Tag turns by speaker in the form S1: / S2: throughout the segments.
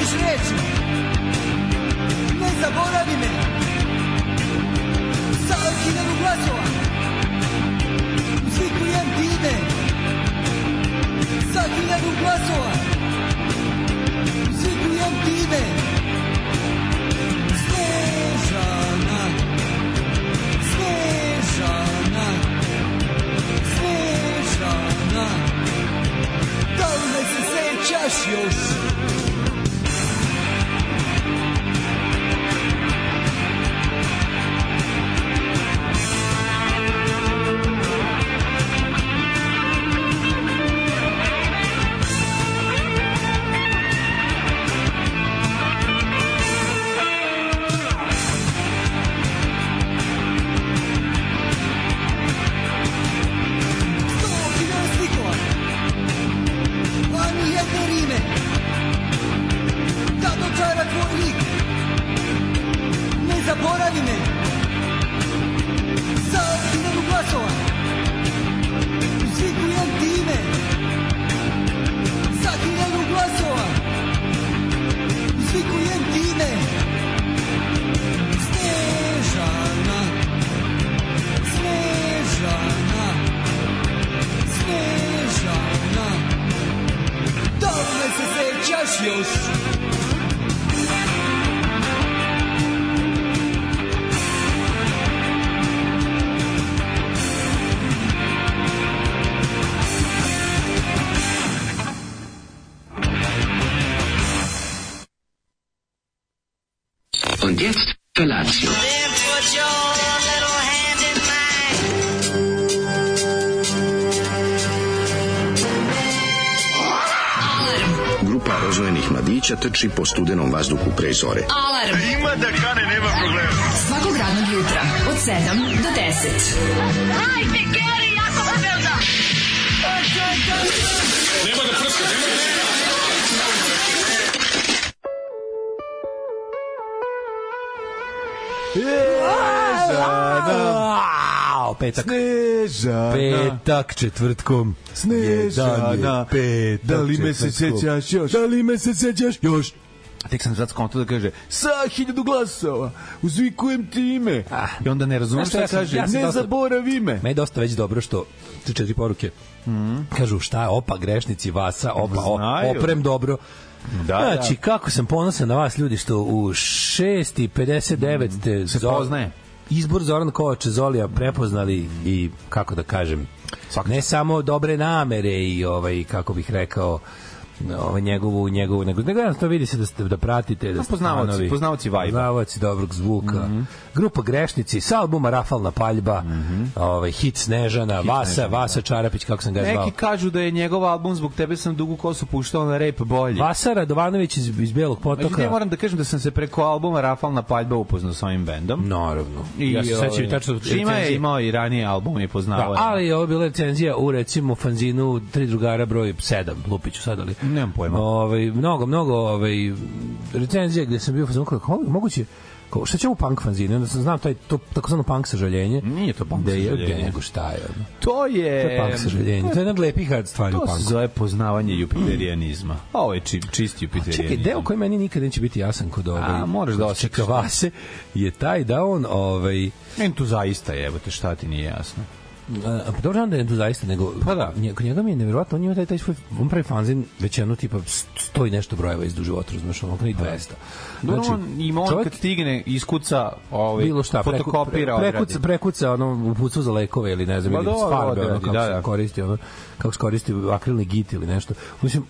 S1: reći Ne zaboravi me Sa ovih hiljadu glasova Uzvikujem time Sa hiljadu glasova Uzvikujem time Snežana Snežana Snežana Da li me se sećaš još Pa Da Zaboravi me Sa hiljadu glasova Uzvikujem time Sa hiljadu glasova Uzvikujem time Snežana Snežana Snežana Da li me se sećaš još
S2: Und jetzt Felatio.
S3: Then put your little hand in mine.
S4: Grupa rozvojenih mladića trči po studenom vazduhu pre zore.
S5: Alarm. Ima da kane, nema problema. Svakog radnog jutra, od 7 do 10.
S6: Snežana. Petak.
S7: Snežana.
S6: Petak četvrtkom. Jedan je
S7: Snežana.
S6: Petak
S7: Da li me se
S6: četvrtkom.
S7: sećaš još?
S6: Da li me se sećaš još?
S7: Tek sam sad skonto da kaže sa hiljadu glasova, uzvikujem time. I onda ne razumem
S6: Ah. Znaš šta,
S7: šta
S6: ja sam-
S7: kaže,
S6: ja sam
S7: ne
S6: dosta-
S7: zaboravi me.
S6: Me je dosta već dobro što te četiri poruke. Kažu šta je, opa grešnici Vasa, opa o-
S7: Znaju.
S6: oprem dobro.
S7: Da,
S6: znači, kako sam ponosan na vas ljudi što u 6.59 ste
S7: Mm, Se
S6: Zor-
S7: poznaje.
S6: Izbor Zoran Kovače Zolija prepoznali i kako da kažem, ne samo dobre namere i ovaj kako bih rekao ovaj njegovu njegovu nego nego jednostavno vidi se da ste da pratite da
S7: Pa
S6: ste
S7: poznavaoci-
S6: fanovi.
S7: poznavaoci vajba.
S6: poznavaoci dobrog zvuka grupa grešnici sa albuma Rafalna paljba ovaj hit Snežana Vasa Vasa Čarapić kako sam ga zvao
S7: da. Neki kažu da je njegov album zbog tebe sam dugu kosu puštao na rep bolji.
S6: Vasa Radovanović iz, iz Belog potoka
S7: Međutim, ja moram da kažem da sam se preko albuma Rafalna paljba upoznao s ovim bendom.
S6: naravno
S7: I,
S6: ja se
S7: ovaj,
S6: sećam i tačno
S7: Šima je
S6: recenzije.
S7: imao i ranije album i
S6: Da,
S7: poznao. je.
S6: ali je ovo bila recenzija u recimo fanzinu tri drugara broj 7, lupiću sad ali.
S7: Nemam pojma.
S6: Ovaj mnogo mnogo ovaj recenzija gde sam bio u fazonu kako mo- moguće kao šta će u punk fanzinu, onda sam znam taj to takozvano punk sažaljenje.
S7: Nije to punk
S6: Gde je-
S7: sažaljenje.
S6: gde nego šta je. ono.
S7: To je...
S6: To je punk sažaljenje. To je jedna od lepih hard stvari u
S7: To se
S6: punku.
S7: zove poznavanje jupiterijanizma. A ovo je či, čisti jupiterijanizam.
S6: Čekaj, deo koji meni nikad neće biti jasan kod ovaj.
S7: A, moraš da osjetiš.
S6: Čeka Vase je taj da on ovaj
S7: Meni tu zaista je, evo te šta ti nije jasno.
S6: A, pa dobro znam da je to zaista, nego
S7: Pa da.
S6: nje- kod njega mi je nevjerovatno, on ima taj, taj svoj, on pravi fanzin već jedno tipa sto i nešto brojeva iz života, razumeš, ono kao i Znači, 200.
S7: Da. Dobro, on ima on kad stigne, iskuca, ovaj,
S6: bilo šta, preku-
S7: fotokopira,
S6: pre,
S7: odradi.
S6: prekuca, prekuca ono upucu za lekove ili ne znam,
S7: Ma
S6: ili s
S7: dobro,
S6: farbe, ono,
S7: odradi,
S6: kako
S7: da,
S6: se
S7: da.
S6: koristi, ono, kako se koristi akrilni git ili nešto. Mislim,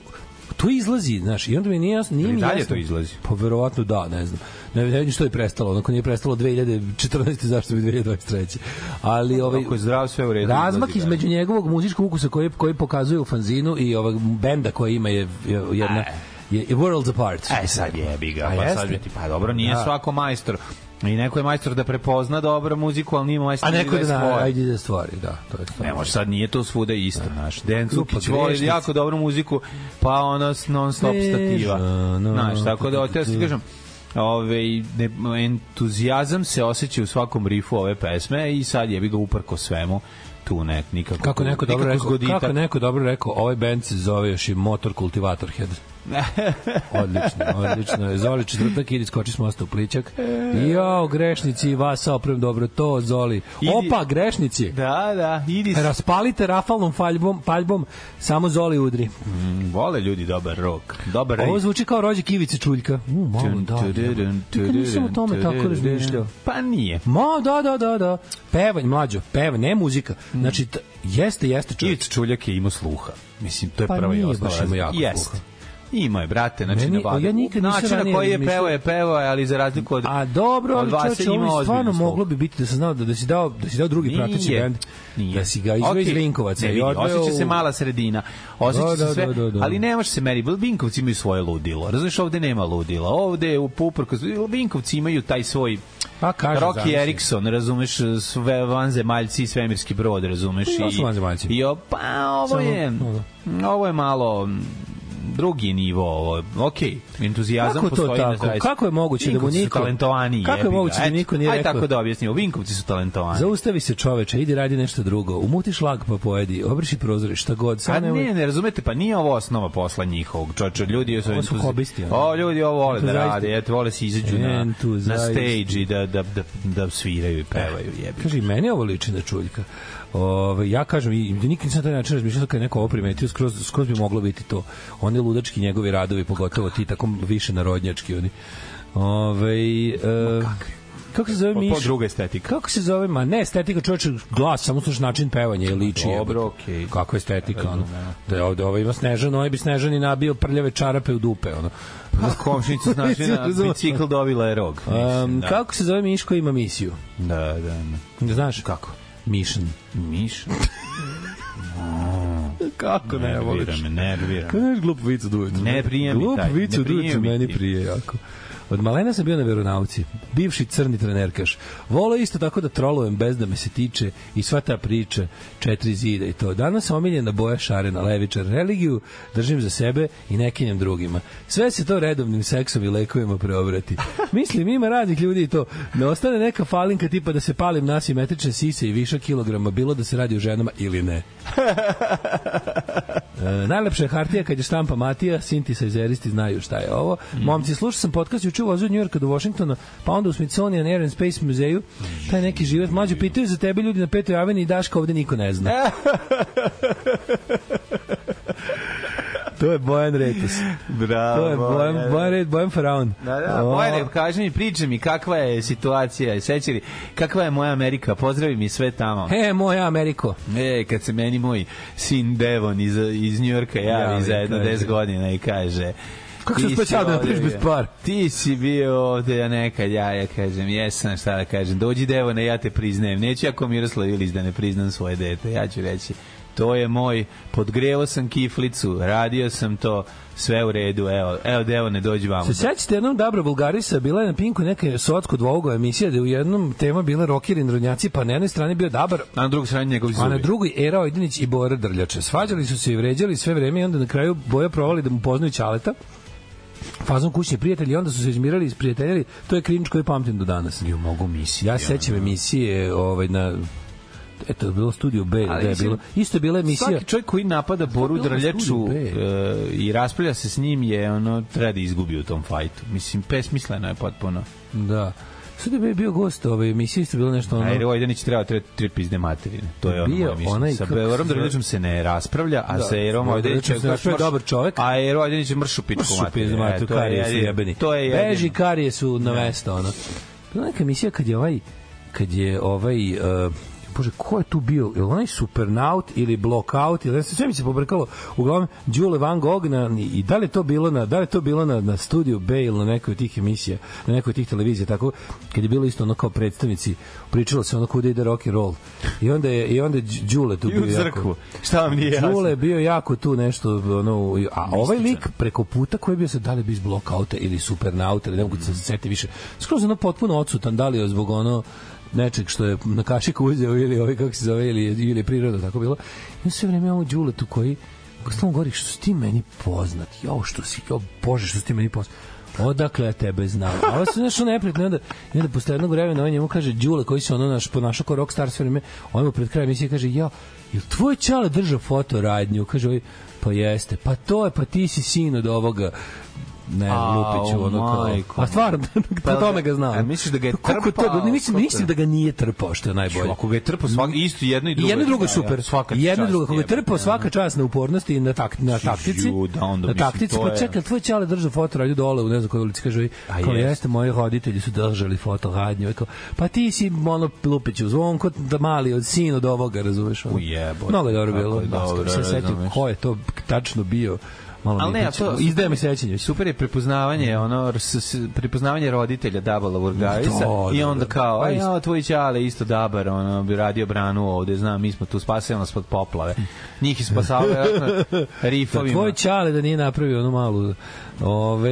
S6: to izlazi, znaš, i onda mi nije jasno, nije
S7: Ali
S6: mi
S7: dalje
S6: jasno.
S7: to izlazi?
S6: Pa verovatno da, ne znam. Ne, ne vidim što je prestalo, onako nije prestalo 2014. zašto bi 2023. Ali ovaj,
S7: Ako da. je zdrav, sve u redu.
S6: Razmak
S7: izlazi
S6: između njegovog muzičkog ukusa koji koji pokazuje u fanzinu i ovog benda koji ima je, je jedna je, je worlds apart.
S7: dalje. E sad jebi ga,
S6: A
S7: pa
S6: jeste.
S7: sad bi ti, pa dobro, nije
S6: Da.
S7: svako majstor. I neko je majstor da prepozna dobro muziku, ali nije majstor
S6: A neko
S7: je
S6: da
S7: svoje.
S6: ajde da stvari, da, to je stvar.
S7: Ne može, sad nije to svuda isto,
S6: Da,
S7: znaš. Dejan
S6: Grupa
S7: Cukić voli
S6: Grešnici.
S7: jako dobru muziku, pa ono s non stop stativa.
S6: Snežano.
S7: Znaš, tako da, te se kažem, Ove, ne, entuzijazam se osjeća u svakom rifu ove pesme i sad je bi ga uprko svemu tu ne, nikako,
S6: Kako neko dobro
S7: nikako
S6: rekao,
S7: zgoditak.
S6: kako neko dobro rekao, ovaj bend se zove još i Motor Cultivator Head. odlično, odlično. Zoli četvrtak ide skoči s mosta u pličak. Jo, grešnici, vas oprem dobro to, Zoli. Opa, grešnici.
S7: Da, da, idi.
S6: Raspalite rafalnom paljbom, paljbom samo Zoli udri.
S7: Mm, vole ljudi dobar rok. Dobar
S6: Ovo
S7: rejs.
S6: zvuči kao rođe kivice čuljka. U, malo, da. jebote. Nikad nisam o tome tako razmišljao.
S7: Pa nije.
S6: Ma, da, da, da, da. Pevanj, mlađo, pevanj, ne muzika. Znači, t- jeste, jeste čovjek.
S7: Ivica Čuljak je imao sluha. Mislim, to je
S6: Pa
S7: prva i
S6: nije
S7: osnovna.
S6: baš imao
S7: razlika.
S6: jako
S7: Jest.
S6: sluha.
S7: Imao je, brate, znači
S6: Meni-
S7: na bavi.
S6: ja nikad nisam
S7: Način na
S6: ranije
S7: koji je
S6: razmišljao.
S7: pevao je pevao je, ali za razliku od,
S6: A dobro,
S7: Da. od
S6: ali
S7: vas
S6: čoveče,
S7: je imao
S6: ovo je stvarno
S7: ozbiljno sluha.
S6: moglo bi biti da sam znao da, da si dao, da si dao drugi prateći
S7: Nije.
S6: bend.
S7: Nije.
S6: Da si ga izveo iz
S7: Okej.
S6: Vinkovaca.
S7: Ne,
S6: i
S7: vidi,
S6: odveo
S7: osjeća se
S6: u-
S7: mala sredina. Osjeća
S6: Da,
S7: se
S6: da,
S7: sve,
S6: da, da, da.
S7: ali ne može se meri. Vinkovci imaju svoje ludilo. Razumeš, ovde nema ludila. Ovde je u puprku. Vinkovci imaju taj svoj
S6: Pa kažem,
S7: Rocky
S6: zamisli.
S7: Erickson, razumeš, sve vanzemaljci i svemirski brod, razumeš.
S6: Pa,
S7: i-
S6: su vanzemaljci.
S7: I o, pa ovo
S6: Samo, da.
S7: je,
S6: no,
S7: ovo je malo mm, drugi nivo, ovo. okej, entuzijazam
S6: Kako to
S7: postoji na
S6: tako?
S7: zdravici.
S6: Kako je moguće da mu
S7: Vinkovci su
S6: niko-
S7: talentovani,
S6: Kako je
S7: jebi ga.
S6: moguće da
S7: Eto,
S6: niko nije
S7: Aj
S6: rekao-
S7: tako da objasnimo, Vinkovci su talentovani.
S6: Zaustavi se čoveče, idi radi nešto drugo. Umuti šlag pa pojedi, obriši prozore, šta god.
S7: A
S6: Sad
S7: ne,
S6: nemoj...
S7: ne razumete, pa nije ovo osnova posla njihovog. Čoče, ljudi su,
S6: Ovo su
S7: entuzi-
S6: hobisti, ono.
S7: O, ljudi ovo vole da
S6: Entuzijasti.
S7: rade, eto, vole se izađu na, na
S6: Entuzijasti.
S7: stage i da, da, da, da sviraju i pevaju, jebi.
S6: Kaže, i meni ovo liči na čuljka. Ove, ja kažem, i i nikad nisam na taj način razmišljao, sad kad je neko ovo primetio, skroz, skroz bi moglo biti to. Oni ludački njegovi radovi, pogotovo ti, tako više narodnjački oni. Ove, e, kako se zove
S7: Pa,
S6: Miš?
S7: pa druga estetika.
S6: Kako se zove? Ma ne, estetika čoveče, glas, samo slušaš način pevanja i liči.
S7: Dobro,
S6: jebote.
S7: okej.
S6: Kako estetika, ono. Da je ovde ovaj ima Snežan, ovaj bi Snežan i nabio prljave čarape u dupe, ono. Pa, da
S7: Na komšnicu znači na bicikl dobila je rog.
S6: Um,
S7: mislim, da.
S6: Kako se zove Miš koji ima misiju?
S7: Da, da, da.
S6: Znaš? Kako? Mišan.
S7: Miš,
S6: Kako
S7: nervira me, nervira me.
S6: Kada je glup vic od ujutru?
S7: Ne prije mi
S6: Glup
S7: taj,
S6: vic
S7: ne
S6: od
S7: prije
S6: ujutru
S7: mi
S6: meni
S7: ti.
S6: prije jako. Od malena sam bio na veronauci, bivši crni trenerkaš. Volao isto tako da trolujem bez da me se tiče i sva ta priča, četiri zida i to. Danas sam omiljena boja šarena, levičar, religiju držim za sebe i ne kinjem drugima. Sve se to redovnim seksom i lekovima preobrati. Mislim, ima radnih ljudi i to. Ne ostane neka falinka tipa da se palim na simetrične sise i viša kilograma, bilo da se radi o ženama ili ne. E, najlepša je hartija kad je štampa Matija, sintisajzeristi znaju šta je ovo. Momci, slušao sam podcast juče u vozu od Njujorka do Washingtona, pa onda u Smithsonian Air and Space muzeju, taj neki život. Mlađo, pitaju za tebe ljudi na petoj aveni i Daška ovde niko ne zna. to je Bojan Retus.
S7: Bravo.
S6: To je Bojan, Bojan, Red, Bojan Faraon.
S7: Da, da,
S6: O,
S7: Bojane, kaži mi, priča mi kakva je situacija, seći li, kakva je moja Amerika, pozdravi mi sve tamo.
S6: E, moja Ameriko.
S7: E, kad se meni moj sin Devon iz, iz Njurka javi
S6: Javi,
S7: za jedno
S6: kaže.
S7: 10 godina i kaže...
S6: Kako
S7: "Ti
S6: se specijal da
S7: si
S6: napraviš
S7: ovde
S6: bez
S7: bio-
S6: para?"
S7: Ti si bio ovde, ja nekad, ja, ja kažem, jesam, šta da kažem, dođi Devone, ja te priznajem, neću ja ko Miroslav Ilić da ne priznam svoje dete, ja ću reći, to je moj, podgrevao sam kiflicu, radio sam to, sve u redu, evo, evo Devone, dođi vamo.
S6: Se sećate jednom Dabra Bulgarisa, bila je na Pinku neka sotsko dvougo emisija da je u jednom tema bila rockeri i rodnjaci, pa na jednoj strani bio Dabar,
S7: A na drugu stranu njegov zubi.
S6: A na drugoj Era Ojdinić i Bora Drljače. Svađali su se i vređali sve vreme i onda na kraju Boja provali da mu poznaju Ćaleta. Fazom kućni prijatelji, onda su se izmirali i sprijateljali. To je cringe koji pamtim do danas.
S7: Jo, mogu misliti.
S6: Ja se sećam emisije ovaj, na eto, bilo Studio B,
S7: Ali
S6: da je
S7: mislim,
S6: bilo. Isto je bila emisija
S7: Svaki čovjek koji napada Boru
S6: bilo na
S7: Drljaču
S6: studiju B?
S7: e, i raspravlja se s njim je ono treba da izgubi u tom fajtu. Mislim, besmisleno je potpuno.
S6: Da. Studio B je bio gost ove emisije, isto je bilo nešto ono...
S7: A Evo Ojdanić ovaj treba tre, tre pizde materine. To je ono
S6: Bio
S7: moje mišljenje.
S6: onaj,
S7: Sa
S6: kako se
S7: Borom
S6: zove?
S7: Drljačom se ne raspravlja, a
S6: Da,
S7: sa Erom ovaj
S6: s Borom
S7: Ojdanićem
S6: Drljačom se raspravlja, dobar čovjek.
S7: A Ero Ojdanić je mršu pičku
S6: Mršu
S7: materinu.
S6: pizdu
S7: E,
S6: materinu,
S7: to je
S6: karije su
S7: jedino-
S6: jebeni.
S7: To je
S6: Beži,
S7: jedino. Da.
S6: karije su na mesto, ono. Bila neka emisija kad je ovaj, kad je ovaj, uh, bože, ko je tu bio? Je li onaj supernaut ili blokaut? Ili, sve mi se pobrkalo. Uglavnom, Đule Van Gogh na, i da li je to bilo na, da li je to bilo na, na studiju B ili na nekoj od tih emisija, na nekoj od tih televizija, tako, kad je bilo isto ono kao predstavnici, pričalo se ono kuda ide rock and roll. I onda je, i onda je Đ- Đule tu
S7: I
S6: bio
S7: u crkvu.
S6: jako.
S7: Šta vam nije jasno?
S6: Đule je bio jako tu nešto ono a ovaj lik preko puta koji je bio se da li bi iz blokauta ili supernauta ili ne mogu da se setiti više skroz ono potpuno odsutan da li je zbog ono nečeg što je na kašiku uzeo ili ovaj kako se zove ili, ili je priroda tako bilo i sve vreme imamo Đule tu koji stalno govori što si ti meni poznat. Jo, što si, jo, bože, što si ti meni poznat. Odakle ja tebe znam? A ovo se nešto neprijatno. I onda, i onda posle jednog vremena on njemu kaže, Đule koji se ono naš, ponašao kao rockstar sve vreme, on mu pred krajem emisije kaže, jo, jel tvoj čale drža fotoradnju? Kaže, ovaj, pa jeste, pa to je, pa ti si sin od ovoga ne,
S7: A,
S6: Lupiću, ono
S7: majko.
S6: kao. A stvarno, po tome ga znam.
S7: A misliš da ga je
S6: Koliko to-
S7: trpao?
S6: ne, mislim,
S7: Koliko-
S6: mislim da ga nije trpao, što je najbolje.
S7: Ako ga je trpao svak, isto jedno Mm. i drugo.
S6: I jedno i drugo je
S7: Da,
S6: super.
S7: da, svaka ti
S6: I jedno i
S7: čast,
S6: drugo. Kako je
S7: jebote,
S6: trpao
S7: da.
S6: svaka čast na upornosti i na, tak, na
S7: Ju,
S6: taktici.
S7: da, onda
S6: na
S7: mislim,
S6: taktici.
S7: to
S6: Pa
S7: je-
S6: čekaj, tvoj čale drža fotoradnju dole u ne znam kojoj ulici. Kaže, ovi,
S7: A
S6: kao
S7: jest.
S6: jeste, moji roditelji su držali fotoradnju. Ovi Kao, pa ti si ono Lupiću zvonko da mali od sin od ovoga, razumeš? ono.
S7: U jebote,
S6: Mnogo je dobro
S7: kako
S6: bilo.
S7: je dobro,
S6: Da, se setim
S7: razumeš. ko
S6: ko je to tačno bio. Malo
S7: Ali
S6: mi je
S7: ne, a to
S6: pričao. izdaje mi sećanje. već.
S7: Super je prepoznavanje, ono s, s, prepoznavanje roditelja Dabala Vurgajsa
S6: Da,
S7: i
S6: da,
S7: onda
S6: da.
S7: kao,
S6: Pa
S7: aj
S6: isto.
S7: ja, tvoj ćale isto Dabar, ono bi radio branu ovde, znam, mi smo tu spasili nas pod poplave. Njih je spasao vjerojatno
S6: Da
S7: rifovima.
S6: tvoj čale da nije napravio onu malu... Ove,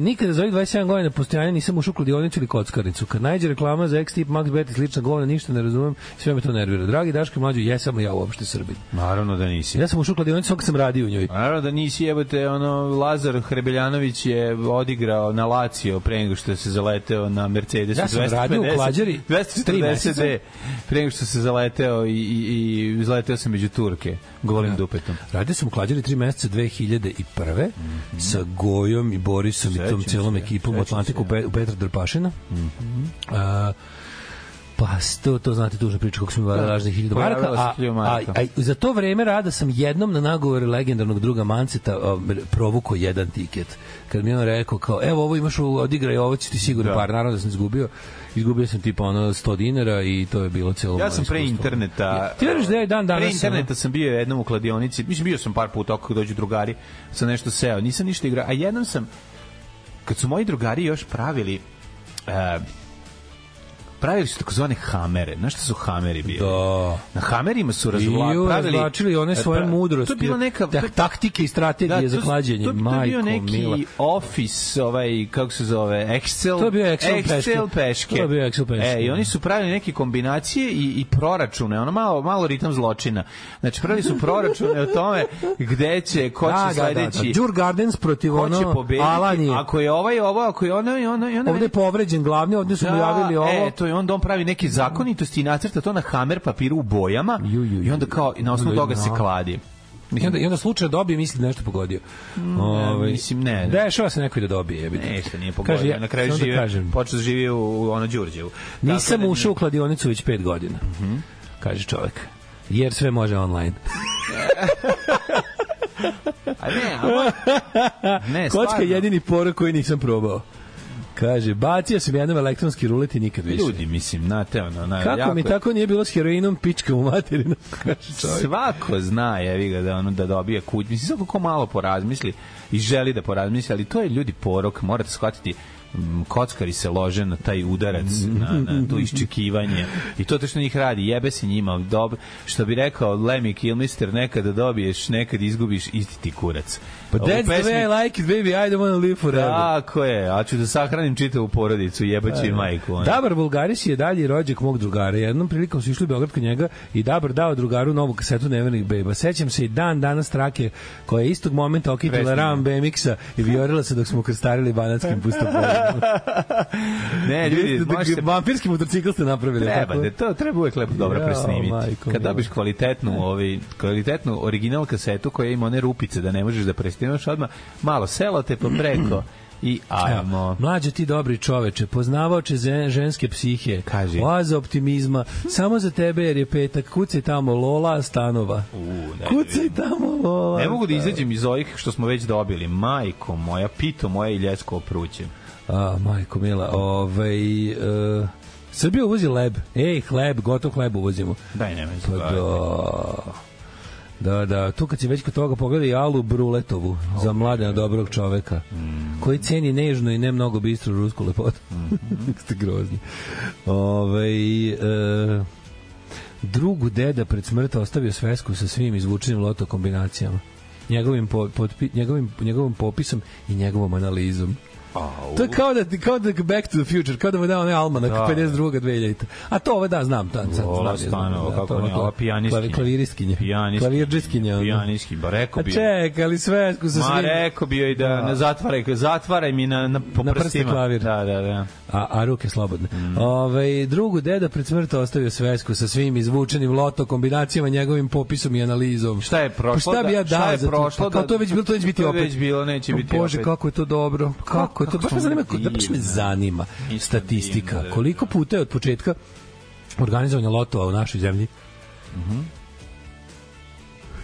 S6: nikada za ovih 27 godina postojanja nisam ušao u kladionicu ili kockarnicu. Kad najde reklama za X-Tip, Max Bet i slična govna, ništa ne razumem, sve me to nervira. Dragi Daško i mlađo, jesam li ja uopšte Srbin?
S7: Naravno da nisi.
S6: Ja sam ušao u kladionicu, samo kad sam radio u njoj.
S7: Naravno da nisi jebote, ono, Lazar Hrebeljanović je odigrao na Lazio pre nego što se zaleteo na Mercedesu.
S6: Ja sam radio u
S7: 250,
S6: Klađari tri meseca.
S7: 240D, pre nego što se zaleteo i, i, i zaleteo sam među Turke, govorim
S6: Da.
S7: dupetom.
S6: Radio sam u Klađari 3 meseca 2001. sa Gojom i Borisom i tom
S7: Mhm. Sećam
S6: celom
S7: se,
S6: ekipom u
S7: sećam
S6: Atlantiku
S7: se. Mhm.
S6: Pe- u Petra Drpašina. A, pa to, to znate tužna priča kako smo mi varali lažne hiljadu
S7: Da. pojavila
S6: maraka.
S7: se
S6: A,
S7: hiljadu
S6: a,
S7: maraka.
S6: a, za to vreme rada sam jednom na nagovor legendarnog druga Manceta a, m, provukao jedan tiket. Kad mi je on rekao kao, evo ovo imaš, ovo odigraj, ovo će ti sigurno
S7: Da.
S6: par. Naravno da sam izgubio. Izgubio sam tipa ono 100 dinara i to je bilo celo
S7: Ja
S6: moje
S7: sam pre
S6: iskustvo.
S7: interneta...
S6: Ti veruješ da ja i dan danas
S7: Pre
S6: sam-
S7: interneta sam bio jednom u kladionici, mislim bio sam par puta ako dođu drugari, sam nešto seo, nisam ništa igrao, a jednom sam, kad su moji drugari još pravili... e, pravili su takozvane hamere. Znaš šta su hameri bili?
S6: Da.
S7: Na hamerima su
S6: Iju,
S7: razvla, pravili...
S6: razvlačili one svoje
S7: pra-
S6: mudrosti.
S7: To je bila neka...
S6: Tak- taktike i strategije za
S7: to-
S6: klađenje.
S7: To, to, to je bio
S6: Majko
S7: neki
S6: mila.
S7: office, ovaj, kako se zove, Excel,
S6: To je bio Excel
S7: Excel
S6: peške. To je bio Excel peške. da.
S7: E, I oni su pravili neke kombinacije i, i proračune, ono malo, malo ritam zločina. Znači, pravili su proračune o tome gde će, ko će
S6: Da,
S7: da,
S6: da,
S7: sledeći...
S6: da, da. Đur Gardens protiv
S7: Ko će
S6: ono
S7: pobediti?
S6: Alanije.
S7: Ako je ovaj ovo, ako je ono i ono i ono.
S6: Ovde je povređen glavni, ovde su mu javili ovo.
S7: E, to je onda on pravi neke zakonitosti i nacrta to na hamer papiru u bojama
S6: Ju, ju, ju.
S7: i onda kao na osnovu
S6: Onda
S7: toga
S6: je-
S7: se kladi.
S6: I onda, I onda slučaj dobije, misli da nešto pogodio. Ovaj,
S7: Mm, mislim, ne, ne.
S6: Dešava se neko i da dobije. jebite.
S7: Nešto E, nije pogodio.
S6: Kaže, ja-
S7: na kraju
S6: samo da
S7: žive,
S6: kažem.
S7: počeo da živi u, u ono Đurđevu.
S6: Nisam
S7: da Mhm.
S6: ušao u kladionicu već 5 godina. Kaže čovek. Jer sve može online.
S7: A ne, ali... ne,
S6: Kocka je
S7: stvarno.
S6: jedini porok koji nisam probao. Kaže, bacio sam jednom elektronski rulet i nikad više.
S7: Ljudi, mislim, znate, ono, na,
S6: Kako
S7: jako
S6: mi
S7: je-
S6: tako nije bilo s heroinom, pička u materinu, kaže čovjek.
S7: Svako zna, jevi ga, da, ono, da dobije kuć. Mislim, svako ko malo porazmisli i želi da porazmisli, ali to je ljudi porok, morate shvatiti m, kockari se lože na taj udarac,
S6: Mhm.
S7: na, na to iščekivanje. I to te što njih radi, jebe se njima. Dob, što bi rekao Lemmy Kilmister, nekada da dobiješ, nekad izgubiš, isti ti kurac.
S6: Pa that's
S7: U pesmi-
S6: the way I like it, baby, I don't wanna live forever.
S7: Tako je, a ću da sahranim čitavu porodicu, jebaću i
S6: Da,
S7: majku. ono.
S6: Dabar Bulgaris je dalje rođak mog drugara. Jednom prilikom su išli u Beograd kod njega i Dabar dao drugaru novu kasetu Nevernih beba. Sećam se i dan danas trake koja je istog momenta okitila
S7: Presnije.
S6: ram BMX-a i vijorila se dok smo krstarili banatskim pustopoljima.
S7: Ne, ljudi, može se
S6: Vampirski motorcikl ste napravili.
S7: Treba,
S6: tako?
S7: da to treba uvek lepo dobro
S6: Jao,
S7: presnimiti.
S6: majko
S7: Kad
S6: mila.
S7: dobiš kvalitetnu, ovaj kvalitetnu original kasetu koja ima one rupice da ne možeš da presnimaš odmah, malo selo te pa preko i ajmo.
S6: Mlađe ti dobri čoveče, poznavaoče ze- ženske psihe,
S7: Kaži.
S6: oaza optimizma, samo za tebe jer je petak, kucaj tamo Lola stanova.
S7: ne
S6: kucaj tamo Lola.
S7: Ne mogu da izađem iz ovih što smo već dobili. Majko moja, pito moja i ljesko opruće.
S6: A, majko mila, ovaj... E, Srbija uvozi leb. Ej, hleb, gotov hleb uvozimo.
S7: Daj, nemoj se
S6: Pa
S7: baviti.
S6: da... Da, da, tu kad si već kod toga pogledaj Alu Bruletovu za mladena dobrog čoveka, koji ceni nežno i ne mnogo bistru rusku lepotu. Ste grozni. Ove, e, drugu deda pred smrt ostavio svesku sa svim izvučenim loto kombinacijama. Njegovim, po, potpi, njegovim, njegovim popisom i njegovom analizom. To je kao da, kao da Back to the Future, kao da mu dao onaj almanak,
S7: Da.
S6: da, 52. 2000. A to ova da, znam. Ta, sad,
S7: Lola
S6: znam,
S7: Stanova,
S6: da,
S7: kako
S6: to
S7: ne,
S6: ono,
S7: ova pijanistkinja.
S6: klavi- Klaviristkinja.
S7: Pijanistkinja.
S6: Klavirđistkinja, ono.
S7: Pijanistkinja, ba rekao
S6: A
S7: bi.
S6: ček, ali sve sa svim...
S7: Ma rekao bio i da,
S6: Da.
S7: da. zatvaraj, zatvaraj mi na, na, po
S6: Na prste
S7: prstima.
S6: klavir.
S7: Da, da, da.
S6: a, a ruke slobodne. Mm. Ove, drugu deda pred smrt ostavio svesku sa svim izvučenim loto kombinacijama, njegovim popisom i analizom.
S7: Šta je prošlo
S6: Pa šta bi ja
S7: da- šta
S6: dao
S7: je
S6: za to?
S7: prošlo
S6: Pa kao
S7: da-
S6: to je već bilo, to će biti
S7: to je
S6: opet.
S7: već bilo, neće
S6: O
S7: biti
S6: Bože,
S7: opet.
S6: kako je to dobro. Kako je to? Baš me zanima,
S7: divno.
S6: da baš me zanima
S7: Isto
S6: statistika.
S7: divno, da.
S6: Koliko puta je od početka organizovanja lotova u našoj zemlji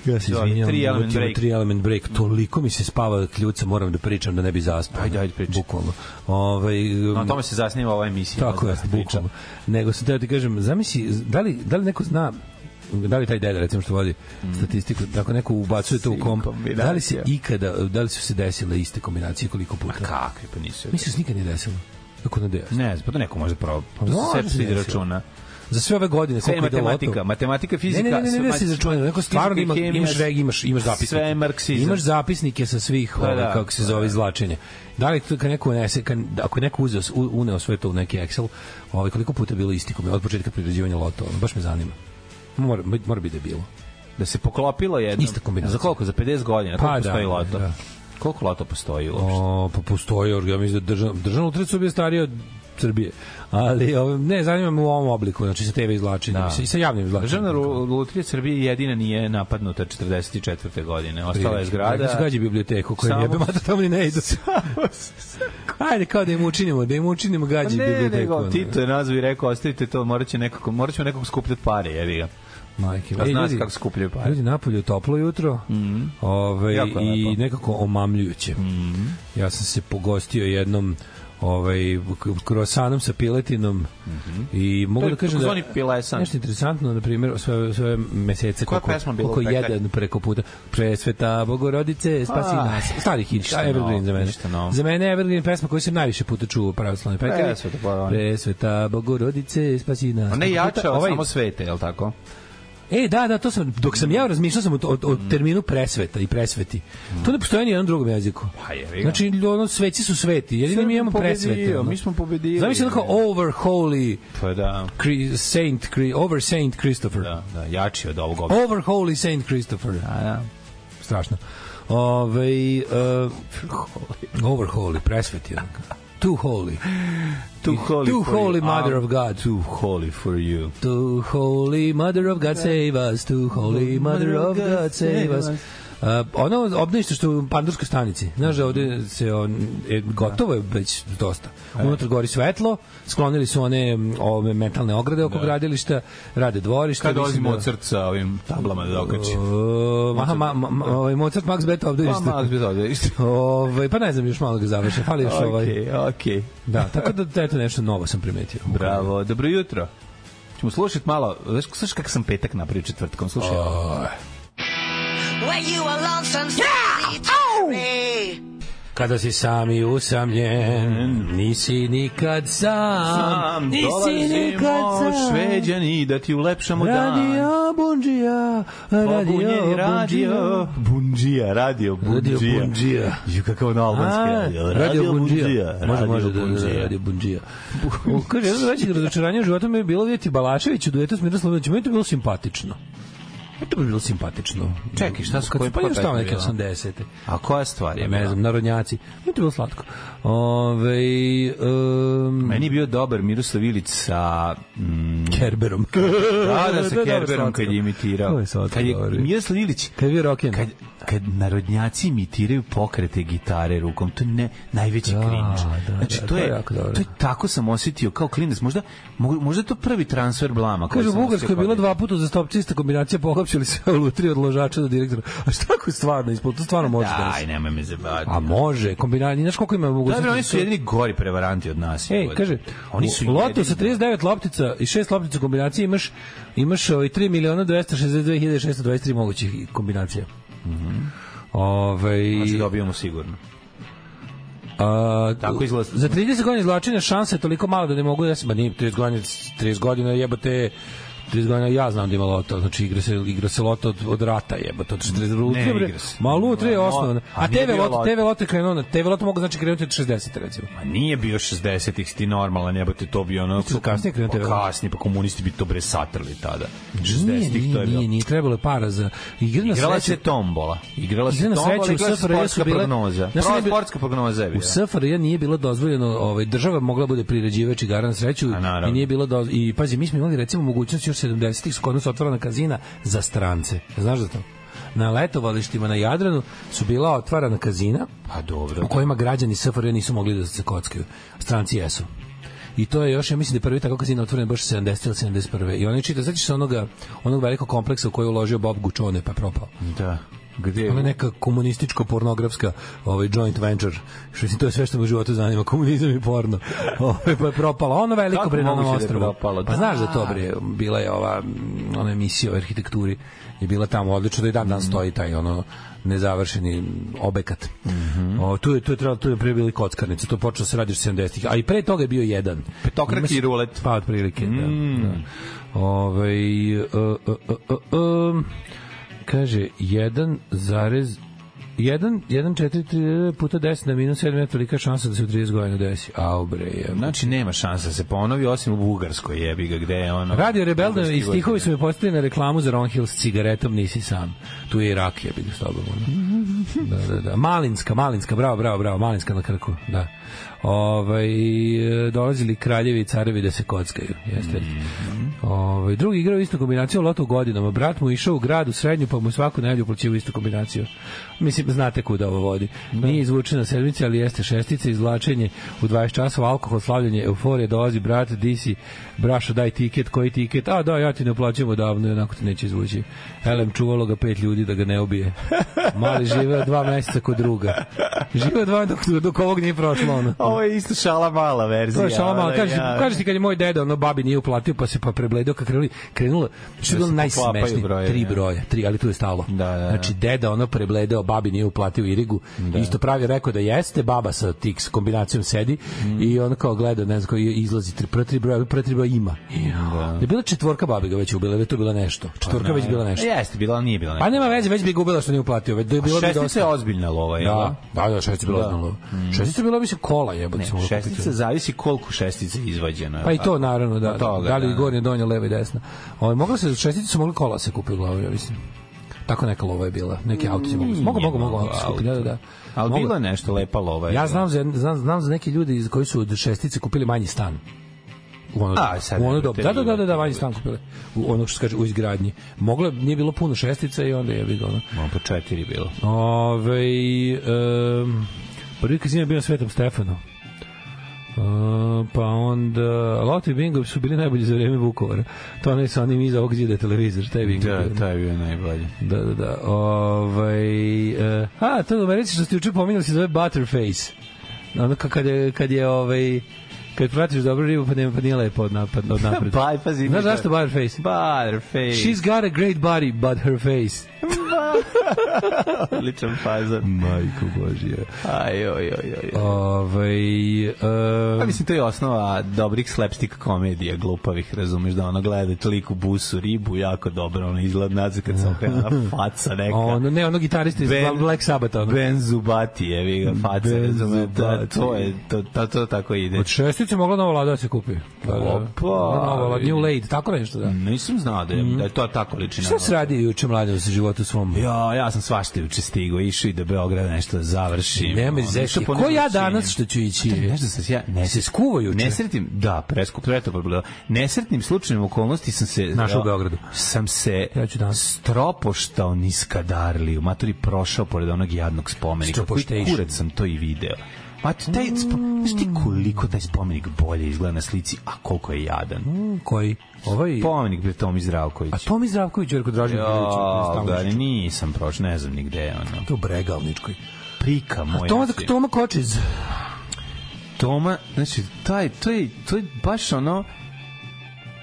S6: Ja se
S7: Mhm. Sorry,
S6: izvinjam,
S7: Three Element
S6: uletimo
S7: Break.
S6: Three Element Break. Toliko mi se spava kljuca, moram da pričam da ne bi zaspao.
S7: Ajde, ajde, pričaj.
S6: Bukvalno. Ovaj,
S7: Na tome se zasniva ova emisija.
S6: Tako je,
S7: Odlična priča.
S6: bukvalno. Nego sam teo ti kažem, zamisli, da li, da li neko zna da li taj deda recimo što vodi statistiku da ako neko ubacuje to u komp
S7: kombinacija.
S6: da li se ikada da li su se desile iste kombinacije koliko puta
S7: Kakvi, pa nisu.
S6: mislim da se nikad nije desilo kako na DS
S7: Ne znam, pa to neko može pravo. Pa
S6: Može
S7: to se
S6: se
S7: sve ide
S6: desilo.
S7: računa.
S6: za sve ove godine
S7: Sve je
S6: koliko je do
S7: matematika,
S6: loto
S7: matematika,
S6: Ne,
S7: fizika.
S6: ne, ne, ne, ne,
S7: sve-
S6: ne, se izračunaju. Neko stvarno
S7: fizika,
S6: ima,
S7: hemija,
S6: imaš reg, imaš, imaš zapisnike.
S7: Sve je marksizam.
S6: Imaš zapisnike sa svih,
S7: Pa
S6: ovaj,
S7: da.
S6: kako se
S7: Pa da.
S6: zove, izvlačenje. Da li to kad neko unese, kad, ako je neko uzeo, u- uneo sve to u neki Excel, ovaj, koliko puta je bilo istikom od početka priređivanja lota, ono, baš me zanima. Mora, mora bi da je bilo.
S7: Da se poklopilo jedno.
S6: Ista kombinacija.
S7: Za koliko? Za 50 godina.
S6: Pa
S7: Pa,
S6: da,
S7: postoji loto?
S6: da.
S7: Koliko loto postoji uopšte?
S6: O, pa postoji, organ, ja mislim da državna, državna utrica bi je starija od Srbije. Ali, ovaj, ne, zanima me u ovom obliku, znači sa TV izvlačenjem,
S7: Da.
S6: i sa- i sa javnim izvlačenjem.
S7: Državna ru- lutrija Srbije jedina nije napadnuta 44. godine. Ostala je
S6: Ajde,
S7: zgrada.
S6: zgađi biblioteku koja
S7: Samo-
S6: je mata tamo ni ne ide. Ajde, kao da im učinimo, da im učinimo
S7: Pa
S6: gađi
S7: ne,
S6: biblioteku.
S7: nego
S6: ono.
S7: Tito je nazvao i rekao ostavite to, morat, će nekako, morat ćemo nekog skupljati pare, jevi ga.
S6: Majke,
S7: A
S6: ej,
S7: Da znaš
S6: ljudi,
S7: kako skupljaju pare. Mhm.
S6: Ljudi napolju je toplo jutro. Mm -hmm. ovaj,
S7: Jako je
S6: i
S7: lepo. Mhm.
S6: nekako omamljujuće. Mm -hmm. Ja sam se pogostio jednom ovaj kroasanom sa piletinom mm -hmm. i
S7: Mhm.
S6: mogu
S7: To je
S6: da kažem da
S7: takozvani pilesan.
S6: nešto interesantno na primjer sve sve mesece
S7: Koja
S6: koliko
S7: pesma bila u
S6: koliko
S7: pekanju?
S6: jedan preko puta presveta bogorodice spasi
S7: A,
S6: nas stari hit
S7: Ah, ništa
S6: Evergreen
S7: novo,
S6: za mene
S7: ništa novo.
S6: za mene je Evergreen pesma koju sam najviše puta čuo u pravoslavnoj pekari
S7: Presveta Bogorodice.
S6: presveta bogorodice spasi nas
S7: A ne
S6: Koliko puta?
S7: jača, ovaj... samo svete, je li tako?
S6: E, da, da, to sam, dok sam ja razmišljao sam o, o, o terminu presveta i presveti. To ne postoje ni u jednom drugom jeziku.
S7: Pa jevi ga.
S6: Znači, ono, sveci su sveti, jedini
S7: Srbi
S6: mi imamo
S7: pobedio,
S6: presvete. Ono.
S7: mi smo pobedili.
S6: Zamisli onako over holy
S7: Pa da,
S6: Chri- Saint, Chri- over Saint Christopher.
S7: da, da, jači od ovog ovdje.
S6: Over holy Saint Christopher.
S7: A, da.
S6: Strašno. Ove, uh, over holy, presveti. ono. Too holy.
S7: Too holy,
S6: Too
S7: for you.
S6: holy mother
S7: I'm
S6: of God.
S7: Too holy for you.
S6: To holy mother of God save us, to Da. holy mother of God save us. Uh, ono obdanište što je u Pandurskoj stanici. Znaš da ovde se on, e, gotovo je već dosta. Unutra gori svetlo, sklonili su one m, ove metalne ograde oko gradilišta, rade dvorište.
S7: Kad
S6: mislim
S7: dolazimo od srca ovim tablama da dokači.
S6: Uh, ma, ma, ma, ma, ovaj Mozart Max Beethoven
S7: Pa
S6: obdanište.
S7: malo bi dobro.
S6: Ovaj pa ne znam još malo ga završim, fali još ovaj.
S7: Okej, okej.
S6: Da, tako da eto nešto novo sam primetio.
S7: Bravo, dobro jutro. Ćemo slušati malo, znaš, znaš kak sam petak napravio četvrtkom, slušaj.
S3: When you are lonesome, yeah!
S6: Kada si sam i usamljen, nisi nikad sam,
S7: Mm. Sam
S6: nisi nikad
S7: dolazimo
S6: sam.
S7: šveđani da ti ulepšamo dan.
S6: Radio Bundžija, radio
S7: Pobunjeni
S6: radio.
S7: radio. Bundžija, radio
S6: Radio
S7: Bundžija.
S6: Bundžija.
S7: Ju kakav ono albanski radio.
S6: radio Bundžija.
S7: Bundžija,
S6: Može,
S7: radio
S6: može da, da, da,
S7: Bundžija.
S6: radio Bundžija. U, Kaže, jedno veće razočaranje u životu mi je bilo vidjeti Balašević u duetu s Miroslavljenovićem. Meni to bilo simpatično. Meni to bi bilo simpatično.
S7: Čekaj, šta su-
S6: Kad
S7: koja
S6: su- Pa nije
S7: pesma
S6: šta neke
S7: bila?
S6: 80.
S7: A koja stvar je?
S6: Ja ne
S7: bila?
S6: znam, narodnjaci. Meni to bilo slatko. Ove, um,
S7: Meni je bio dobar Miroslav Ilić sa... Mm,
S6: Kerberom.
S7: da, da,
S6: To
S7: sa
S6: je dobro
S7: Kerberom kad
S6: slatko.
S7: je
S6: To
S7: imitirao.
S6: je slatko
S7: Kad je
S6: dobro.
S7: Miroslav Ilić...
S6: Kad je bio roken.
S7: Kad, kad narodnjaci imitiraju pokrete gitare rukom, to je ne, najveći
S6: Da,
S7: da,
S6: da,
S7: cringe. Znači,
S6: da,
S7: to,
S6: to je
S7: je,
S6: jako dobro.
S7: to je tako sam osetio kao klinac. Možda, mo- možda je to prvi transfer blama. koji
S6: Kaže, u
S7: sam
S6: Bugarskoj je
S7: osetio
S6: bilo
S7: kao
S6: dva puta za stopčista kombinacija, pohapšili se u lutri od ložača do direktora. A šta ako je stvarno ispod? To stvarno može da
S7: Daj,
S6: se.
S7: nemoj me zabavati.
S6: A može, kombinacija, znaš koliko ima mogućnosti?
S7: Dobro, oni su jedini gori prevaranti od nas.
S6: Ej,
S7: jebote.
S6: kaže,
S7: oni su
S6: lotu
S7: jedini- da. Znači,
S6: sa 39 loptica i 6 loptica kombinacije imaš imaš ovaj 3 miliona 262.623 mogućih kombinacija. Mhm. Ovaj
S7: Znači, dobijamo sigurno.
S6: A,
S7: Tako izgleda.
S6: Za 30 godina izvlačenja šanse je toliko malo da ne mogu da se, ba nije 30 godina, 30 godina jebote 30 godina ja znam da ima loto, znači igra se igra se loto od, od rata, jebote, od 40
S7: Ne,
S6: lutrije. bre.
S7: igra se.
S6: Ma lutrije je
S7: Ma,
S6: osnovna.
S7: a
S6: A
S7: nije
S6: TV
S7: bio
S6: loto,
S7: loto.
S6: TV loto je krenuo, na- TV loto mogu znači krenuti od 60 recimo.
S7: Ma Pa nije bio 60-ih, ti normalan, jebote, to bi ono...
S6: Mislim da kasnije krenuo
S7: Pa
S6: TV.
S7: Kasnije, pa komunisti bi to bre satrli tada. 60-ih to
S6: nije,
S7: je bilo.
S6: nije, nije, trebalo je para za igra na
S7: Igrala
S6: sreću.
S7: se tombola. Igrala se
S6: Igra na
S7: tombola,
S6: sreću, u
S7: igrala se
S6: SFRJ su
S7: sportska
S6: bile-
S7: prognoza.
S6: Znaš,
S7: Prava
S6: nije bi-
S7: sportska prognoza je
S6: U
S7: bila.
S6: SFRJ nije bilo dozvoljeno, ovaj država mogla bude priređivač igara na sreću
S7: A, naravno.
S6: i nije bilo doz... i pazi mi smo imali recimo mogućnost još 70-ih su kod nas otvorena kazina za strance. Znaš za to? Na letovalištima na Jadranu su bila otvarana kazina
S7: Pa dobro.
S6: u kojima građani SFRJ nisu mogli da se kockaju. Stranci jesu. I to je još, ja mislim da je prvi tako kazino otvoren baš 70. ili 71. I oni čita, sećaš se onoga, onog velikog kompleksa u koji je uložio Bob Gučone pa propao.
S7: Da. Gde?
S6: Ona neka komunističko pornografska ovaj joint venture. Što mislim, to je sve što me u životu zanima, komunizam i porno. Ovaj pa je propalo. Ono veliko
S7: Kako
S6: bre na Novom
S7: moguće da je
S6: ostrvu.
S7: propalo?
S6: pa
S7: Da.
S6: znaš da to bre, bila je ova mm, ona emisija o arhitekturi je bila tamo odlično da i dan
S7: Mhm.
S6: dan stoji taj ono nezavršeni objekat. Mm
S7: Mhm.
S6: o, tu je tu je trebalo tu je pre bili kockarnice, to je počelo da se radi 70-ih, a i pre toga je bio jedan.
S7: Petokraki
S6: Ima se-
S7: i rulet.
S6: Pa otprilike, da. da. Ove, uh, uh, uh, uh, um, kaže 1 zarez 1 1,4 e, puta 10 na minus 7 je tolika šansa da se u 30 godina desi. Au bre, je.
S7: Znači, nema šansa da se ponovi, osim u Bugarskoj jebi ga, gde je ono...
S6: Radio Rebelde
S7: Bugarski
S6: i stihovi
S7: godine.
S6: su me postavili na reklamu za Ron Hill s cigaretom, nisi sam. Tu je i rak, jebi ga s tobom. Ono. Da, da, da. Malinska, Malinska, bravo, bravo, bravo, Malinska na krku, da. Ovaj, e, dolazili kraljevi i carevi da se kockaju, jeste. Ovaj, drugi igrao istu kombinaciju u lotu godinama. Brat mu išao u grad u srednju, pa mu svaku nedelju uplaćivao istu kombinaciju. Mislim, znate kuda ovo vodi. Nije izvučena sedmica, ali jeste šestica, izvlačenje u 20 časova, alkohol, slavljanje, euforija, dolazi brat, disi, brašo, daj tiket, koji tiket? A da, ja ti ne uplaćujem odavno, onako te neće izvući. Elem, čuvalo ga pet ljudi da ga ne ubije. Mali živeo dva meseca kod druga. Živeo dva dok, dok ovog nije prošlo. Ono.
S7: Ovo je isto šala mala verzija.
S6: To je šalama,
S7: ono,
S6: ali kažeš,
S7: ja.
S6: kažeš ti kad je moj deda, ono, babi nije uplatio, pa se pa prebledio, kad krenuli, krenulo, što je bilo
S7: Da se poklapaju
S6: najsmešnije,
S7: brojevi,
S6: tri
S7: ja.
S6: broja, tri, ali tu je stalo.
S7: Da, da, da.
S6: Znači, deda, ono, prebledeo, babi nije uplatio Irigu, isto pravi rekao da jeste, baba sa tik s kombinacijom sedi,
S7: Mm.
S6: i on kao gleda, ne znam, koji izlazi, tri, prva tri broja, prva tri broja ima. Da. Je bila četvorka babi ga već ubila, već to bila nešto.
S7: Pa
S6: Četvorka već bila nešto.
S7: Jeste, bila, ali nije bila.
S6: Pa nema veze, već bi gubila što nije uplatio, već da je bilo bi
S7: Šestica je
S6: dosta.
S7: ozbiljna lova, je
S6: Da, da, da, šestica je bila
S7: Da.
S6: ozbiljno. Šestica je bila bi se kola jebote. da se mogla kupiti.
S7: Šestica zavisi koliko šestica je izvađeno. je
S6: Pa i
S7: li
S6: to
S7: tako?
S6: naravno, da.
S7: Od toga,
S6: da li
S7: da.
S6: gornje, donje, levo i desno. Ovaj mogla se šestice su mogli kola se kupi u glavi, ja mislim. Tako neka lova je bila, neki auto se mogu. Mogu, Mm, mogu, mogu, auto se kupi, da, da, da.
S7: Ali
S6: Mogu.
S7: bilo je nešto lepa lova. je
S6: Ja
S7: li?
S6: znam za znam, znam za neki ljudi iz- koji su od šestice kupili manji stan. U ono,
S7: A, sad
S6: u ono
S7: ne,
S6: doba.
S7: te
S6: Da, da, da,
S7: ljude,
S6: da, da,
S7: te
S6: manji
S7: ljude.
S6: stan kupili. U ono što se kaže u izgradnji. Moglo je- nije bilo puno šestica i onda je bilo ono.
S7: Ma, po četiri bilo.
S6: Ove, um, prvi kazino je bio na Svetom Stefanu. Uh, pa onda Loto i Bingo su bili najbolji za vreme Vukovara to ne sa onim iza ovog zida televizor taj Bingo bio,
S7: Da,
S6: ne?
S7: taj je bio najbolji.
S6: da, da, da. Ovaj, uh, a, to da me reći što ste juče pominjali se zove Butterface ono ka- kad je, kad je ovaj, kad pratiš dobru ribu pa nema pa nije lepo od napad, od napred
S7: Pa, pazi.
S6: znaš zašto Butterface?
S7: Butterface.
S6: She's got a great body but her face
S7: ličan fazan. Majko Božija. Aj, oj, oj, oj. oj.
S6: Ovaj,
S7: Pa
S6: um,
S7: mislim, to je osnova dobrih slapstick komedija, glupavih, razumeš, da ono gleda lik u busu, ribu, jako dobro, ono izgled nazad kad se okrena faca neka.
S6: Ono, ne, ono gitarista iz
S7: Ben-
S6: Black Sabbath, ono.
S7: Ben Zubati je, vi ga faca,
S6: Ben
S7: razumeš, da,
S6: Zubati.
S7: to je, to, to, to tako ide.
S6: Od šestice mogla nova lada da se kupi. Da, da.
S7: Opa.
S6: Nova lada, New Lade, tako nešto da.
S7: Nisam znao da je, da je to tako ličina.
S6: Šta se radi juče mlađe u životu svom?
S7: Ja, ja sam svašta juče stigao, išao i do Beograda nešto da završim.
S6: Nema mi
S7: Ono,
S6: zezati.
S7: išao po
S6: Ko ja
S7: nekim
S6: danas
S7: sinjem.
S6: što ću ići?
S7: Znaš da sam se ja ne
S6: Se skuvao juče?
S7: Nesretnim, da, preskup, to je to problem. Nesretnim slučajem okolnosti sam se... da,
S6: Našao u Beogradu.
S7: Sam se
S6: Ja ću danas.
S7: stropoštao niskadarliju, matori prošao pored onog jadnog spomenika. Koji
S6: Stropoštation.
S7: kurac sam to i video. Ma taj, spo- znaš ti koliko taj spomenik bolje izgleda na slici, a koliko je jadan.
S6: Mm, Koji? Ovaj...
S7: Spomenik pri Tomi Zdravkoviću.
S6: A Tomi Zdravković, Jerko Dražin
S7: Pa, Ja, da,
S6: Ković.
S7: nisam prošao, ne znam ni gde je ono.
S6: To bregalničkoj.
S7: Prika moja.
S6: Toma,
S7: si.
S6: Toma Kočiz.
S7: Toma, znači, taj, to je, to je baš ono,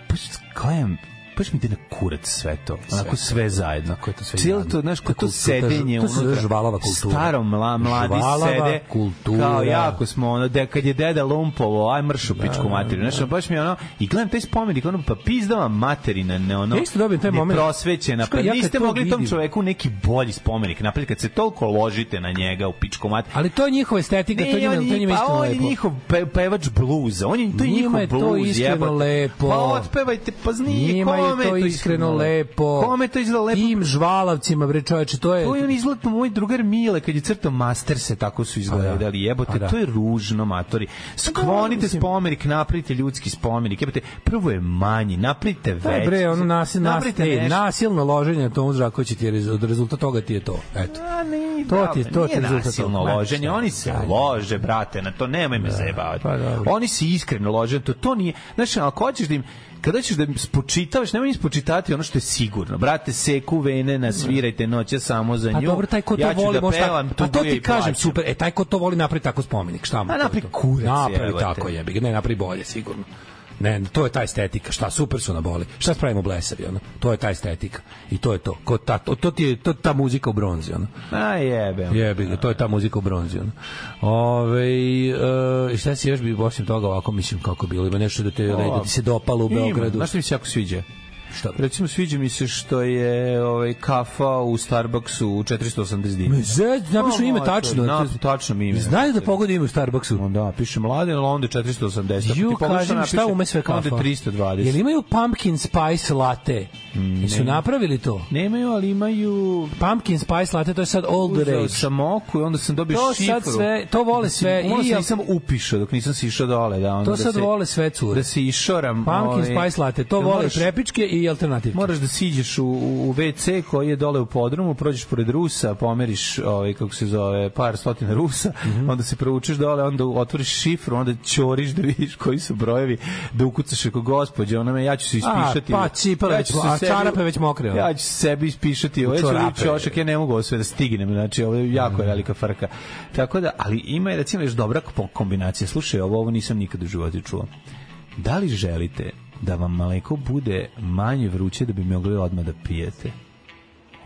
S7: baš, kajem, baš mi ide na kurac sve to. Onako
S6: to.
S7: sve zajedno.
S6: Kako je to sve
S7: Cijelo
S6: jadno.
S7: to, znaš, kako
S6: To
S7: to
S6: je kultura,
S7: sedenje
S6: to se zove
S7: unutra.
S6: žvalava kultura.
S7: Staro mla, mladi
S6: Žvalava
S7: sede.
S6: kultura.
S7: Kao jako smo, ono, de, kad je deda lumpovo, aj mrš u
S6: Da,
S7: pičku materinu. Znaš, baš mi je ono, i gledam taj spomenik, ono, pa pizdava materina, ne ono,
S6: Ja isto dobijem taj moment.
S7: neprosvećena,
S6: Znaš
S7: pa
S6: kao, ja kad
S7: niste
S6: to
S7: mogli tom
S6: vidim-
S7: čoveku neki bolji spomenik napraviti, kad se toliko ložite na njega u pičku materinu.
S6: Ali to je njihova estetika, Da, to je njima, to je njima
S7: pa
S6: iskreno
S7: on je
S6: lepo.
S7: njihov pe, pevač bluza, on je to je
S6: Njima
S7: njihov
S6: je to
S7: bluz,
S6: iskreno
S7: jebote.
S6: lepo.
S7: Pa otpevajte, pa zni,
S6: Njima
S7: kome
S6: je to iskreno lepo.
S7: Kome je to izgleda lepo?
S6: Tim žvalavcima, bre čoveče, to je...
S7: To je on izgleda moj drugar Mile kad je crtao master se tako su izgledali.
S6: A da.
S7: Jebote,
S6: A da.
S7: to je ružno, matori. Sklonite spomenik, napravite ljudski spomenik. Jebote, prvo je manji, napravite
S6: Da,
S7: veći.
S6: bre, ono nas, nas,
S7: Napravite
S6: e,
S7: nešto.
S6: nasilno loženje na tom zraku će ti je rezultat, rezultat toga ti je to. Eto.
S7: A, ne,
S6: To
S7: bravo,
S6: ti- to ti
S7: nije
S6: je rezultat
S7: nasilno
S6: toga.
S7: loženje,
S6: Ma,
S7: oni se
S6: šta je?
S7: lože, brate, na to nemoj me zajebavati.
S6: pa dobro.
S7: Oni se iskreno lože, na to, to nije, znaš, ako hoćeš da im, kada ćeš da im spočitavaš, nemoj im spočitati ono što je sigurno. Brate, seku vene, nasvirajte noće samo za nju.
S6: A Pa dobro, taj ko to
S7: ja ću
S6: voli,
S7: da
S6: možda-
S7: pevam,
S6: a to
S7: tuguje
S6: ti
S7: i
S6: kažem,
S7: plaćem.
S6: super, e, taj ko to voli napravi tako spomenik, šta mu?
S7: A
S6: to je
S7: napravi
S6: to?
S7: kurac,
S6: Napravi
S7: jebote.
S6: tako, jebi ga, ne, napravi bolje, sigurno. Ne, to je ta estetika, šta, super su na boli. Šta spravimo blesavi, ono? To je ta estetika. I to je to. Ko ta, to, to ti je to, ta muzika u bronzi, ono.
S7: A jebe.
S6: Jebi ga, to je ta muzika u bronzi. Ono. Ove, e, šta si još bi osim toga ovako, mislim, kako bilo? Ima nešto da, te, da ti se dopalo u
S7: Ima,
S6: Beogradu?
S7: Znaš što mi se jako sviđa?
S6: Šta?
S7: Recimo, sviđa mi se što je ovaj, kafa u Starbucksu u 480 dinara.
S6: Zez, napišu ime tačno.
S7: Na, tačno mi ime.
S6: Znaju da pogodi ime u Starbucksu.
S7: Da, piše mladen, ali onda je 480. Ako
S6: Ju,
S7: ti pogledaš
S6: kažem,
S7: napiše,
S6: šta ume sve kafa?
S7: Onda je 320.
S6: Jel imaju pumpkin spice latte? Jesu napravili to?
S7: Nemaju, ali imaju...
S6: Pumpkin spice latte, to je sad old
S7: Uzeo
S6: rage.
S7: sam oku i onda sam dobio
S6: To
S7: šifru.
S6: sad sve, to vole sve.
S7: Ono
S6: I,
S7: sam nisam upišao dok nisam sišao dole. Da, onda
S6: to
S7: da
S6: sad
S7: se,
S6: vole sve cure.
S7: Da se išoram.
S6: Pumpkin
S7: ovaj,
S6: spice latte, to
S7: da
S6: vole
S7: moraš-
S6: prepičke i alternativke.
S7: Moraš da siđeš u, u u WC koji je dole u podrumu, prođeš pored Rusa, pomeriš ovaj, kako se zove, par stotina Rusa,
S6: Mhm.
S7: onda se proučeš dole, onda otvoriš šifru, onda ćoriš da vidiš koji su brojevi, da ukucaš ako gospođe, ona me, ja ću se ispišati.
S6: pa cipele već-
S7: ću se
S6: a
S7: sebi-
S6: čarape već mokre, ono.
S7: Ja ću se sebi ispišati, ovaj ću
S6: čorape.
S7: čošak, ja ne mogu ovo sve da stignem, znači ovo je
S6: Mhm.
S7: jako velika frka. Tako da, ali ima je recimo još dobra ko- kombinacija. Slušaj, ovo, ovo nisam nikad u životu čuo. Da li želite da vam mleko bude manje vruće da bi mogli odmah da pijete?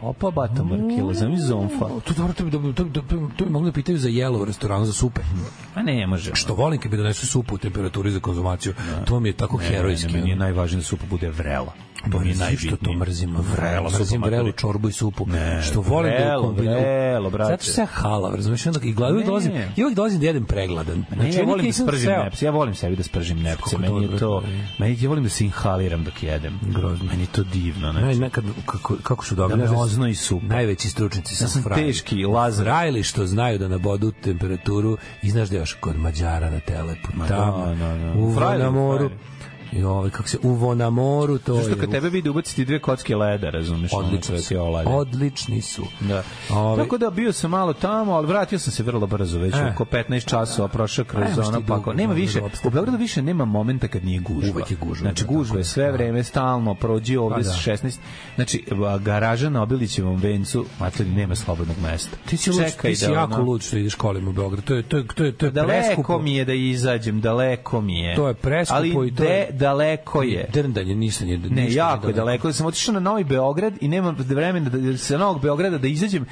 S7: Opa, bata mrkilo, zami zonfa.
S6: To dobro, to bi, to bi, to bi, to bi mogli da pitaju za jelo u restoranu, za supe.
S7: A ne može. ono.
S6: Što volim kad mi donesu supu u temperaturi za konzumaciju, to mi je tako
S7: Ne, ne,
S6: herojski.
S7: ne, Meni je
S6: ono.
S7: najvažnije da supa bude vrela. Pa To mi je
S6: Mrzim
S7: najbitnije.
S6: Što Pa to mrzim? ono.
S7: Vrela supa.
S6: mrzim
S7: matori.
S6: vrelu čorbu i supu. Ne, što volim da
S7: vrelo,
S6: kombiniram.
S7: vrelo, brate.
S6: Zato što sam ja halav, razumiješ? Onda I glavno
S7: Ne.
S6: dolazim, i uvijek dolazim da jedem pregladan.
S7: Ne, ja
S6: Znači, ja
S7: volim da
S6: nisam
S7: spržim
S6: sreo.
S7: nepce, ja volim sebi da spržim nepce,
S6: Kako
S7: meni je
S6: dobro,
S7: to,
S6: dobro.
S7: meni ja volim da se inhaliram dok jedem. Grozno. Meni je to divno,
S6: Ne,
S7: znači.
S6: nekad, kako, kako su dobri.
S7: Da me
S6: znaš
S7: oznoji supa.
S6: Najveći stručnici su
S7: Ja sam
S6: frajli.
S7: teški Lazar.
S6: Frajli što znaju da nabodu temperaturu i znaš da još kod Mađara na telepu,
S7: Ma
S6: tamo,
S7: da, da, da.
S6: u
S7: Frajli,
S6: Vonamoru.
S7: frajli.
S6: I ovaj, kako se, u Vonamoru to
S7: Zato što
S6: je,
S7: kad
S6: u-
S7: tebe vidi ubaciti dve kocke leda, razumeš? ono, da
S6: odlični
S7: čovjek je
S6: su.
S7: olađen.
S6: Odlični su.
S7: Da.
S6: Ovaj,
S7: Tako da bio sam malo tamo, ali vratio sam se vrlo brzo, već
S6: E.
S7: oko 15 časova prošao kroz
S6: Ajmo što
S7: ono
S6: je
S7: pa
S6: dugo,
S7: nema
S6: dugo
S7: više.
S6: lopsta.
S7: U Beogradu više nema momenta kad nije gužva.
S6: Uvek je gužva,
S7: Znači
S6: da,
S7: gužva
S6: tako
S7: je
S6: je,
S7: sve
S6: da.
S7: vreme stalno prođi ovde
S6: Pa da.
S7: 16. Znači a, garaža na Obilićevom vencu, mater nema slobodnog mesta.
S6: Ti si, lud,
S7: Čekaj
S6: ti si
S7: da,
S6: jako
S7: ono,
S6: lud što ideš kolima u Beograd. To je, to je, to je, to je
S7: Daleko
S6: preskupo.
S7: mi je da izađem, daleko mi je.
S6: To je preskupo
S7: ali
S6: i to je-
S7: de- daleko je.
S6: Drndanje, ništa nije. ništa
S7: Ne,
S6: nije
S7: jako je
S6: daleko.
S7: daleko. Da Sam otišao na Novi Beograd i nemam vremena da- da se Novog Beograda da izađem.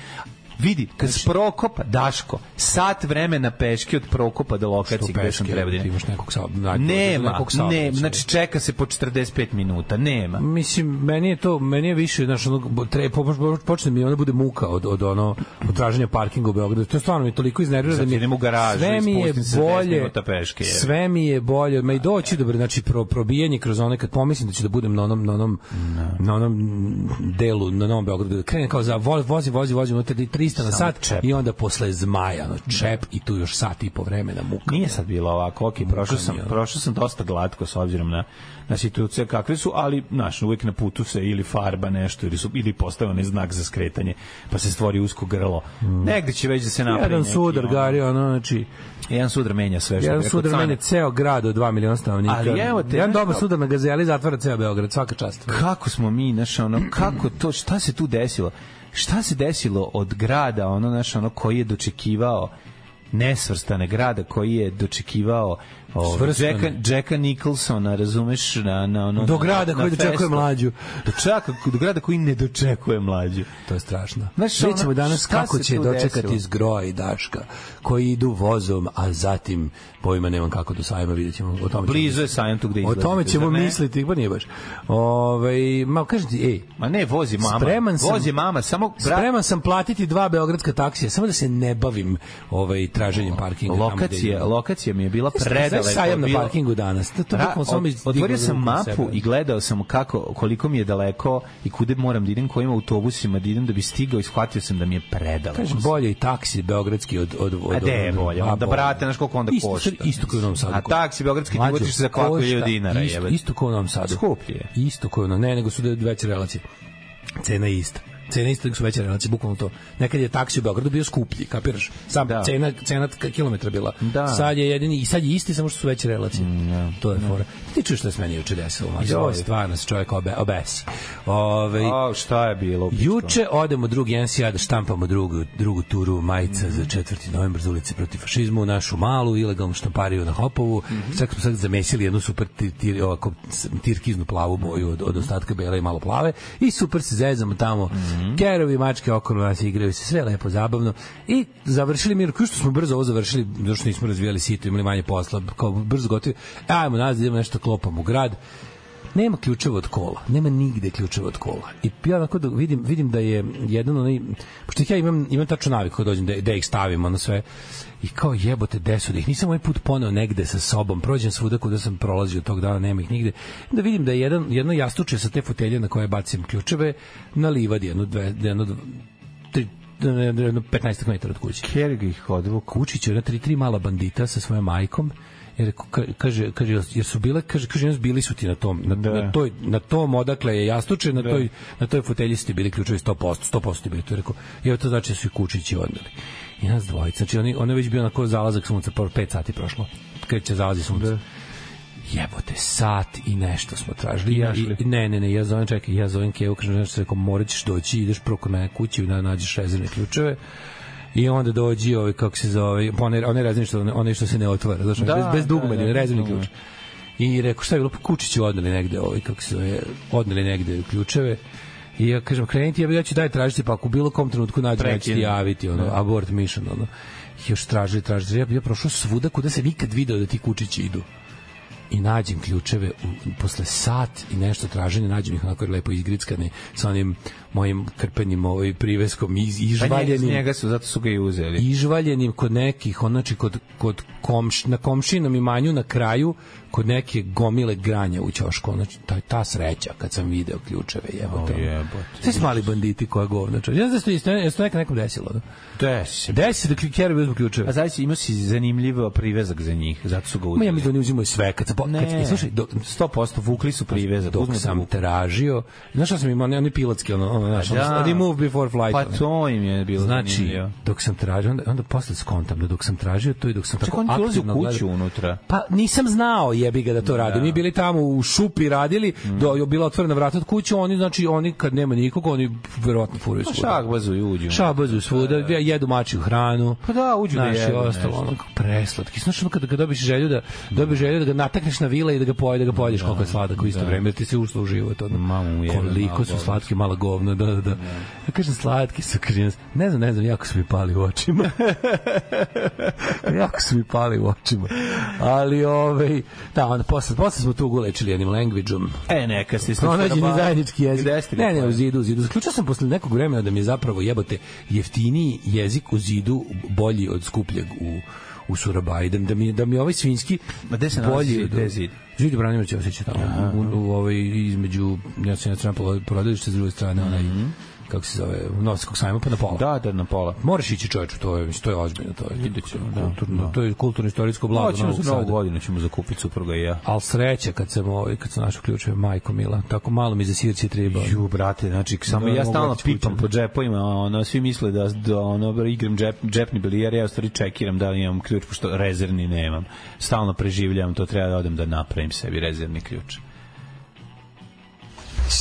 S7: Vidi, kad
S6: Znači-
S7: s Prokopa, Daško, sat vremena peške od Prokopa do lokacije gde sam
S6: Peške,
S7: treba da
S6: ti
S7: idem.
S6: imaš nekog sa
S7: Nema,
S6: nekog
S7: ne,
S6: saobraćaja.
S7: znači čeka se po 45 minuta, nema.
S6: mislim meni je to meni je više znači ono bo- tre po- po- počne mi ono bude muka od od ono od traženja parkinga u Beogradu to stvarno mi toliko iznervira da
S7: Zato
S6: mi
S7: idem u garažu i
S6: sve mi je
S7: spustim se 10
S6: bolje
S7: minuta peške, je. e.
S6: sve mi je bolje ma i doći dobro znači pro, probijanje kroz one kad pomislim da ću da budem na onom na onom
S7: Da.
S6: na onom delu na Novom Beogradu da krenem kao za vo- vozi vozi vozi unutra 300 na sat
S7: čep. Da.
S6: i onda posle zmaja ono, čep i tu još sat i po vremena muka
S7: Nije sad bilo ovako, okej, prošao sam, prošao sam dosta glatko s obzirom na, na situaciju kakve su, ali, znaš, uvijek na putu se ili farba nešto, ili, su, ili postaje onaj znak za skretanje, pa se stvori usko grlo. Negde će već da se napravi
S6: Mm. jedan
S7: neki,
S6: sudar
S7: ono,
S6: gari ono znači
S7: Jedan sudar menja sve što
S6: Jedan
S7: bi rekao
S6: sudar
S7: Cane.
S6: meni ceo grad od 2 miliona stanovnika.
S7: Ali evo te,
S6: Jedan
S7: znaš
S6: dobar
S7: kako-
S6: sudar na gazeli zatvara ceo Beograd, svaka čast.
S7: Kako smo mi, znaš, ono, kako to, šta se tu desilo? Šta se desilo od grada, ono, znaš, ono, koji je dočekivao nesvrstane grada koji je dočekivao Ovaj,
S6: Svrstane.
S7: Jacka, Jacka Nicholsona, razumeš? Na, na, ono- na,
S6: Do grada koji dočekuje
S7: festu.
S6: mlađu.
S7: Do, čaka, do grada koji ne dočekuje mlađu.
S6: To je strašno.
S7: Znaš,
S6: Znaš, Vidjet ćemo
S7: ono,
S6: danas
S7: šta
S6: kako
S7: se
S6: će
S7: tu
S6: dočekati
S7: desilo?
S6: iz Groja i Daška, koji idu vozom, a zatim pojma nemam kako do sajma, vidjet ćemo. O tome
S7: Blizu
S6: ćemo-
S7: je sajam tu gde
S6: O
S7: izlazi.
S6: tome ćemo
S7: Zar ne?
S6: misliti, pa nije baš. Ove, ma kažem ti, ej,
S7: Ma ne, vozi mama.
S6: Spreman sam-
S7: Vozi mama, samo bra,
S6: Spreman sam platiti dva beogradska taksija, samo da se ne bavim ovaj, traženjem parkinga. tamo gde
S7: lokacija,
S6: idem.
S7: lokacija mi je bila
S6: Znaš,
S7: predaleko.
S6: znaš sajam na
S7: bilo-
S6: parkingu danas. To, to
S7: Ra-
S6: bukvalno samo
S7: Da, od-
S6: iz-
S7: otvorio
S6: digao
S7: sam
S6: ruku od
S7: mapu
S6: sebe.
S7: i gledao sam kako koliko mi je daleko i kude moram da idem, kojim autobusima da idem da bi stigao i shvatio sam da mi je predaleko.
S6: Kažem, bolje i taksi beogradski od... od, od
S7: A gde je
S6: od-
S7: bolje?
S6: a
S7: Onda, brate, znaš koliko onda
S6: isto,
S7: košta?
S6: Isto kao u Novom Sadu.
S7: A taksi beogradski ti
S6: Mlađo,
S7: voziš za kvaku
S6: košta
S7: hiljadu dinara,
S6: Isto,
S7: jebote.
S6: isto kao u Novom Sadu.
S7: Skuplje je.
S6: Isto kao u Novom Ne, nego su da- veće relacije. Cena je ista. Cena je ista, nego su veće relacije, bukvalno to. Nekad je taksi u Beogradu bio skuplji, kapiraš? Sam
S7: Da.
S6: cena, cena k- kilometra bila.
S7: Da. Mm,
S6: Sad je jedini, i sad je isti, samo što su veće relacije. To je fora. Ti čuješ što se meni juče desilo, mađo? Ovo je
S7: Joj.
S6: stvarno se čovjek obe, obesi. Ovaj, Ove,
S7: A, šta je bilo? u pičku?
S6: Juče odemo drugi NCA da štampamo drugu, drugu turu majica za 4. novembar za ulici protiv fašizmu, našu malu ilegalnu štampariju na Hopovu. Sad smo sad zamesili jednu super tir, tir, ovako, s- tirkiznu plavu boju od, od ostatka bele i malo plave i super se zezamo tamo. Kerovi, mačke okolo nas igraju se, sve lepo, zabavno. I završili mi, kao što smo brzo ovo završili, zato što nismo razvijali sito, imali manje posla, kao brzo gotovi. Ajmo nazad, idemo nešto klopamo u grad nema ključeva od kola, nema nigde ključeva od kola. I ja onako da vidim, vidim da je jedan onaj, pošto ih ja imam, imam tačno naviku kad dođem da, da ih stavim, ono sve, i kao jebote desu da ih nisam ovaj put poneo negde sa sobom, prođem svuda kuda sam prolazio tog dana, nema ih nigde. Da vidim da je jedan, jedno jastuče sa te fotelje na koje bacim ključeve, na livadi, jedno, dve, jedno, dv- tri, jedno 15 metara od kuće.
S7: Kerg ih odvuk.
S6: Vučić, ona tri tri mala bandita sa svojom majkom jer ka- kaže kaže jer su bile kaže kaže nas bili su ti na tom na,
S7: Da.
S6: na toj na tom odakle je jastuče na toj na toj fotelji ste bili ključevi 100% 100% bili to je rekao je to znači da su i kučići odneli i nas dvojica znači oni ona je već bio na ko zalazak sunca par 5 sati prošlo kad će zalazi sunce
S7: Da.
S6: jebote, sat i nešto smo tražili. Ja,
S7: našli.
S6: i, ne, ne, ne, ja zovem, čekaj, ja zovem Kevu, kažem, nešto rekao, morat ćeš doći, ideš proko mene kući, da nađeš rezervne ključeve. I onda dođi ovaj kako se zove, pa one one razne što one što se ne otvara, znači
S7: Da,
S6: bez, bez
S7: da,
S6: dugme,
S7: da,
S6: da,
S7: bez
S6: rezervni
S7: dugme.
S6: ključ. I rekao šta je bilo, pa Kučiću odneli negde, ovaj kako se zove, odneli negde ključeve. I ja kažem krenite, ja, bi- ja ću daj tražiti, pa ako u bilo kom trenutku nađem, ja ću ti
S7: Prekinem.
S6: javiti, ono,
S7: Da.
S6: abort mission, ono. I Još tražili, tražili, ja, ja prošao svuda kuda se nikad video da ti kučići idu i nađem ključeve u, posle sat i nešto traženja nađem ih onako lepo izgrickani sa onim mojim krpenim ovaj priveskom iz,
S7: Pa njega,
S6: izvaljenim
S7: njega su, zato su ga i uzeli.
S6: izvaljenim kod nekih, on, znači kod, kod komš, na komšinom imanju na kraju kod neke gomile granja u ćošku, znači ta, ta sreća kad sam video ključeve jebote.
S7: O, jebote.
S6: Sve su mali banditi koja govna. čovječe. Ja znam da se isto, jeste nekad nekom desilo. Da?
S7: Desi.
S6: Desi se da kjerovi uzmu ključeve.
S7: A zavisi, imao si zanimljiv privezak za njih, zato su ga
S6: Ma
S7: uzeli.
S6: ja mi da oni uzimaju sve kad se po... kad,
S7: Ne,
S6: e, slušaj, dok,
S7: 100% vukli su privezak.
S6: dok
S7: uzmu da
S6: sam
S7: vuku.
S6: tražio, znaš šta sam imao, oni, oni pilotski, ono, ono, znaš, ono, remove before flight.
S7: da. Pa
S6: ono.
S7: to im je bilo
S6: Znači,
S7: zanimljivo.
S6: dok sam tražio, onda, onda posle skontam da dok sam tražio to i dok sam
S7: Čekaj,
S6: tako
S7: on ti ulazi u
S6: aktivno
S7: kuću
S6: gledao-
S7: unutra.
S6: Pa nisam znao jebi ga da to rade. Mi bili tamo u šupi radili,
S7: Mm.
S6: do je bila otvorena vrata od kuće, oni znači oni kad nema nikog, oni verovatno furaju
S7: Pa
S6: svuda.
S7: šakbazu i uđu.
S6: Šabazu svuda, jedu mačiju hranu.
S7: Da. Pa da, uđu da
S6: znaš, i
S7: jedu
S6: ostalo,
S7: nešto.
S6: ono kao preslatki. Znaš, ono kada ga dobiš želju da, dobiš želju da ga natakneš na vila i da ga pojede, da ga pojedeš koliko je sladak u isto vreme, jer ti se ušlo u život. Ono.
S7: Mamu mu jebe,
S6: Koliko
S7: malo
S6: su
S7: govno.
S6: slatki, mala govna, da, da, da. Ja kažem, slatki su, kažem, ne znam, ne znam, jako su mi pali u očima. jako su mi pali u očima. Ali, ovaj, da, onda posle, posle smo tu gulečili jednim language-om.
S7: E, neka se sliče.
S6: Pronađen je zajednički jezik.
S7: Gde ste ga
S6: Ne, ne, u
S7: pojeli?
S6: zidu, u zidu. Zaključio sam posle nekog vremena da mi je zapravo jebote jeftiniji jezik u zidu bolji od skupljeg u u Surabaju, da, da mi je- da mi je ovaj svinjski
S7: Ma gde se nalazi zid? Gde je zid?
S6: Zid Branimir će osjećati tamo, u, u, u, ovaj, između, ja sam na stranu polo- porodilište, s druge strane, onaj, kako se zove, Novskog sajma, pa na pola.
S7: Mhm. Da, da, na pola.
S6: Moraš ići čoveče, to je, to je ozbiljno, to je,
S7: da,
S6: kulturno, to je kulturno-istorijsko blago
S7: Hoćemo
S6: Novog
S7: za novu
S6: Sada
S7: godinu, ćemo zakupiti supruga i ja.
S6: al sreće kad sam ovaj kad sam našao ključeve majko mila tako malo mi za sirci treba
S7: Ju, brate, znači, samo
S6: Da,
S7: ja
S6: mogu
S7: stalno
S6: otići
S7: pipam
S6: kući.
S7: po džepovima, a ono, svi misle da, da ono, igram džep, džepni bilijar, ja u stvari čekiram da li imam ključ, pošto rezervni nemam. Stalno preživljam, to treba da odem da napravim sebi rezervni ključ.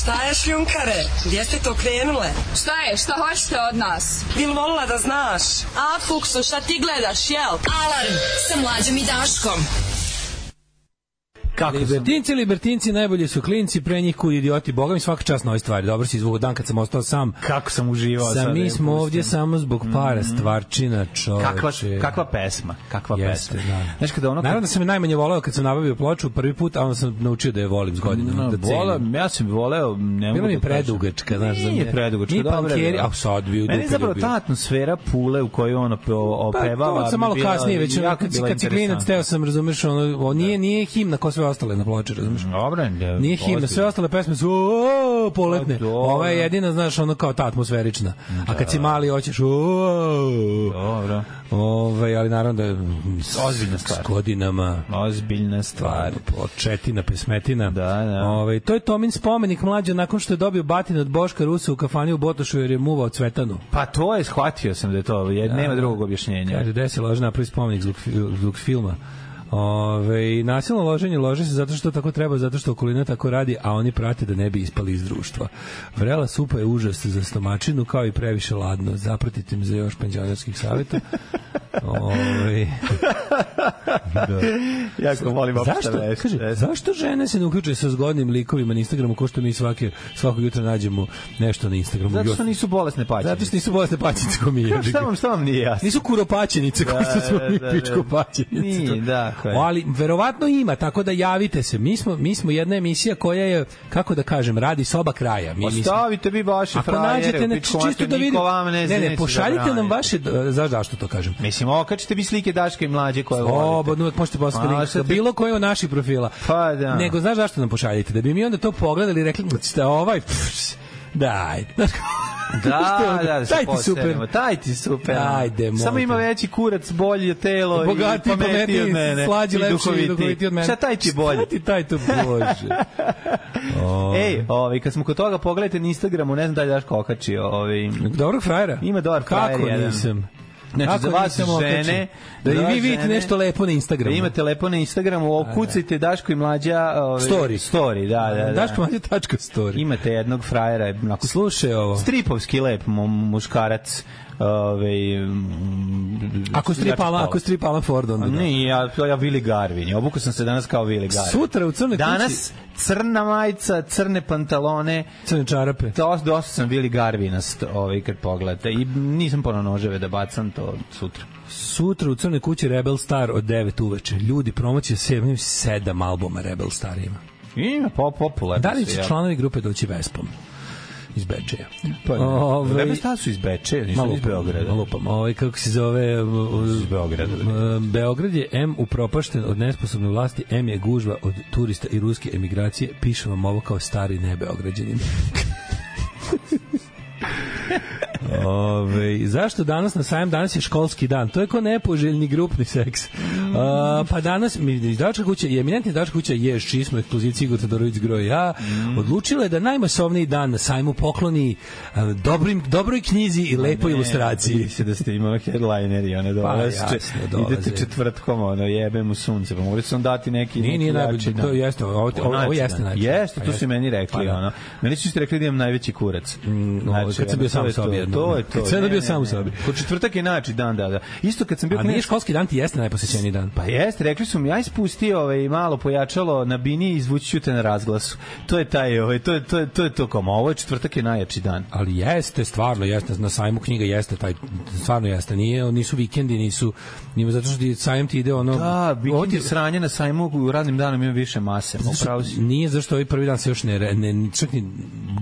S2: Šta je šljunkare? Gdje ste to krenule?
S8: Šta je? Šta hoćete od nas?
S2: Bil volila da znaš?
S9: A, Fuksu, šta ti gledaš, jel?
S5: Alarm sa mlađom i Daškom.
S7: Kako
S6: Libertinci, libertinci, najbolji su klinci, pre njih kud idioti, boga mi svaka čast na ovoj stvari. Dobro si izvukao dan kad sam ostao sam.
S7: sam, kako sam uživao
S6: Sam,
S7: sad.
S6: mi
S7: da
S6: smo
S7: pustim.
S6: ovdje samo zbog para stvarčina, čoveče.
S7: Kakva, kakva pesma, kakva
S6: Jeste,
S7: pesma.
S6: da.
S7: Znaš kada ono...
S6: Naravno da sam je najmanje voleo kad sam nabavio ploču prvi put, a onda sam naučio da je volim s
S7: No,
S6: godinom. da cenim.
S7: vola, ja sam voleo, ne
S6: Bila
S7: mogu
S6: mi je
S7: da kažem.
S6: predugačka, znaš, za
S7: Nije
S6: mene.
S7: predugačka,
S6: Ni
S7: dobra je
S6: pankeri,
S7: bila.
S6: a sad bi u
S7: Meni je
S6: dupe
S7: zapravo
S6: ljubio.
S7: ta atmosfera pule u kojoj ona pe- opevava.
S6: to Pa, sam malo
S7: bi bila
S6: kasnije, već ono,
S7: jako
S6: kad, si-
S7: bila
S6: kad si klinac,
S7: interesantna. Da.
S6: teo sam, razumeš, ono, on nije, nije himna ko sve ostale na ploči, razumeš?
S7: Mm, Dobro, da, ne,
S6: Nije himna, sve ostale pesme su "O, poletne.
S7: A, Pa, dobro. Da.
S6: Ova je jedina, znaš, ono kao ta atmosferična. A kad si mali, hoćeš "O".
S7: Dobro,
S6: Ove, ali naravno da je
S7: Ozbiljna stvar.
S6: S godinama
S7: ozbiljna stvar.
S6: Očetina, pesmetina.
S7: Da, da.
S6: Ove, to je Tomin spomenik mlađe nakon što je dobio batin od Boška Rusa u kafani u Botošu jer je muvao cvetanu.
S7: Pa to je, shvatio sam da je to, jer nema drugog objašnjenja.
S6: Kaže, desi lože napravi spomenik zbog, fi- zbog filma. Ove, i nasilno loženje lože se zato što tako treba, zato što okolina tako radi, a oni prate da ne bi ispali iz društva. Vrela supa je užas za stomačinu, kao i previše ladno. Zapratite mi za još penđanerskih savjeta. Ove,
S7: Jako volim da
S6: zašto, kaže, zašto žene se ne uključuju sa zgodnim likovima na Instagramu, ko što mi svaki, svakog jutra nađemo nešto na Instagramu?
S7: Zato što nisu bolesne paće.
S6: Zato što nisu bolesne paćice ko mi je.
S7: Šta vam, šta vam nije jasno?
S6: Nisu kuropaćenice kao što smo
S7: Da,
S6: mi
S7: da, da.
S6: pičko paćenice.
S7: Nije, da, koje.
S6: Ali verovatno ima, tako da javite se. Mi smo, mi smo jedna emisija koja je, kako da kažem, radi soba kraja.
S7: Pa
S6: Mi, mi smo-
S7: Ostavite vi vaše
S6: Ako nađete,
S7: frajere,
S6: ne,
S7: pičku
S6: čisto
S7: mater,
S6: da
S7: niko
S6: vidite.
S7: vam ne,
S6: Ne, ne,
S7: neće
S6: pošaljite nam
S7: zabraniti.
S6: vaše, znaš zašto to kažem?
S7: Mislim, okačite vi slike Daške i mlađe koje volite.
S6: Slobodno, uvek možete poslati
S7: A,
S6: link
S7: sad
S6: sa
S7: ti-
S6: bilo koje od naših profila.
S7: Pa, da.
S6: Nego, znaš zašto nam pošaljite? Da bi mi onda to pogledali i rekli, šta ovaj, pff, daj. Znaš,
S7: Da,
S6: što-
S7: da, da se
S6: taj ti
S7: posednemo,
S6: super.
S7: Taj ti super.
S6: Ajde, molim
S7: Samo
S6: te.
S7: ima veći kurac, bolje telo
S6: Bogatiji,
S7: i pametniji od mene.
S6: slađi,
S7: i
S6: lepši i
S7: duhovitiji.
S6: duhoviti od mene.
S7: Šta taj ti bolje?
S6: Šta ti taj tu bože?
S7: Ej, ovaj, kad smo kod toga, pogledajte na Instagramu, ne znam da li Daško okačio. Ovaj,
S6: Dobrog frajera?
S7: Ima dobar frajer
S6: Kako
S7: jedan.
S6: nisam?
S7: Znači,
S6: Kako
S7: za vas
S6: nisam okačen?
S7: žene,
S6: Da i
S7: za vas
S6: vi vidite
S7: žene-
S6: nešto lepo na
S7: da
S6: Instagramu.
S7: ima telefon na Instagramu, okucajte Daško i mlađa... Ovaj,
S6: Story.
S7: Story, da, da. da.
S6: Daško Mlađe tačka story.
S7: Imate jednog frajera, onako
S6: Slušaj ovo.
S7: stripovski lep mu, muškarac. Ovaj mm,
S6: Ako strip Alan,
S7: znači,
S6: ako strip Alan Ford onda. da.
S7: Ne, ja, ja Vili Garvin. je. Obukao sam se danas kao Vili Garvin.
S6: Sutra u crnoj
S7: Danas crna majica, crne pantalone.
S6: kući, crne čarape.
S7: To dosta sam Vili Garvinast, ovaj kad pogledate i nisam ponao noževe da bacam to sutra.
S6: Sutra u crnoj kući Rebel Star od 9 uveče. Ljudi promocija sedam, sedam albuma Rebel Star ima.
S7: Ima pop popularno.
S6: Da li
S7: su,
S6: će
S7: Pa ja.
S6: članovi grupe doći Vespom? iz Bečeja.
S7: Pa,
S6: Ovaj,
S7: Ove, šta su iz Bečeja, nisu
S6: malo
S7: iz Beograda.
S6: Lupam. Ovaj kako se zove iz
S7: Beograda. da
S6: Beograd je M upropašten od nesposobne vlasti, M je gužva od turista i ruske emigracije. Piše vam ovo kao stari nebeograđanin. Ove, zašto danas na sajam danas je školski dan? To je ko nepoželjni grupni seks. A, pa danas mi izdavačka kuća, i eminentna izdavačka kuća je čiji smo ekskluzivci Igor Todorović Groj i ja, odlučila je da najmasovniji dan na sajmu pokloni a, dobrim, dobroj knjizi i lepoj ilustraciji.
S7: Vidi se da ste imali headliner i one dolaze.
S6: Pa, jasno, dolaze.
S7: Idete četvrtkom, ono, jebe mu sunce. Pa morate sam dati neki...
S6: Nije, nije
S7: neki
S6: najbolji,
S7: jači
S6: to
S7: dan.
S6: jeste, ovo, ovo, ovo, ovo
S7: Najveći
S6: jeste
S7: dan.
S6: najbolji.
S7: Jeste, to su i meni rekli.
S6: Pa da. Mm,
S7: ono. Meni su isto rekli da imam najveći kurac.
S6: kad
S7: ono, to
S6: sam bio sam
S7: je
S6: u sobi
S7: to,
S6: jednom.
S7: To je to.
S6: Kad sam
S7: ne,
S6: bio
S7: ne,
S6: sam u
S7: ne.
S6: sobi.
S7: Kod četvrtak je najjači dan, da, da. Isto kad sam bio...
S6: A
S7: klinac-
S6: nije školski dan ti jeste najposećeniji dan.
S7: Pa jeste, rekli su mi, aj spusti ovaj, malo pojačalo na bini i izvući ću te na razglasu. To je taj, ovaj, to, je, to, je, to je to kao, ma, ovo je četvrtak je najjači dan.
S6: ali jeste stvarno jeste na sajmu knjiga jeste taj stvarno jeste nije nisu vikendi nisu nima zato što ti sajam ti ide ono
S7: Da,
S6: ovo
S7: vikend
S6: ti-
S7: je sranje na sajmu, u radnim danima ima više mase. Upravo si.
S6: nije zašto ovaj prvi dan se još ne re- ne, ne čak ni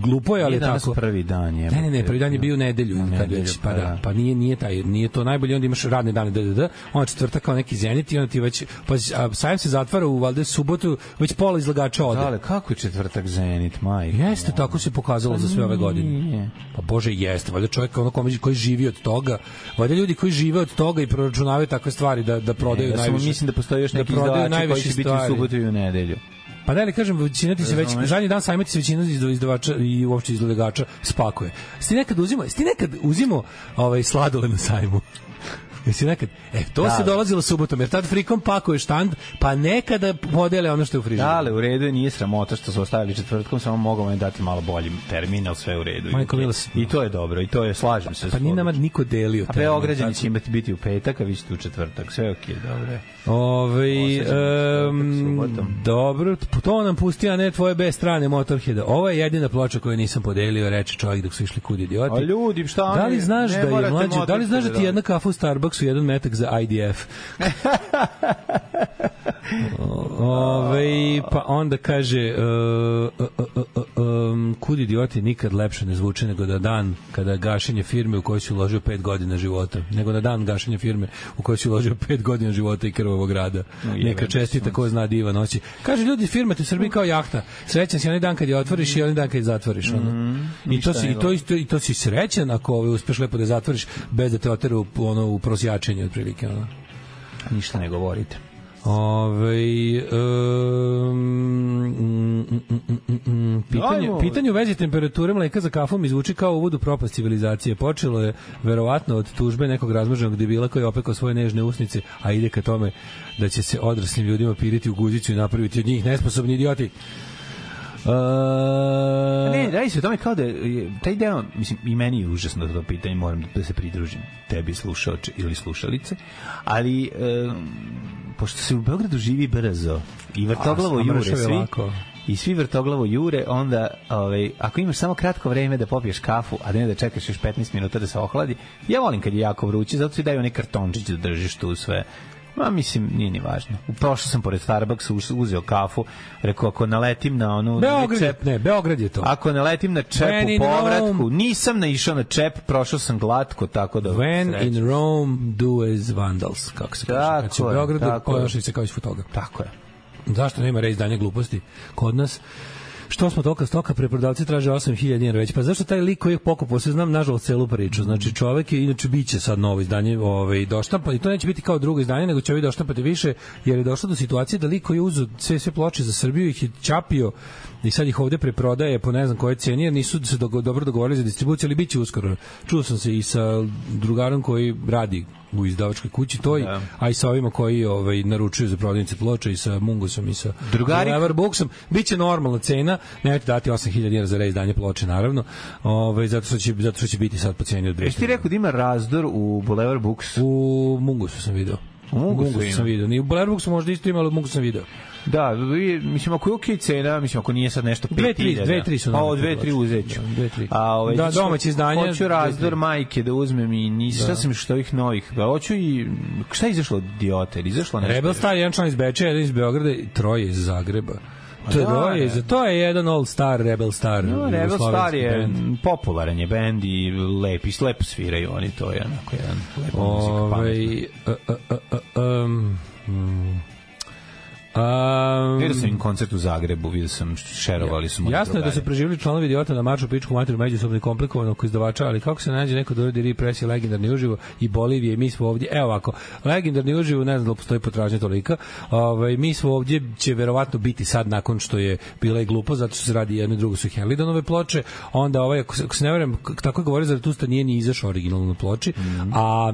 S6: glupo je ali
S7: Nije
S6: je
S7: danas
S6: tako
S7: prvi dan Da, je.
S6: Ne, ne, ne, prvi dan je bio u nedelju,
S7: U
S6: kad
S7: nedelju,
S6: već,
S7: pa
S6: pa
S7: da.
S6: da, pa nije, nije taj, nije to najbolje, onda imaš radne dane, da, da, da, onda četvrtak kao neki zenit i onda ti već, pa a, sajam se zatvara u, valjda, subotu, već pola izlagača ode.
S7: Ale, da, kako je četvrtak Zenit, majko?
S6: Jeste, tako se pokazalo za sve ove godine.
S7: nije.
S6: Pa bože, jeste. Valjda čovjek ono koji, koji živi od toga, valjda ljudi koji žive od toga i proračunavaju takve stvari da, da prodaju
S7: Ja samo
S6: najviše.
S7: mislim da postoji još
S6: da
S7: neki
S6: prodaju
S7: izdavači koji
S6: najviše
S7: će biti u
S6: stvari.
S7: subotu i u nedelju.
S6: Pa da li kažem, većina ti se već,
S7: Razumeš?
S6: zadnji dan sajma ti se većina izda- izdavača i uopšte izlagača spakuje. Jesi ti nekad uzimo, jesi ti nekad uzimo ovaj, sladole na sajmu? Jesi nekad? E, to
S7: Da,
S6: se
S7: ali.
S6: dolazilo subotom, jer tad frikom pakuje štand, pa nekada podele ono što je u frižideru.
S7: Da, ali u redu je, nije sramota što su ostavili četvrtkom, samo mogu vam dati malo bolji termin, ali sve u redu.
S6: Majko Milos.
S7: I to je dobro, i to je, slažem se. s
S6: Pa nije
S7: tobom.
S6: nama niko delio.
S7: A
S6: te, ono,
S7: Beograđani
S6: tako.
S7: će imati biti u petak, a vi ćete u četvrtak. Sve je okej, dobro je.
S6: Ove,
S7: Osvećan je
S6: um,
S7: čovjek subotom.
S6: dobro, to nam pusti, a ne tvoje bez strane Motorheada. Ovo je jedina ploča koju nisam podelio, reče čovjek dok su išli kud idioti.
S7: A ljudi, šta oni,
S6: Da li znaš
S7: ne
S6: da je
S7: morate
S6: mlađe, da li znaš da ti
S7: Motorheada
S6: jedna kafa u Starbucksu, jedan metak za IDF? Ove, pa onda kaže uh, uh, uh, uh, um, kud idioti nikad lepše ne zvuče nego na dan kada je gašenje firme u kojoj si uložio 5 godina života nego na dan gašenja firme u kojoj si uložio 5 godina života i krvavog rada neka čestita ko zna diva noći kaže ljudi firma te u Srbiji kao jahta srećan si onaj dan kad je otvoriš i onaj dan kad je zatvoriš ono. i, to si, i, to, i, to, i to si srećan ako ovaj, uspeš lepo da je zatvoriš bez da te oteru ono, u prosjačenje otprilike ono.
S7: Ništa ne govorite.
S6: Ove, um, mm, mm, mm, mm, mm, pitanje,
S7: Ajmo.
S6: pitanje u vezi temperature mleka za kafom mi zvuči kao uvod u propast civilizacije. Počelo je verovatno od tužbe nekog razmaženog debila koji je opekao svoje nežne usnice, a ide ka tome da će se odraslim ljudima piriti u guzicu i napraviti od njih nesposobni idioti. Uh, E,
S7: Ne, radi se o tome kao da je, taj deo, mislim, i meni je užasno da to pitanje, moram da se pridružim tebi slušaoče ili slušalice, ali e, pošto se u Beogradu živi brzo i vrtoglavo
S6: A, a
S7: jure
S6: mršav je
S7: svi,
S6: lako.
S7: i svi vrtoglavo jure, onda ovaj, ako imaš samo kratko vreme da popiješ kafu, a ne da čekaš još 15 minuta da se ohladi, ja volim kad je jako vruće, zato ti daju onaj kartončić da držiš tu sve. Ma mislim, nije ni važno. Prošao sam pored Starbucksa, uz- uzeo kafu, rekao ako naletim na onu...
S6: E, Beograd, je-
S7: čep-
S6: ne, Beograd je to.
S7: Pa Ako ne letim na čep
S6: When in
S7: u povratku,
S6: Rome.
S7: nisam naišao na čep, prošao sam glatko, tako da...
S6: When
S7: sreća.
S6: in Rome, do as vandals, kako se kaže.
S7: Tako
S6: Kad si u
S7: je,
S6: Beogradu,
S7: tako je.
S6: ponašaj se kao iz fotoga.
S7: Tako je.
S6: Zašto nema reizdanja gluposti kod nas? Što smo toka stoka, preprodavci traže 8000 dinara već. Pa zašto taj lik koji je pokupao, se znam nažalost celu priču. Znači čovek je inače biće sad novo izdanje, ovaj doštampa i to neće biti kao drugo izdanje, nego će ovi doštampati više jer je došlo do situacije da lik koji je uzeo sve sve ploče za Srbiju ih je ćapio i sad ih ovde preprodaje po ne znam koje ceni jer nisu se dogo, dobro dogovorili za distribuciju, ali biće uskoro. Čuo sam se i sa drugarom koji radi u izdavačkoj kući toj,
S7: Da.
S6: a i sa ovima koji ovaj naručuju za prodavnice ploča i sa Mungosom i sa
S7: Drugari-
S6: Forever Booksom. Biće normalna cena, neću dati 8000 dinara za reizdanje ploče naravno. Ovaj zato što će zato što će biti sad po ceni od 200.
S7: Jesi ti rekao da ima razdor u Boulevard Books?
S6: U Mungosu sam video.
S7: U Mungosu ima.
S6: sam video. Ni u Blair Booksu možda isto ima, ali u Mungosu sam video.
S7: Da, vi- mislim, ako je okej cena, mislim, ako nije sad nešto 5000.
S6: Dve, tri- dve, tri su
S7: Pa
S6: nam
S7: o, dve, tri
S6: predložili.
S7: uzet ću.
S6: Da, dve, tri.
S7: A, ovaj,
S6: Da,
S7: zato što
S6: domaće izdanje,
S7: Hoću
S6: dve,
S7: razdor
S6: tri.
S7: majke da uzmem i nisam, šta sam što ovih novih. Da, hoću i, šta je izašlo od Dioter? Izašlo nešto?
S6: Rebel Star, jedan član iz Beča, jedan iz Beograda i troje iz Zagreba. Troje,
S7: ne.
S6: iz, to je jedan All Star, Rebel Star.
S7: Pa da, No, Rebel
S6: jugoslovenski
S7: Star je
S6: bend.
S7: m, popularan je bend i lepi, lepo sviraju oni, to je onako jedan lepo muzika, pametna.
S6: Ovaj, a, a, a, a, um, mm, um,
S7: Vidio sam im koncert u Zagrebu, vidio sam šerovali su moji
S6: Jasno je da
S7: drugari.
S6: su preživjeli članovi idiota na maču pičku materu međusobno i komplikovano oko izdavača, ali kako se nađe neko da uradi represi legendarni uživo i Bolivije, mi smo ovdje, evo ovako, legendarni uživo, ne znam da li postoji potražnja tolika, ovaj, mi smo ovdje će verovatno biti sad nakon što je bila i glupo, zato što se radi jedno i drugo su Helidonove ploče, onda ovaj, ako se, ako se ne verujem, tako je govorio, Zaratusta nije ni izašao originalno na ploči, a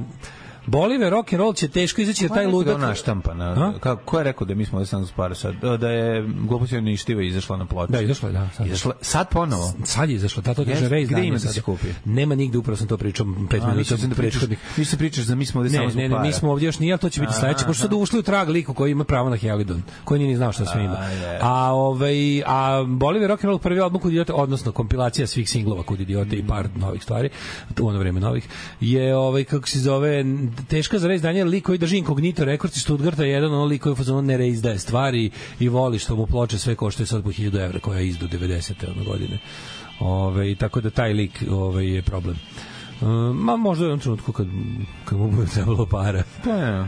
S6: Bolivar rock and roll će teško izaći jer
S7: Pa
S6: taj
S7: mislim da Mhm. je
S6: ludak
S7: ona štampana.
S6: A?
S7: Kako ko je rekao da mi smo ovde samo spara sad? E, Da je gluposti uništiva izašla na ploču.
S6: Da, izašla je, da, sad.
S7: Izašla sad ponovo.
S6: sad je izašlo, tato kaže
S7: Jeste,
S6: reizdanje.
S7: gde ima da
S6: sada.
S7: se kupi?
S6: Nema nigde, upravo sam to pričao 5
S7: A,
S6: minuta
S7: mislim da pričaš,
S6: prethodnih.
S7: mislim da pričaš da mi smo ovde
S6: Ne,
S7: samo
S6: ne,
S7: zbog
S6: ne,
S7: para.
S6: mi smo ovdje još nije, ali to će biti sledeće, pošto su ušli u trag liku koji ima pravo na Helidon, koji nije ni znao šta sve ima.
S7: je.
S6: A, ovaj, a Bolivar Rock and Roll prvi album Kud idiote, odnosno kompilacija svih singlova Kud idiote
S7: Mm.
S6: i par novih stvari, u ono vreme novih, je, ovaj, kako se zove, n- teška za reizdanje, jer lik koji drži Incognito Records iz Stuttgarta je jedan ono lik koji u fazonu ne reizdaje stvari i voli što mu ploče sve koštaju sad po 1000 evra koja je izdu 90. ono godine. Ove, tako da taj lik ove, je problem. E, ma možda u jednom trenutku kad, kad mu bude trebalo para.
S7: Pa, ne.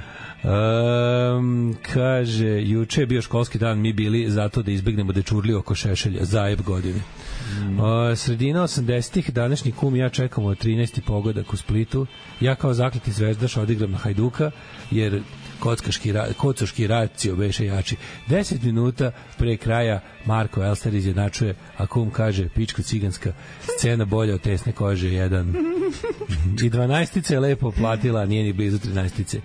S6: Um, kaže, juče je bio školski dan, mi bili zato da izbegnemo dečurli oko šešelja, zajeb godine. Mm. Uh, sredina 80-ih, današnji kum i ja čekamo 13. pogodak u Splitu. Ja kao zakleti zvezdaš odigram na Hajduka, jer kockaški, ra- kocoški racio beše jači. 10 minuta pre kraja Marko Elster izjednačuje, a kum kaže, pičko ciganska, scena bolja od tesne kože jedan. I 12 je lepo platila, a nije ni blizu 13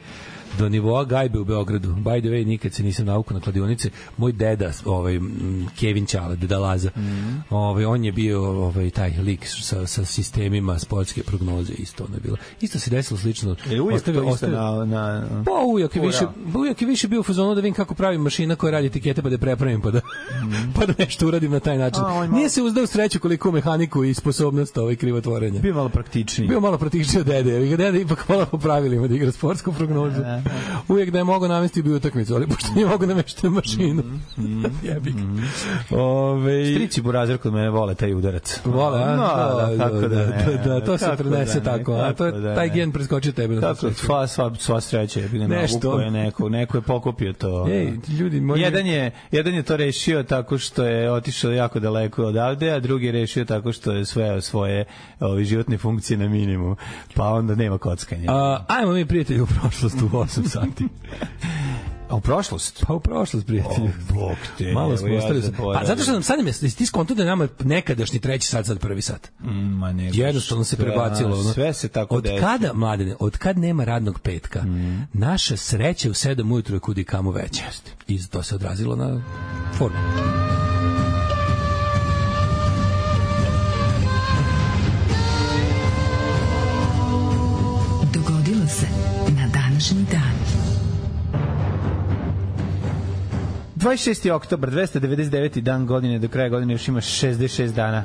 S6: do nivoa gajbe u Beogradu. By the way, nikad se nisam naukao na kladionice. Moj deda, ovaj, m, Kevin Ćale, deda Laza,
S7: Mhm.
S6: mm. ovaj, on je bio ovaj, taj lik sa, sa sistemima sportske prognoze. Isto ono je bilo. Isto se desilo slično.
S7: Jer E, uvijek
S6: Ostavio-
S7: to isto
S6: ostavio-
S7: na, na...
S6: Pa ujak je
S7: Fura.
S6: više, ujak je više bio u fazonu da vidim kako pravim mašina koja radi etikete pa da je prepravim pa da, pa da nešto uradim na taj način.
S7: Mhm. A, on je malo-
S6: Nije se uzdao u sreću koliko u mehaniku i sposobnost ovaj krivotvorenja.
S7: Bio malo praktičniji.
S6: Bio malo protičio od dede, jer ga dede ipak malo po pravilima da igra sportsku prognozu. Uvijek da je mogao namesti bi utakmicu, ali pošto nije mogao namesti mašinu. mhm. Jebik. Ove,
S7: Strici Burazer kod mene vole taj udarac.
S6: Vole, a?
S7: No,
S6: Da,
S7: tako
S6: da,
S7: da, ne,
S6: da, da, to se
S7: kako
S6: prenese
S7: da ne,
S6: tako, a to je-
S7: kako da
S6: taj
S7: ne.
S6: gen preskočio tebe da na
S7: Tako,
S6: tu sreću.
S7: sva, sva, sva sreća je bilo
S6: Nešto.
S7: Nešto. Je neko, neko je pokupio to.
S6: Ej, ljudi moji-
S7: Jedan je, jedan je to rešio tako što je otišao jako daleko odavde, a drugi je rešio tako što je sveo svoje ovi, životne funkcije na minimum. Pa onda nema kockanja.
S6: A, ajmo mi prijatelji u prošlost u 8 sati.
S7: a u prošlost?
S6: Pa u prošlost, prijatelju.
S7: O, Bog te,
S6: Malo smo
S7: evo, ja
S6: ostali. sa-
S7: zaboravim.
S6: Pa zato što nam sad, jesi ti skonto da je nama nekadašnji treći sat, sad prvi sat.
S7: Mm, Ma ne,
S6: Jednostavno se
S7: sve,
S6: prebacilo. Ono.
S7: Sve se tako Mhm.
S6: Od
S7: desi.
S6: kada, mladene, od kad nema radnog petka, naša sreća u 7 ujutru je kudi kamo veća. I to se odrazilo na formu.
S5: Dogodilo se na današnji dan.
S7: 26. oktobar, 299. dan godine, do kraja godine još ima 66 dana.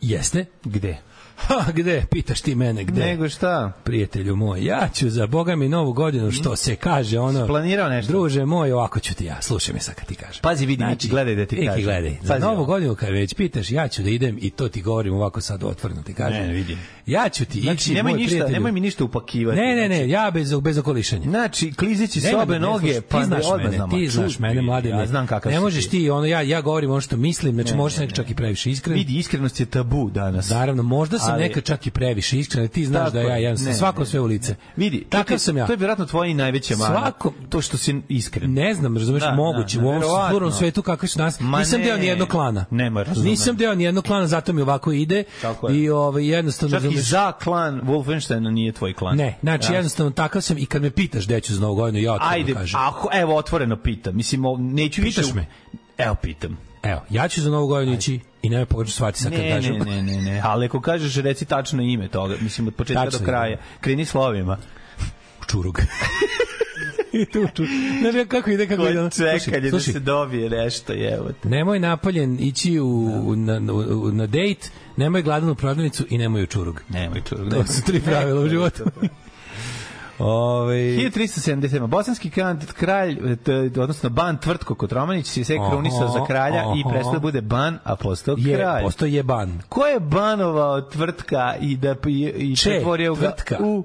S6: Jeste?
S7: Gde?
S6: Ha, gde? Pitaš ti mene gde?
S7: Nego šta?
S6: prijatelju moj, ja ću za Boga mi novu godinu, što se kaže, ono...
S7: Planirao Mhm. nešto?
S6: Druže moj, ovako ću ti ja, slušaj me sad kad ti kažem.
S7: Pazi, vidi, Miki, gledaj da ti
S6: Miki,
S7: kažem.
S6: gledaj. Za
S7: Pazi
S6: novu
S7: ovo.
S6: godinu kad već pitaš, ja ću da idem i to ti govorim ovako sad otvoreno, ti kažem.
S7: Ne, ne, vidim.
S6: Ja ću ti
S7: Znači,
S6: ići,
S7: nemoj,
S6: moj
S7: ništa,
S6: prijatelju.
S7: nemoj mi ništa upakivati.
S6: Ne, ne, ne, ja bez, bez okolišanja.
S7: Znači, klizeći se
S6: Nema
S7: obe
S6: da ne
S7: noge,
S6: slušaš.
S7: pa
S6: ti znaš
S7: odmah
S6: mene,
S7: znam,
S6: ti
S7: a,
S6: znaš
S7: čuj,
S6: mene,
S7: vidi,
S6: mladine.
S7: Ja znam kakav
S6: Ne
S7: si
S6: možeš ti, ono, ja, ja govorim ono što mislim, znači možeš nekad čak i previše iskren.
S7: Vidi, iskrenost je tabu danas.
S6: Naravno, možda sam
S7: Ali-
S6: nekad čak i previše iskren, ali ti znaš
S7: Tako
S6: da ja
S7: je. Ne,
S6: jedan sam svako
S7: ne,
S6: sve u lice.
S7: Vidi, to
S6: takav
S7: je-
S6: sam ja.
S7: To je vjerojatno tvoja i najveća mana.
S6: Svako-
S7: To što si iskren.
S6: Ne znam, razumeš,
S7: Da,
S6: da, moguće,
S7: da,
S6: da, u ovom
S7: verovatno.
S6: stvarnom svetu kakvi su nas.
S7: Ma
S6: nisam
S7: ne.
S6: deo ni jednog klana.
S7: Nema, razumem.
S6: Nisam deo ni jednog klana, zato mi ovako ide.
S7: Tako je.
S6: I ovaj jednostavno
S7: Čak i
S6: razumeš.
S7: za klan Wolfensteina nije tvoj klan.
S6: Ne, znači
S7: Ja.
S6: jednostavno takav sam i kad me pitaš gde ću za novu godinu, ja to
S7: Ajde,
S6: kažem.
S7: ako, evo, otvoreno pitam. Mislim, o- neću više...
S6: Pitaš me?
S7: Evo, pitam.
S6: Evo, ja ću za novu godinu ići i nemoj pogrešno shvati sad Da kad
S7: Ne,
S6: kažem.
S7: ne, ne, ne, ne. Ali ako kažeš, reci tačno ime toga. Mislim, od početka
S6: Tačno
S7: do
S6: ime.
S7: kraja. Kreni slovima.
S6: Čurug. I tu čurug. Znaš ja kako ide, kako ide. ono.
S7: Čekanje da
S6: slušaj,
S7: se dobije nešto, evo te.
S6: Nemoj napaljen ići u,
S7: Da.
S6: na, na, na dejt, nemoj gladan u prodavnicu i nemoj u čurug.
S7: Nemoj čurog.
S6: To su tri pravila u životu. Ove,
S7: 1377. Bosanski kant, kralj, t- odnosno ban Tvrtko Kotromanić se sve
S6: Aha,
S7: krunisao za kralja i
S6: aha.
S7: prestao da bude ban, a postao
S6: je,
S7: kralj.
S6: postoji je ban.
S7: Ko je banovao Tvrtka i da i, i
S6: Če,
S7: pretvorio ga
S6: Tvrtka.
S7: u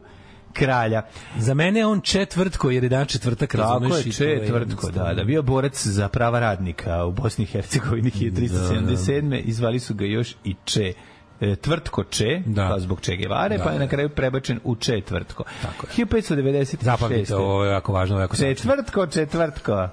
S7: kralja?
S6: Za mene je on četvrtko, jer je dan četvrtak, razumeš?
S7: Tako je,
S6: i to
S7: Če Tvrtko, da, da. Bio borac za prava radnika u Bosni i
S6: Da,
S7: Hercegovini 1377. Izvali su ga još i Če e, tvrtko Če,
S6: Da.
S7: kao zbog Che Guevare,
S6: Da,
S7: pa je na
S6: da.
S7: kraju prebačen u Če tvrtko.
S6: Tako je.
S7: 1596.
S6: Zapamtite, ovo je jako važno, ovo je jako značajno.
S7: Četvrtko, četvrtko.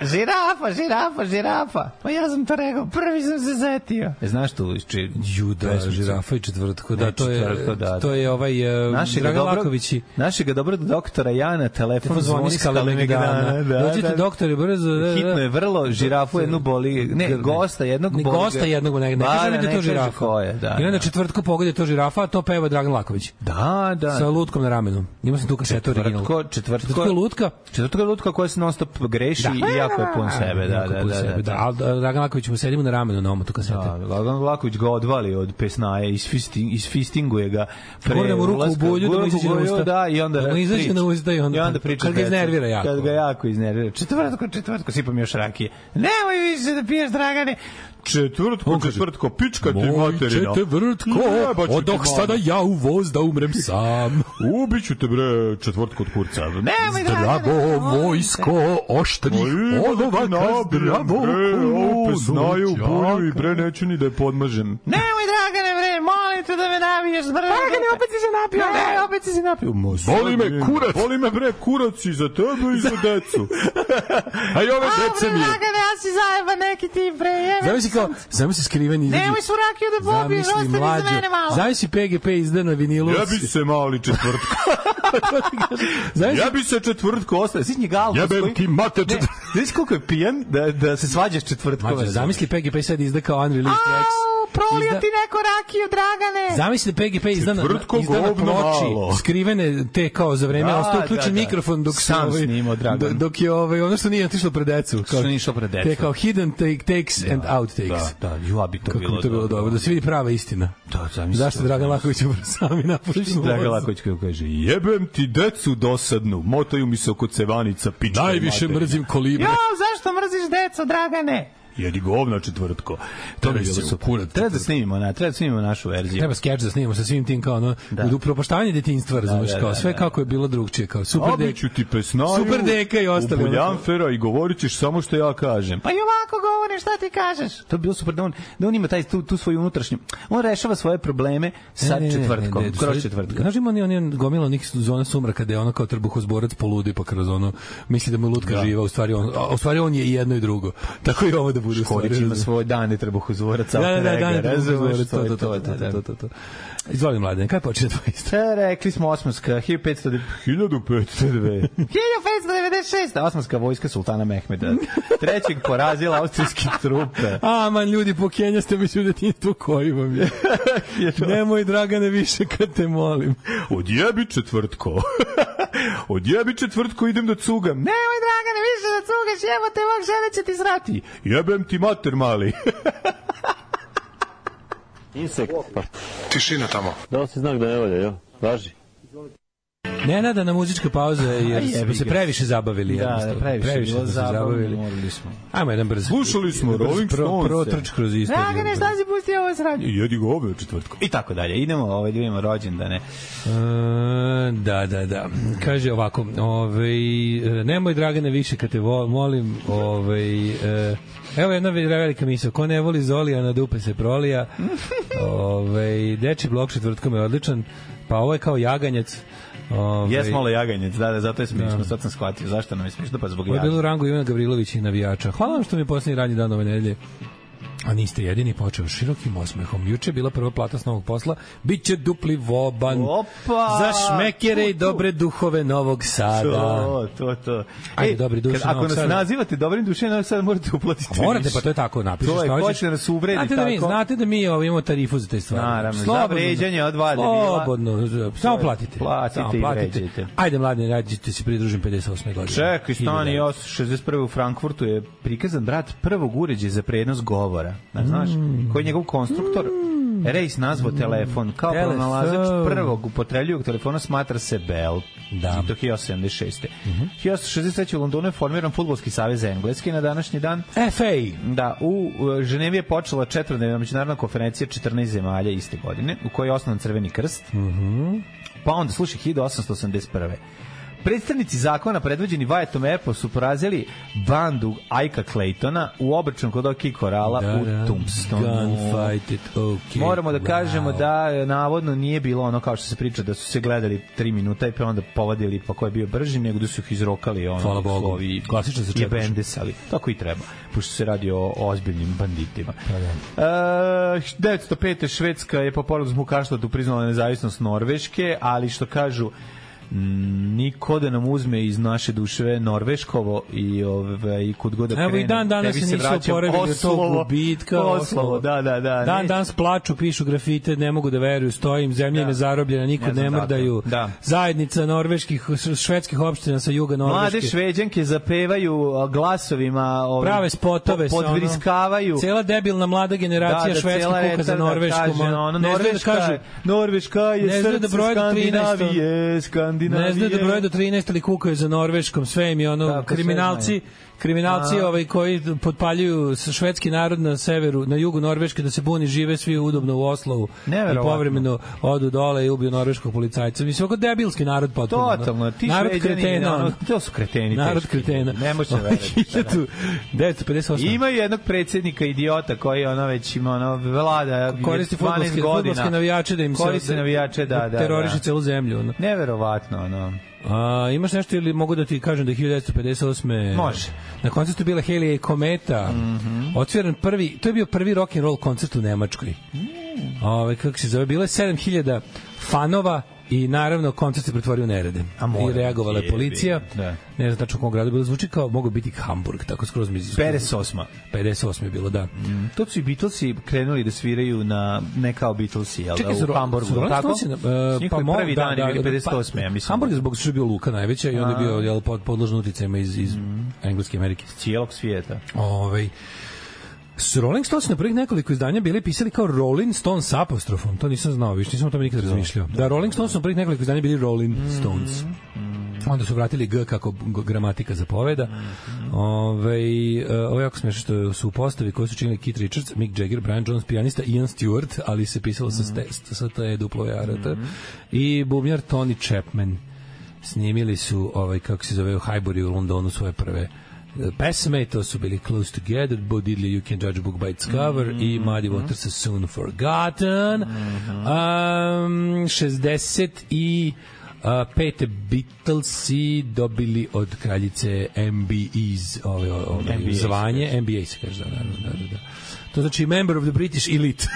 S7: Žirafa, žirafa, žirafa. Pa ja sam to rekao, prvi sam se zetio.
S6: E,
S7: Znaš tu, či...
S6: Ju, da,
S7: pesmicu?
S6: žirafa i četvrtko, da,
S7: Ne,
S6: to je,
S7: četvrtko, da, da.
S6: to je ovaj, uh,
S7: Našega
S6: Dragan
S7: dobrog,
S6: Laković i
S7: našega dobrog doktora Jana, telefon,
S6: telefon zvoni s Kalemegdana.
S7: Da,
S6: Dođite,
S7: da.
S6: doktore, brzo. Da, da.
S7: Hitno je vrlo, žirafu jednu boli, ne,
S6: Grne.
S7: gosta jednog
S6: da. Ne,
S7: boli.
S6: gosta jednog, ne, ne kaže mi da je to žirafa.
S7: Ko je, da,
S6: I onda
S7: da.
S6: četvrtko pogodi to žirafa, a to peva Dragan Laković.
S7: Da, da.
S6: Sa lutkom na ramenu. Ima sam tu kasetu original.
S7: Četvrtko, četvrtko,
S6: Četvrtko je lutka.
S7: Četvrtko je lutka koja se non stop greši i jako je pun sebe, da,
S6: Jako
S7: da,
S6: pun
S7: da,
S6: sebe,
S7: da, da.
S6: Ali da, Dragan Laković mu sedimo na ramenu na omotu kasete.
S7: Da, Lagan Vlaković ga odvali od pesnaje, isfisting, isfistinguje ga. pre
S6: Gurne mu ruku u
S7: ulaska.
S6: bulju da
S7: Gurne
S6: mu izađe
S7: u
S6: na
S7: bulju,
S6: usta.
S7: Da, i onda
S6: Da mu izađe
S7: priča.
S6: na usta i onda-
S7: I onda priča
S6: kad ga
S7: s decom.
S6: iznervira jako.
S7: Kad ga jako iznervira. Četvrtko, četvrtko, sipam još rakije. Nemoj više da piješ, Dragane. Četvrtko,
S6: On kaže,
S7: četvrtko, pička ti
S6: Moj
S7: materina.
S6: četvrtko,
S7: Jebaću ti
S6: od dok
S7: mali.
S6: sada ja u voz da umrem sam.
S7: Ubiću te bre četvrtko od kurca. Nemoj,
S6: Zdravo vojsko oštrih olova ka zdravo
S7: znaju
S6: kuzu
S7: bulju i bre neću ni da je podmažem. Nemoj Dragane bre, molim te da me naviješ zbrdo. Dragane opet si se napio. Ne, opet si se napio. Ma,
S9: Boli me kurac. Boli me bre kurac i za tebe i za decu. A i ove dece mi je.
S3: Dragane, ja
S7: si zajeba neki ti bre, jebe.
S6: Zamisli kao, zamisli skriveni ljudi.
S7: Nemoj su rakiju da popiš,
S6: Zamisli
S7: ostani
S6: mlađo.
S7: za mene malo.
S6: Zamisli PGP izda na vinilu.
S9: Ja bi se mali četvrtko.
S6: Zamisli
S7: Ja bi se četvrtko ostao. Sitnji galko.
S9: Jebem ti mate
S7: Ne,
S9: četvrtko.
S7: znaš koliko je pijan da, da se svađaš četvrtko.
S6: Mađo, zamisli PGP sad izda kao Unreleased Rex.
S7: Au, prolio
S6: Izda-
S7: ti neko rakiju, Dragane.
S6: Zamisli da PGP izda na,
S9: Četvrtko
S6: izda na
S9: govno
S6: ploči,
S9: malo.
S6: skrivene te kao za vreme,
S7: Da,
S6: da, ostao uključen
S7: da, da.
S6: mikrofon dok se ovaj-
S7: Sam snimao, Dragan.
S6: do- dok je ovaj, ono što nije otišlo pred decu. Kao,
S7: nije išlo pred decu.
S6: Te kao hidden take, takes and outtakes.
S7: Da, da, ju, a bi to
S6: Kako
S7: bilo
S6: bi to bilo dobro, da se vidi prava istina.
S7: Da, zamisli.
S6: Zašto Dragan Laković ubrzo sami napušta?
S7: Dragan Laković koji kaže,
S9: Jebem ti decu dosadnu, motaju mi se oko cevanica, pička
S6: Najviše
S9: materina.
S6: mrzim kolibre.
S7: Jo, zašto mrziš deco, Dragane?
S9: Jedi govna četvrtko. To bi bilo super.
S6: kurac.
S7: Treba da snimimo, na, treba da snimimo našu verziju.
S6: Treba skeč da snimamo sa svim tim kao ono, da. upropaštavanje detinjstva, razumeš,
S7: Da, da,
S6: kao
S7: da,
S6: sve
S7: da.
S6: kako je bilo drugčije, kao super dek.
S9: Obiću ti pesnaju,
S6: Super deka i ostali.
S9: u Buljanfera i govorit ćeš samo što ja kažem.
S7: Pa i ovako govori, šta ti kažeš? To bi bilo super da on, da on ima taj, tu, tu svoju unutrašnju... On rešava svoje probleme sa četvrtkom, kroz četvrtka.
S6: Znaš, ima oni, oni gomila nekih zona sumraka gde je ono kao trbuhozborac poludi, pa kroz ono, misli da mu je lutka da. živa, u stvari, on, a u stvari on je i jedno i drugo. Tako i ovo da bude u stvari.
S7: Korić ima
S6: razumeš.
S7: svoje dane trbuhozvorac,
S6: Da, da, da,
S7: alter
S6: da,
S7: ega, razumeš,
S6: trbuhozborac, to, to, to, to, to, to, to, to. da, Izvoli, mladen, kaj počinje tvoje istorije?
S7: E, rekli smo osmanska, 1500...
S9: 1502.
S7: 1596. Osmanska vojska sultana Mehmeda. Trećeg porazila austrijske trupe.
S6: A, man, ljudi, pokenja ste mi se u detinjstvu koji vam je. Nemoj, Dragane, više kad te molim.
S9: Odjebi četvrtko. Odjebi četvrtko, idem da cugam. Ne,
S7: Nemoj, Dragane, više da cugaš, jebo te, ovog žene će ti srati.
S9: jebem ti mater mali.
S6: Nenadana muzička pauza jer
S7: Aj, jebi
S6: smo se
S7: ga.
S6: previše zabavili.
S7: Da, da,
S6: jednostavno.
S7: previše, previše
S6: smo
S7: bilo
S6: se
S7: zabavno, morali smo.
S6: Ajmo jedan brz.
S9: Slušali smo
S6: brz
S9: Rolling
S6: pro,
S9: Stonese.
S6: Protrč kroz istoriju.
S7: Dragane, šta si pustio ovo sranju?
S9: Jedi govna četvrtko.
S7: I tako dalje. Idemo ovaj ljudima rođendane.
S6: E, da, da, da. Kaže ovako, ovaj, e, nemoj Dragane više kad te vo- molim, ovaj, e, evo jedna ve- velika misla, ko ne voli Zolija, na dupe se prolija, ovaj, deči blok četvrtkom je odličan, pa ovo je kao jaganjac, ovaj,
S7: Jes malo jaganjec, da, da, zato je smišno, sad sam shvatio zašto nam je smišno, pa zbog
S6: Ovo je bilo u
S7: jaganjca.
S6: rangu Ivana Gavrilovića i navijača. Hvala vam što mi je posljednji radnji dan ove nedelje. A niste jedini, počeo širokim osmehom. Juče je bila prva plata s novog posla. Biće dupli voban
S7: Opa!
S6: za šmekere i dobre duhove Novog Sada.
S7: To, to, to.
S6: Da. Ajde,
S7: Ej,
S6: dobri duše,
S7: kad- Ako
S6: Novog
S7: nas
S6: Sada.
S7: nazivate dobrim duše, Novog Sada morate uplatiti
S6: Morate,
S7: više.
S6: pa to je tako, napišeš
S7: To je,
S6: šta hoćeš.
S7: hoće da nas uvredi
S6: znate da mi,
S7: tako.
S6: Znate da mi ovaj, imamo tarifu za te stvari.
S7: Naravno, za
S6: Slobodno,
S7: vređanje od dva debila.
S6: Slobodno, samo platite.
S7: Platite
S6: samo
S7: i vređajte.
S6: Ajde, mladine, radite se pridružim 58. godine.
S7: Čekaj, stani, ja sam 61. u Frankfurtu je prikazan brat prvog uređaja za prenos govora. Da, znaš,
S6: Mm.
S7: koji je njegov konstruktor Rejs nazvao telefon kao
S6: Telefon.
S7: pronalazač prvog upotrebljivog telefona smatra se Bell.
S6: Da. Mhm.
S7: I to 1876. 1863. u Londonu je formiran futbolski savez Engleske na današnji dan.
S6: FA.
S7: Da, u e, Ženevi je počela četvrtdnevna međunarodna konferencija 14 zemalja iste godine, u kojoj je osnovan Crveni krst. Mm
S6: Mhm.
S7: Pa onda, slušaj, 1881. Predstavnici zakona predvođeni Vajetom Epo su porazili bandu Ajka Claytona u obračun kod Oki Korala
S6: Da,
S7: u
S6: da.
S7: Tombstonu.
S6: Gunfight it, okay.
S7: Moramo da kažemo
S6: wow.
S7: da e, navodno nije bilo ono kao što se priča da su se gledali 3 minuta i pa onda povadili pa ko je bio brži nego da su ih izrokali ono
S6: Hvala Bogu.
S7: slovi
S6: Klasično se
S7: je
S6: čekaš.
S7: bendesali. Tako i treba, pošto se radi o ozbiljnim banditima. Pa, da. E, 905. Švedska je po porazu tu priznala nezavisnost Norveške, ali što kažu mm, niko da nam uzme iz naše duše Norveškovo i ovaj i kud god da
S6: Evo i dan danas
S7: tebi
S6: se nisu
S7: vraćam
S6: oporavili od tog
S7: Oslovo,
S6: gubitka.
S7: Oslovo, da, da, da.
S6: Dan
S7: ne-
S6: danas plaču, pišu grafite, ne mogu da veruju, stojim, zemlja im je zarobljena,
S7: Ne
S6: nikog
S7: znam
S6: ne mrdaju.
S7: zato. Da.
S6: Zajednica norveških, švedskih opština sa juga Norveške.
S7: Mlade šveđanke zapevaju a, glasovima, ovim,
S6: prave spotove
S7: po- podvriskavaju.
S6: sa ono, cela debilna mlada generacija da, švedska
S7: cela
S6: kuka za
S7: retarda
S6: Norvešku.
S7: Kaže,
S6: ma.
S7: ono,
S6: ne znaju da
S7: Norveška,
S6: kažu,
S7: je- Norveška
S6: ne
S7: je
S6: znaju da
S7: srce
S6: broje do 13,
S7: Skandinavije, Skandinavije.
S6: ne znaju da broje do 13 ali kukaju za Norveškom, sve im je ono,
S7: Tako, sve
S6: kriminalci, kriminalci ovaj, koji potpaljuju s- švedski narod na severu, na jugu Norveške da se buni, žive svi udobno u Oslovu i
S7: Neverovatno.
S6: povremeno odu dole i ubiju norveškog policajca. Mislim, oko debilski narod potpuno. ono.
S7: Totalno, ti
S6: narod
S7: Šveđani,
S6: kretena.
S7: ono,
S6: ono.
S7: to su kreteni
S6: Narod
S7: teški.
S6: kretena. Ovaj,
S7: Ne može verovati, da, da.
S6: 1958.
S7: Imaju jednog predsednika idiota koji ono već ima ono vlada
S6: koristi
S7: 12
S6: fudbalske
S7: godina.
S6: fudbalske navijače da im se
S7: Koristi navijače, da, da, da.
S6: teroriše celu zemlju. Ono.
S7: Neverovatno, ono.
S6: A, imaš nešto ili mogu da ti kažem da je 1958.
S7: Može. Mhm.
S6: Na koncertu bila Helija i Kometa. Mm -hmm. Otvjeren prvi, to je bio prvi rock and roll koncert u Nemačkoj. Mm. Ove, kako se zove, bilo je 7000 fanova i naravno koncert se pretvorio u nerede.
S7: A mora
S6: I reagovala je
S7: biti,
S6: policija.
S7: jebi ga, da.
S6: Ne znam tačno u kom gradu je bilo zvuči kao mogu biti Hamburg, tako skroz mi
S7: 58.
S6: 58 je bilo, da.
S7: To su i Beatlesi krenuli da sviraju na, ne kao Beatlesi, jel,
S6: Čekaj,
S7: da,
S6: su
S7: u Hamburgu,
S6: su Rolling
S7: tako?
S6: Stonesi, e,
S7: Njihovi
S6: mo- da,
S7: prvi dan je bili 58. ja mislim.
S6: pa Hamburg je zbog što je bio Luka najveća i onda je bio jel, pod, podložen uticajima iz, iz
S7: Mhm.
S6: Engleske i Amerike.
S7: cijelog svijeta.
S6: Ovaj s Rolling Stones na prvih nekoliko izdanja bili pisali kao Rolling Stones s apostrofom. To nisam znao, više nisam o tome nikad razmišljao. Da, Rolling Stones su na prvih nekoliko izdanja bili Rolling Stones. Onda su vratili G kako g- gramatika zapoveda. Ove, ovo je jako smiješno što su u postavi koju su činili Keith Richards, Mick Jagger, Brian Jones, pijanista Ian Stewart, ali se pisalo sa, ste, sa te duplo jarat, i bubnjar Tony Chapman. Snimili su, ovaj, kako se zove, u Highbury u Londonu svoje prve pesme, to su bili Close Together, Bo Diddley, You Can Judge a Book by Its Cover i Muddy Waters is Soon Forgotten. um, 60 i a, pete Beatlesi dobili od kraljice MBEs ove, ove,
S7: MBA,
S6: zvanje, MBA se kaže, da, da, da, da, da. To znači Member of the British Elite.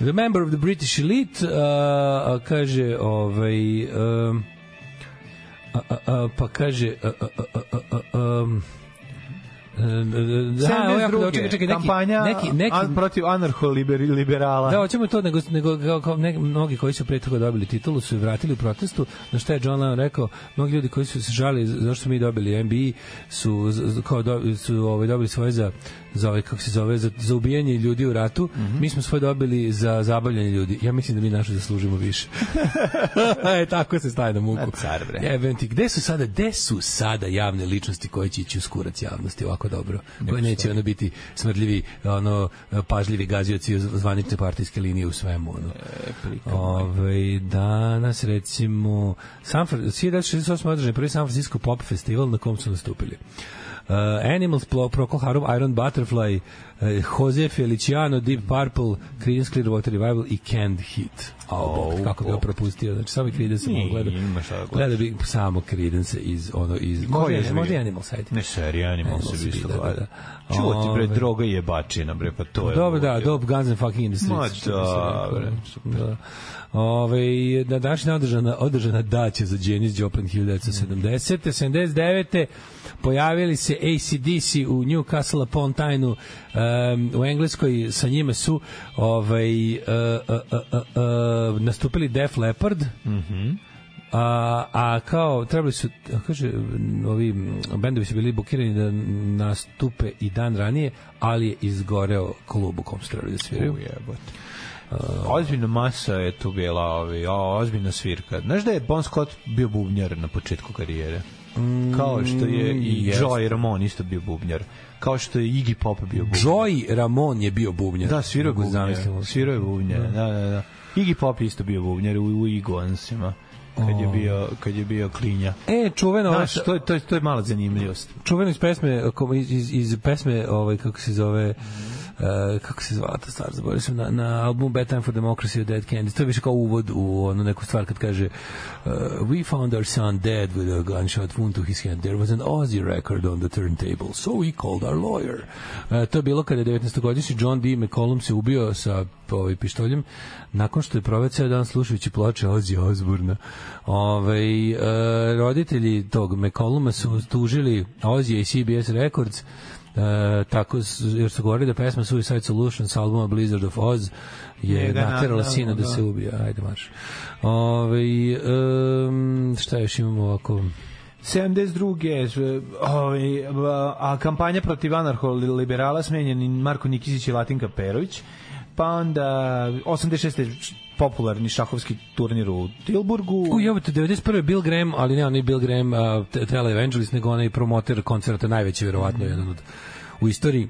S6: the Member of the British Elite, a, a, kaže, ovaj, um, a, a, a, pa kaže a, a, a, a, a, a, um, e, e, da, ovo je jako dobro,
S7: 72.
S6: čekaj, čekaj, neki,
S7: kampanja
S6: neki, neki,
S7: an, protiv anarcho-liberala.
S6: Da, hoćemo to, nego, nego kao, kao ne, mnogi koji su pre toga dobili titulu su je vratili u protestu, na što je John Lennon rekao, mnogi ljudi koji su se žali zašto smo mi dobili MBE su, z- z- kao do, su ovaj, dobili svoje za, za ovaj, kako se zove, za, za ubijanje ljudi u ratu,
S7: Mhm.
S6: mi smo svoje dobili za zabavljanje ljudi. Ja mislim da mi naše zaslužimo više. e, tako se staje na muku.
S7: car, bre.
S6: Jebem ti, gde su sada, gde su sada javne ličnosti koje će ići u skurac javnosti ovako dobro? Koje neće ono biti smrdljivi, ono, pažljivi gazioci zvanične partijske linije u svemu. Ono.
S7: E,
S6: Ove, danas, recimo, San Fran- 1968. održan je prvi San Francisco Pop Festival na kom su nastupili. Uh, Animals, Plo, Procol Harum, Iron Butterfly, uh, Jose Feliciano, Deep Purple, Creedence Clearwater Revival i Canned Heat. Oh, kako bi ga propustio, znači samo i Creedence sam
S7: Nije,
S6: gledao.
S7: ima šta da gledaš.
S6: Gledao bi samo Creedence iz, ono, iz, možda,
S7: je
S6: i-
S7: živio?
S6: možda i Animals, ajde.
S7: Ne, seri, animal
S6: Animal
S7: se
S6: se
S7: bi isto
S6: bi, da,
S7: gleda.
S6: da, da.
S7: Čuo ti, bre,
S6: Ove.
S7: droga i jebačina, bre, pa to je...
S6: Dobro,
S7: ludilo.
S6: da, dope Guns and fucking in the streets.
S7: Ma,
S6: što bi se reklo,
S7: dobro,
S6: da. Da. Ove, na današnji dan održana, održana daća za Janis Joplin 1970. 79. pojavili se ACDC u Newcastle upon Tyne um, u Engleskoj sa njima su ovaj, uh, uh, uh, uh, uh, nastupili Def Leppard A, a kao trebali su a kaže ovi m, bendovi su bili bukirani da nastupe i dan ranije, ali je izgoreo klub u kom su trebali da sviraju.
S7: U jebote. Uh, Ozbiljna masa je tu bila, ovi, o, ozbiljna svirka. Znaš da je Bon Scott bio bubnjar na početku karijere? Kao što je i
S6: jeste.
S7: Joey Ramon isto bio bubnjar. Kao što je Iggy Pop bio bubnjar.
S6: Joy Ramon je bio bubnjar.
S7: Da, svirao je
S6: Mogu
S7: bubnjar.
S6: zamisliti.
S7: Svirao je bubnjar, da, da, da. Iggy Pop je isto bio bubnjar u, u Igonsima. Kad je bio, kad je bio klinja.
S6: E, čuveno, ova-
S7: Znaš, Da, to je, to je, to je mala zanimljivost.
S6: čuveno iz pesme, kom- iz, iz, iz pesme, ovaj, kako se zove, Uh, kako se zvala ta stvar, zaboravio sam, na, na album Bad Time for Democracy od Dead Kennedys, to je više kao uvod u onu neku stvar kad kaže uh, We found our son dead with a gunshot wound to his hand. There was an Aussie record on the turntable, so we called our lawyer. Uh, to je bilo kada je 19-godišnji John D. McCollum se ubio sa ovaj, pištoljem nakon što je proveo ceo dan slušajući ploče Ozzy Osburna. Ovaj, e, roditelji tog McColluma su tužili Ozzy i CBS Records E, tako s- jer su govorili da pesma Suicide Solution sa albuma Blizzard of Oz je
S7: Njega
S6: naterala
S7: naterala,
S6: sina da
S7: da.
S6: se ubije. Ajde, marš. Ove, um, šta još imamo ovako?
S7: 72. Ovaj, a- a kampanja protiv anarcho-liberala smenjen i Marko Nikisić i Latinka Perović. Pa onda 86. popularni šahovski turnir u Tilburgu.
S6: U, jebote, 91. Bill Graham, ali ne onaj Bill Graham a, te- televangelist, nego onaj promoter koncerta, najveći verovatno jedan od u istoriji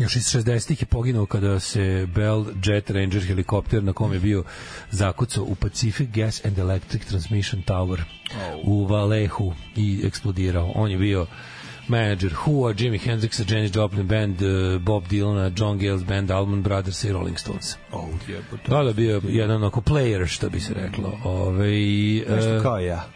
S6: još iz 60-ih je poginuo kada se Bell Jet Ranger helikopter na kom je bio zakucao u Pacific Gas and Electric Transmission Tower u Valehu i eksplodirao. On je bio Manager Who-a, Jimi Hendrixa, Janis Joplin Band, eh, Bob Dylana, John Gales Band, Allman Brothers i Rolling Stones.
S7: Oh, jebote.
S6: Da, da, bio je jedan oko player, što bi se reklo. Ove, eh,
S7: Nešto kao ja.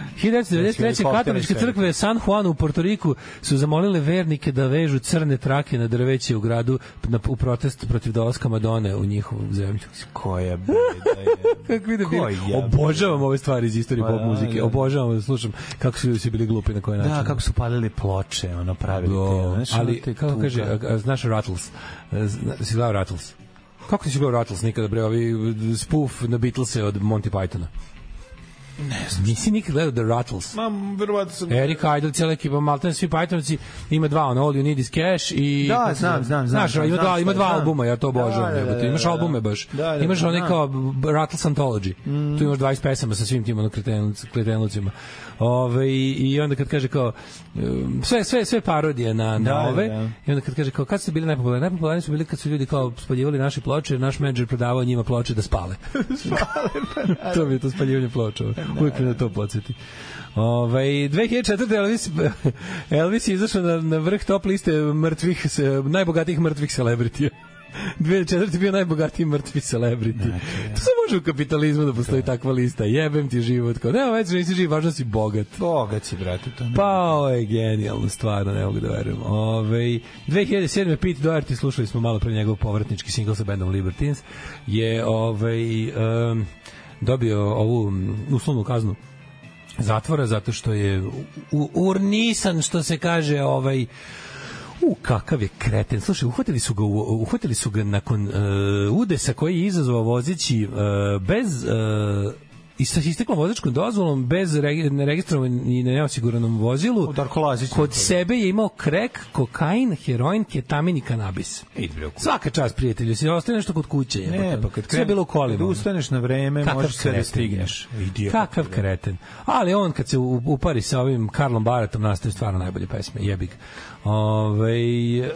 S7: Znači,
S6: 1993. katoličke
S7: Helikoptere sve.
S6: crkve San Juan u Portoriku su zamolile vernike da vežu crne trake na drveće u gradu na, u protest protiv dolaska Madone u njihovu zemlju.
S7: Koja beda je.
S6: Kako vidim,
S7: Koji jebote?
S6: obožavam ove stvari iz istorije
S7: Pa
S6: pop
S7: da,
S6: muzike.
S7: da.
S6: Obožavam da slušam kako su ljudi svi bili glupi na koji način.
S7: Da, kako su palili ploče, ono pravili.
S6: znači. Do,
S7: te, znaš,
S6: ali
S7: ono te
S6: kako
S7: tuga.
S6: kaže, a, a, znaš Rattles? A, zna- Si gledao Rattles? Kako nisi gledao Rattles nikada, bre, ovi spoof na Beatlese od Monty Pythona? Ne znam. Nisi nikad gledao The Rattles?
S7: Ma, verovatno sam...
S6: Eric Idle, cijela ekipa, Malten, svi Pythonci, ima dva, ono, All You Need Is Cash i...
S7: Da,
S6: kako se
S7: znam, znam,
S6: zove?
S7: znam,
S6: Znaš,
S7: znam,
S6: ima
S7: znam
S6: dva,
S7: šta
S6: ima
S7: je,
S6: dva
S7: znam.
S6: albuma, ja to obožavam,
S7: Da, da,
S6: da,
S7: da,
S6: imaš
S7: da,
S6: albume
S7: da.
S6: baš.
S7: Da, da,
S6: imaš
S7: da,
S6: onaj
S7: znam.
S6: kao B- Rattles Anthology, tu imaš 20 pesama sa svim tim, ono, kretenluc- kretenlucima. Ove, i, I onda kad kaže kao, um, sve, sve, sve parodije na, na
S7: Da, da,
S6: ove,
S7: da.
S6: i onda kad kaže kao, kad ste bili najpopularni? Najpopularni su bili kad su ljudi kao spaljivali naše ploče, jer naš menadžer prodavao njima ploče da spale. to mi je to spaljivanje ploča.
S7: Da,
S6: Uvijek me na to podsjeti. Ovaj 2004. Elvis, Elvis je izašao na, na vrh top liste mrtvih, se- najbogatijih mrtvih celebritija. 2004. je bio najbogatiji mrtvi celebrity.
S7: Znači,
S6: To se može u kapitalizmu da postoji takva lista. Jebem ti život. Kao, nema već, nisi živ, važno da si bogat.
S7: Boga si, brate, to ne.
S6: Pa, ovo je genijalno, stvarno, ne mogu da verujem. Ove, 2007. Pete Doherty, slušali smo malo pre njegov povratnički singl sa bandom Libertines, je ovaj, um, dobio ovu mm, uslovnu kaznu zatvora zato što je u- u- urnisan, što se kaže, ovaj, U, kakav je kreten. Slušaj, uhvatili su ga, u- uhvatili su ga nakon uh, udesa koji je izazvao vozeći uh, bez uh, i sa isteklom vozačkom dozvolom bez reg- neregistrovanom i neosiguranom vozilu
S7: U Darko Lazić.
S6: kod sebe je imao krek, kokain, heroin, ketamin i kanabis. Svaka čast prijatelju, si ostaje nešto kod kuće.
S7: Ne,
S6: jebote.
S7: pa kad
S6: Sve je bilo u
S7: Kad
S6: kolima. ono.
S7: ustaneš na vreme,
S6: Kakav
S7: možeš sve da
S6: kreten
S7: stigneš.
S6: je. Kakav kreten. Ali on kad se u- upari sa ovim Karlom Baratom nastaje stvarno najbolje pesme, jebik. Ove, e,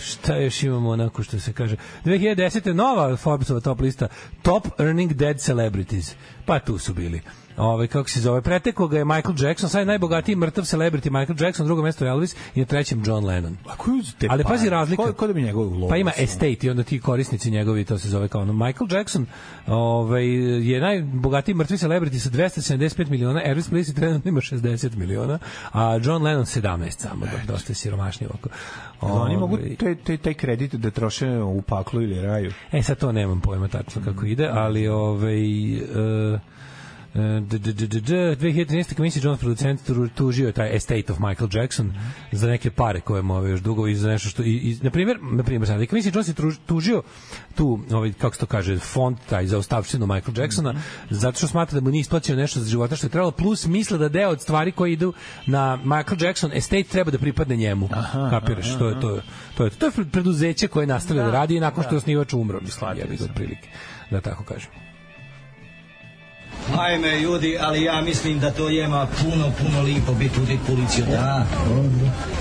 S6: šta još imamo onako što se kaže 2010. nova Forbesova top lista Top Earning Dead Celebrities pa tu su bili Ove, kako se zove, preteko ga je Michael Jackson sad je najbogatiji mrtav celebrity Michael Jackson drugo mesto Elvis i na trećem John Lennon
S7: A koju uz te
S6: Ali
S7: pare?
S6: pazi razlika.
S7: Ko, ko da bi njegovu ulogu?
S6: Pa ima estate i onda ti korisnici njegovi, to se zove kao ono. Michael Jackson ovaj, je najbogatiji mrtvi celebrity sa 275 miliona, Elvis Presley trenutno ima 60 miliona, a John Lennon 17 samo, da, dosta je siromašniji oko.
S7: Jel Pa Oni mogu
S6: Ovaj,
S7: taj, taj, taj kredit da troše u paklu ili raju.
S6: E sad to nemam pojma tačno kako ide, ali ovaj e, e, d- d- d- d- d- 2013. komisija Jones producent tru- tužio je taj estate of Michael Jackson za neke pare koje mu ove još dugo i za nešto što i, i na primjer na primjer sad komisija Jones je truž- tužio tu ovaj kako se to kaže fond taj za ostavštinu Michael Jacksona zato što smatra da mu nije isplaćeno nešto za života što je trebalo plus misle da deo od stvari koje idu na Michael Jackson estate treba da pripadne njemu kapiraš to je to to je to je preduzeće koje nastavlja da radi i nakon što je osnivač umro mislim ja bih otprilike da tako kažem
S10: Ajme ljudi, ali ja mislim da to jema puno, puno lipo biti u tih policiju. Da,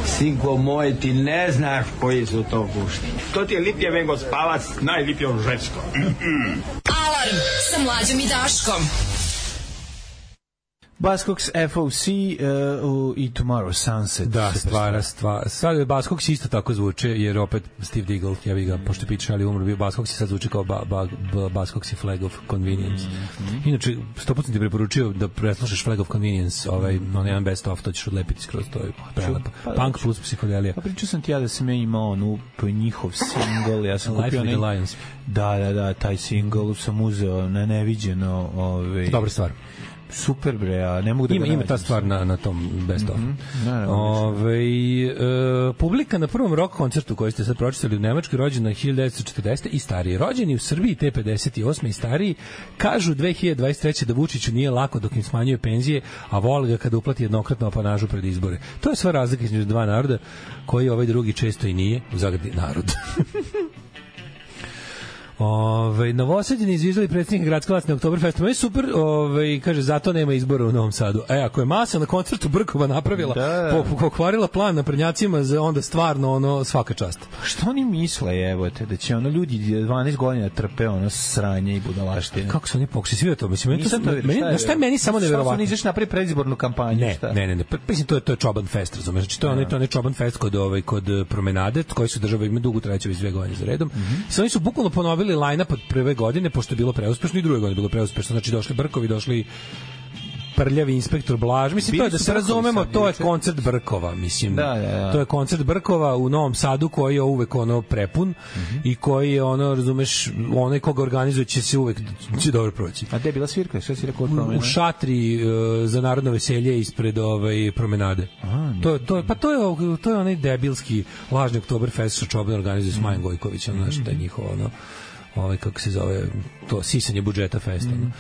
S11: Sinko moj, ti ne znaš koji su to gušti. To ti je lipje vengo spavac, najlipje žensko.
S5: Alarm sa mlađom i Daškom.
S7: Baskox FOC uh, u, i Tomorrow Sunset.
S6: Da,
S7: Super
S6: stvara, stvara. Sad je Baskog isto tako zvuče, jer opet Steve Diggle, ja bih ga, pošto piče, ali umro bio Baskog sad zvuči kao ba, ba, ba, Baskog Flag of Convenience. Inače, 100% ti preporučio da preslušaš Flag of Convenience, ovaj, onaj jedan best of, to ćeš odlepiti skroz, to je prelepo.
S7: pa,
S6: Punk plus psihodelija.
S7: Pa pričao sam ti ja da sam ja imao onu p- njihov single, ja sam
S6: Life
S7: kupio
S6: of the
S7: onaj-
S6: Lions.
S7: Da, da, da, taj single sam uzeo na neviđeno, ovaj.
S6: Dobra stvar.
S7: Super bre, a ne mogu da
S6: Ima,
S7: ga
S6: ima ta
S7: nađem.
S6: stvar na, na tom best of. Mm
S7: Da,
S6: -hmm.
S7: da,
S6: Ove, e, publika na prvom rock koncertu koji ste sad pročitali u Nemačkoj rođena je 1940. i stariji. Rođeni u Srbiji te 58. i stariji kažu 2023. da Vučiću nije lako dok im smanjuje penzije, a vole ga kada uplati jednokratno apanažu pred izbore. To je sva razlika između dva naroda koji ovaj drugi često i nije u zagradi narod. Ove, Novosadjeni izvizali predsjednika gradske vlasti na Oktoberfestu. Ovo je super, ove, kaže, zato nema izbora u Novom Sadu. E, ako je masa na koncertu Brkova napravila,
S7: Da.
S6: da. pokvarila plan na prnjacima, za onda stvarno, ono, svaka čast.
S7: Što oni misle, evo te, da će ono ljudi 12 godina trpe ono sranje i budalaštine?
S6: Kako su oni pokušali, svi to, mislim, meni, to,
S7: Da. Nisam to vidio.
S6: meni,
S7: je
S6: na šta je
S7: bilo?
S6: meni samo
S7: Šta su Oni
S6: neverovatno.
S7: izašli napravi predizbornu kampanju.
S6: Ne,
S7: šta? Da.
S6: ne, ne, ne, pa, mislim to je to je Čoban Fest, razumeš? Znači to je onaj to je onaj Čoban Fest kod ovaj kod eh, promenade, koji su država ima dugu trajeću već dve godine za redom. Mm
S7: Mhm.
S6: -hmm. oni su bukvalno ponovili line-up od prve godine pošto je bilo preuspešno i druge godine je bilo preuspešno. Znači došli Brkovi, došli prljavi inspektor Blaž. Mislim,
S7: Bili
S6: to je da
S7: su
S6: se
S7: Brkovi
S6: razumemo,
S7: sad
S6: to je
S7: juče.
S6: koncert Brkova, mislim.
S7: Da, da, da.
S6: To je koncert Brkova u Novom Sadu koji je uvek ono prepun
S7: Mhm.
S6: i koji je ono, razumeš, onaj koga organizuje će se uvek će dobro proći
S7: A gde je bila svirka? Šta si rekao od promena?
S6: u šatri e, za narodno veselje ispred ovaj promenade. to je- to je- pa to je to je onaj debilski lažni Oktoberfest što Čoban organizuje s Majem Gojković, ono znači da njihovo ono ovaj kako se zove to sisanje budžeta festa. Mm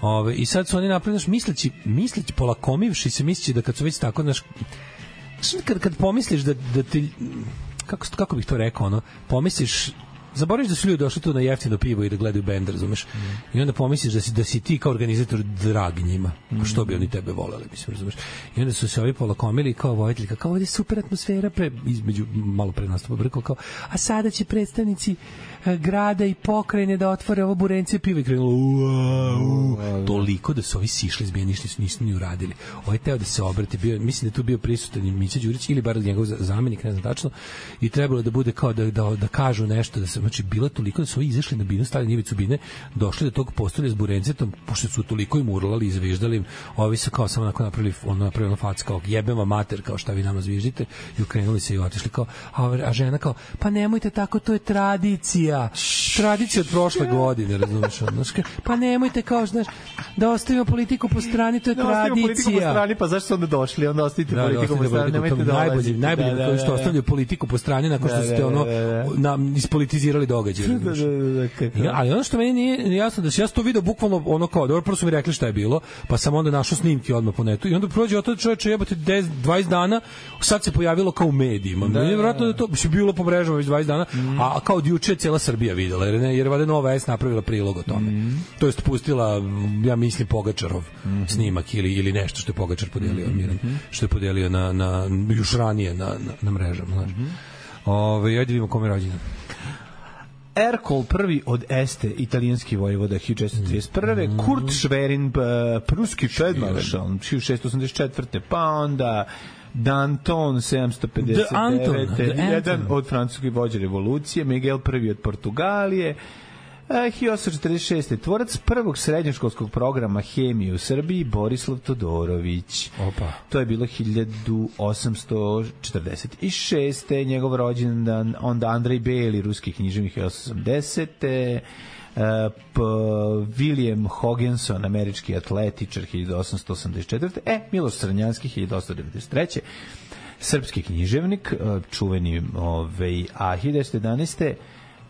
S6: Ovaj i sad su oni napravili znaš, misleći misleći polakomivši se misleći da kad su već tako znaš Znaš, kad, kad pomisliš da, da ti, kako, kako bih to rekao, ono, pomisliš zaboraviš da su ljudi došli tu na jeftino pivo i da gledaju bend, razumeš? I onda pomisliš da si, da si ti kao organizator drag njima, mm. što bi oni tebe voleli, mislim, razumeš? I onda su se ovi polakomili kao vojitelji, kao ovdje je super atmosfera, pre, između, malo pre nastupa brkao, kao, a sada će predstavnici e, grada i pokrajine da otvore ovo burence piva i krenulo ua, ua, toliko da su ovi sišli izbijeni ništa nisu, nisu ni uradili ovaj teo da se obrati bio, mislim da je tu bio prisutan i Mića Đurić ili bar njegov za- zamenik ne znam tačno i trebalo je da bude kao da, da, da kažu nešto da se, znači bilo je toliko da su ovi izašli na binu stali nivicu bine došli do tog postolja s burencetom pošto su toliko im urlali i zviždali im, ovi su kao samo onako napravili ono napravili ono fac kao jebem vam mater kao šta vi nama zviždite i okrenuli se i otišli kao a, ova- a žena kao pa nemojte tako to je tradicija tradicija od prošle godine razumeš ono, znaš, kao, pa nemojte kao znaš da ostavimo politiku po strani to je
S7: Da ostavimo politiku po
S6: tradicija
S7: strani, pa zašto su onda došli? Onda ostavite
S6: da, da,
S7: politiku po
S6: ostavljaju
S7: strani,
S6: politiku,
S7: nemojte
S6: to
S7: da
S6: najbolji-
S7: dolazite.
S6: najbolje
S7: Da,
S6: da,
S7: da, da,
S6: što ostavljaju politiku po strani nakon što
S7: Da,
S6: ste
S7: da,
S6: ono
S7: da, da.
S6: nam ispolitizirali događaj.
S7: Da,
S6: razumeš?
S7: da, da, da, kako.
S6: Ja, ali ono što meni nije jasno da se ja sam to video bukvalno ono kao dobro prvo su mi rekli šta je bilo, pa sam onda našao snimke odmah po netu i onda prođe otac čoveče jebote 10 20 dana, sad se pojavilo kao u medijima. Da, je verovatno da Mm. je to mislim, bilo po mrežama već 20 dana, a, a kao od juče je cela Srbija videla, jer ne, jer valjda Nova S napravila prilog o tome. To jest pustila mm, ja mislim Pogačarov snimak ili ili nešto što je Pogačar podelio Miran, što je podelio na na još ranije na na, na mrežama, znaš. Ovaj ajde vidimo kome je rođendan.
S7: Erkol prvi od Este, italijanski vojvoda 1631.
S6: Mhm.
S7: Kurt Schwerin, p- pruski feldmaršal 1684. Pa onda Danton 759.
S6: The Da, Anton, the
S7: jedan
S6: Anton.
S7: od francuskih vođa revolucije, Miguel I od Portugalije. E, 1846. tvorac prvog srednjoškolskog programa hemije u Srbiji Borislav Todorović.
S6: Opa.
S7: To je bilo 1846. Njegov rođendan, onda Andrej Beli, ruski književnik 1880. Uh, p, William Hogenson, američki atletičar 1884. E, Miloš Srnjanski 1893. Srpski književnik, uh, čuveni ovaj, a 1911.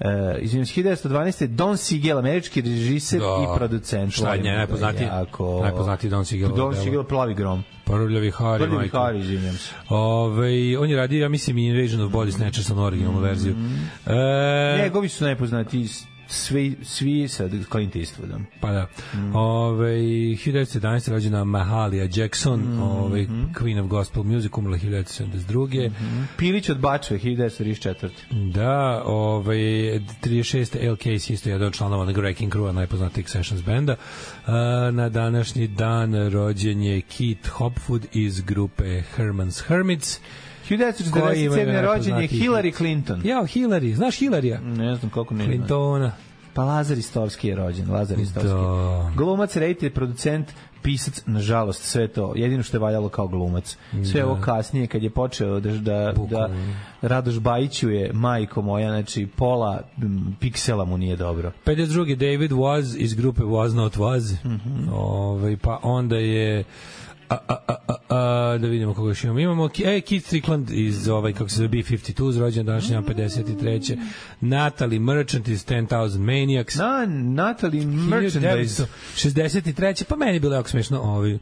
S7: Uh, izvinim, 1912. Don Siegel, američki režiser
S6: Da.
S7: i producent.
S6: Šta je
S7: Volim ga
S6: najpoznatiji-
S7: jako.
S6: najpoznatiji Don Siegelovo
S7: Don
S6: delo.
S7: Siegel, Plavi grom.
S6: Prljavi Hari,
S7: Prvi
S6: majko.
S7: Bihari, izvinjam se.
S6: Ove, on je radio, ja mislim, i Invasion of Body Snatchers, on originalnu verziju. E,
S7: Njegovi su najpoznatiji s- svi, svi sa Clint Eastwoodom.
S6: pa da. Ove, 1917. rođena Mahalia Jackson, ove, Queen of Gospel Music, umrla 1972.
S7: Pilić od Bačve, 1934.
S6: Da, ove, 36. LK Case, isto jedan od članova onog Wrecking Crew, najpoznatijeg Sessions benda. E, na današnji dan rođen je Keith Hopwood iz grupe Herman's Hermits. Koji ima
S7: 1947. rođen je
S6: najpoznatiji
S7: Hillary
S6: hit?
S7: Clinton.
S6: Jao, Hillary, znaš Hillarya?
S7: Ne znam koliko ne znam.
S6: Clintona.
S7: Pa Lazar Istovski je rođen, Lazar Istovski.
S6: Da.
S7: Glumac, reditelj, producent, pisac, nažalost, sve to. Jedino što je valjalo kao glumac. Sve ovo kasnije, kad je počeo da, da, da
S6: Da. Bukvalno.
S7: Radoš Bajiću je majko moja, znači pola m, piksela mu nije dobro.
S6: 52. David Was iz grupe Was Not Was. Ovaj, pa onda je a, a, a, a, a, da vidimo koga još imamo. Imamo Ki- e, Keith Strickland iz ovaj, kako se zove, B-52, rođen današnji dan 53. Natalie Merchant iz 10,000 Maniacs.
S7: Na, Natalie Merchandise.
S6: 1963. Pa meni je bilo jako smešno ovaj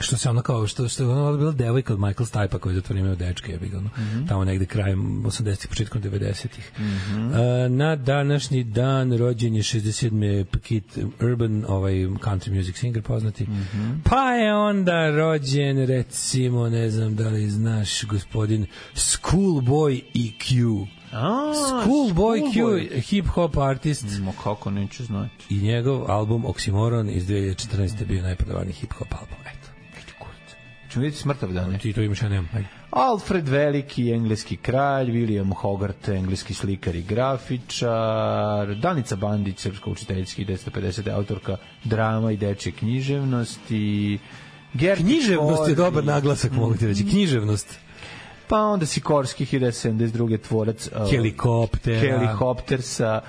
S6: što se ono kao što što je ono bila devojka od Michael Stipe koja je za to vreme imao dečke, jebi ga, ono,
S7: Mhm.
S6: tamo negde krajem 80-ih, početkom 90-ih.
S7: Mhm.
S6: E, na današnji dan rođen je 67. Kit Urban, ovaj country music singer poznati.
S7: Mhm.
S6: Pa je onda rođen recimo, ne znam da li znaš, gospodin Schoolboy EQ.
S7: A,
S6: Schoolboy E Q, hip hop artist
S7: Ma kako neću znati.
S6: i njegov album Oxymoron iz 2014. je bio najprodavaniji hip hop album. Eto, eto kurac.
S7: Čemo vidjeti smrtav dane.
S6: Ti to imaš, ja nemam. Ajde.
S7: Alfred Veliki, engleski kralj, William Hogarth, engleski slikar i grafičar, Danica Bandić, srpska učiteljski, 1950. autorka drama i dečje književnosti, Gerti
S6: Književnost je
S7: Čorbi,
S6: dobar naglasak, mogu ti reći. Književnost.
S7: Pa onda Sikorski, 1972. tvorac
S6: Oh.
S7: uh,
S6: Helikoptera.
S7: Helikoptersa,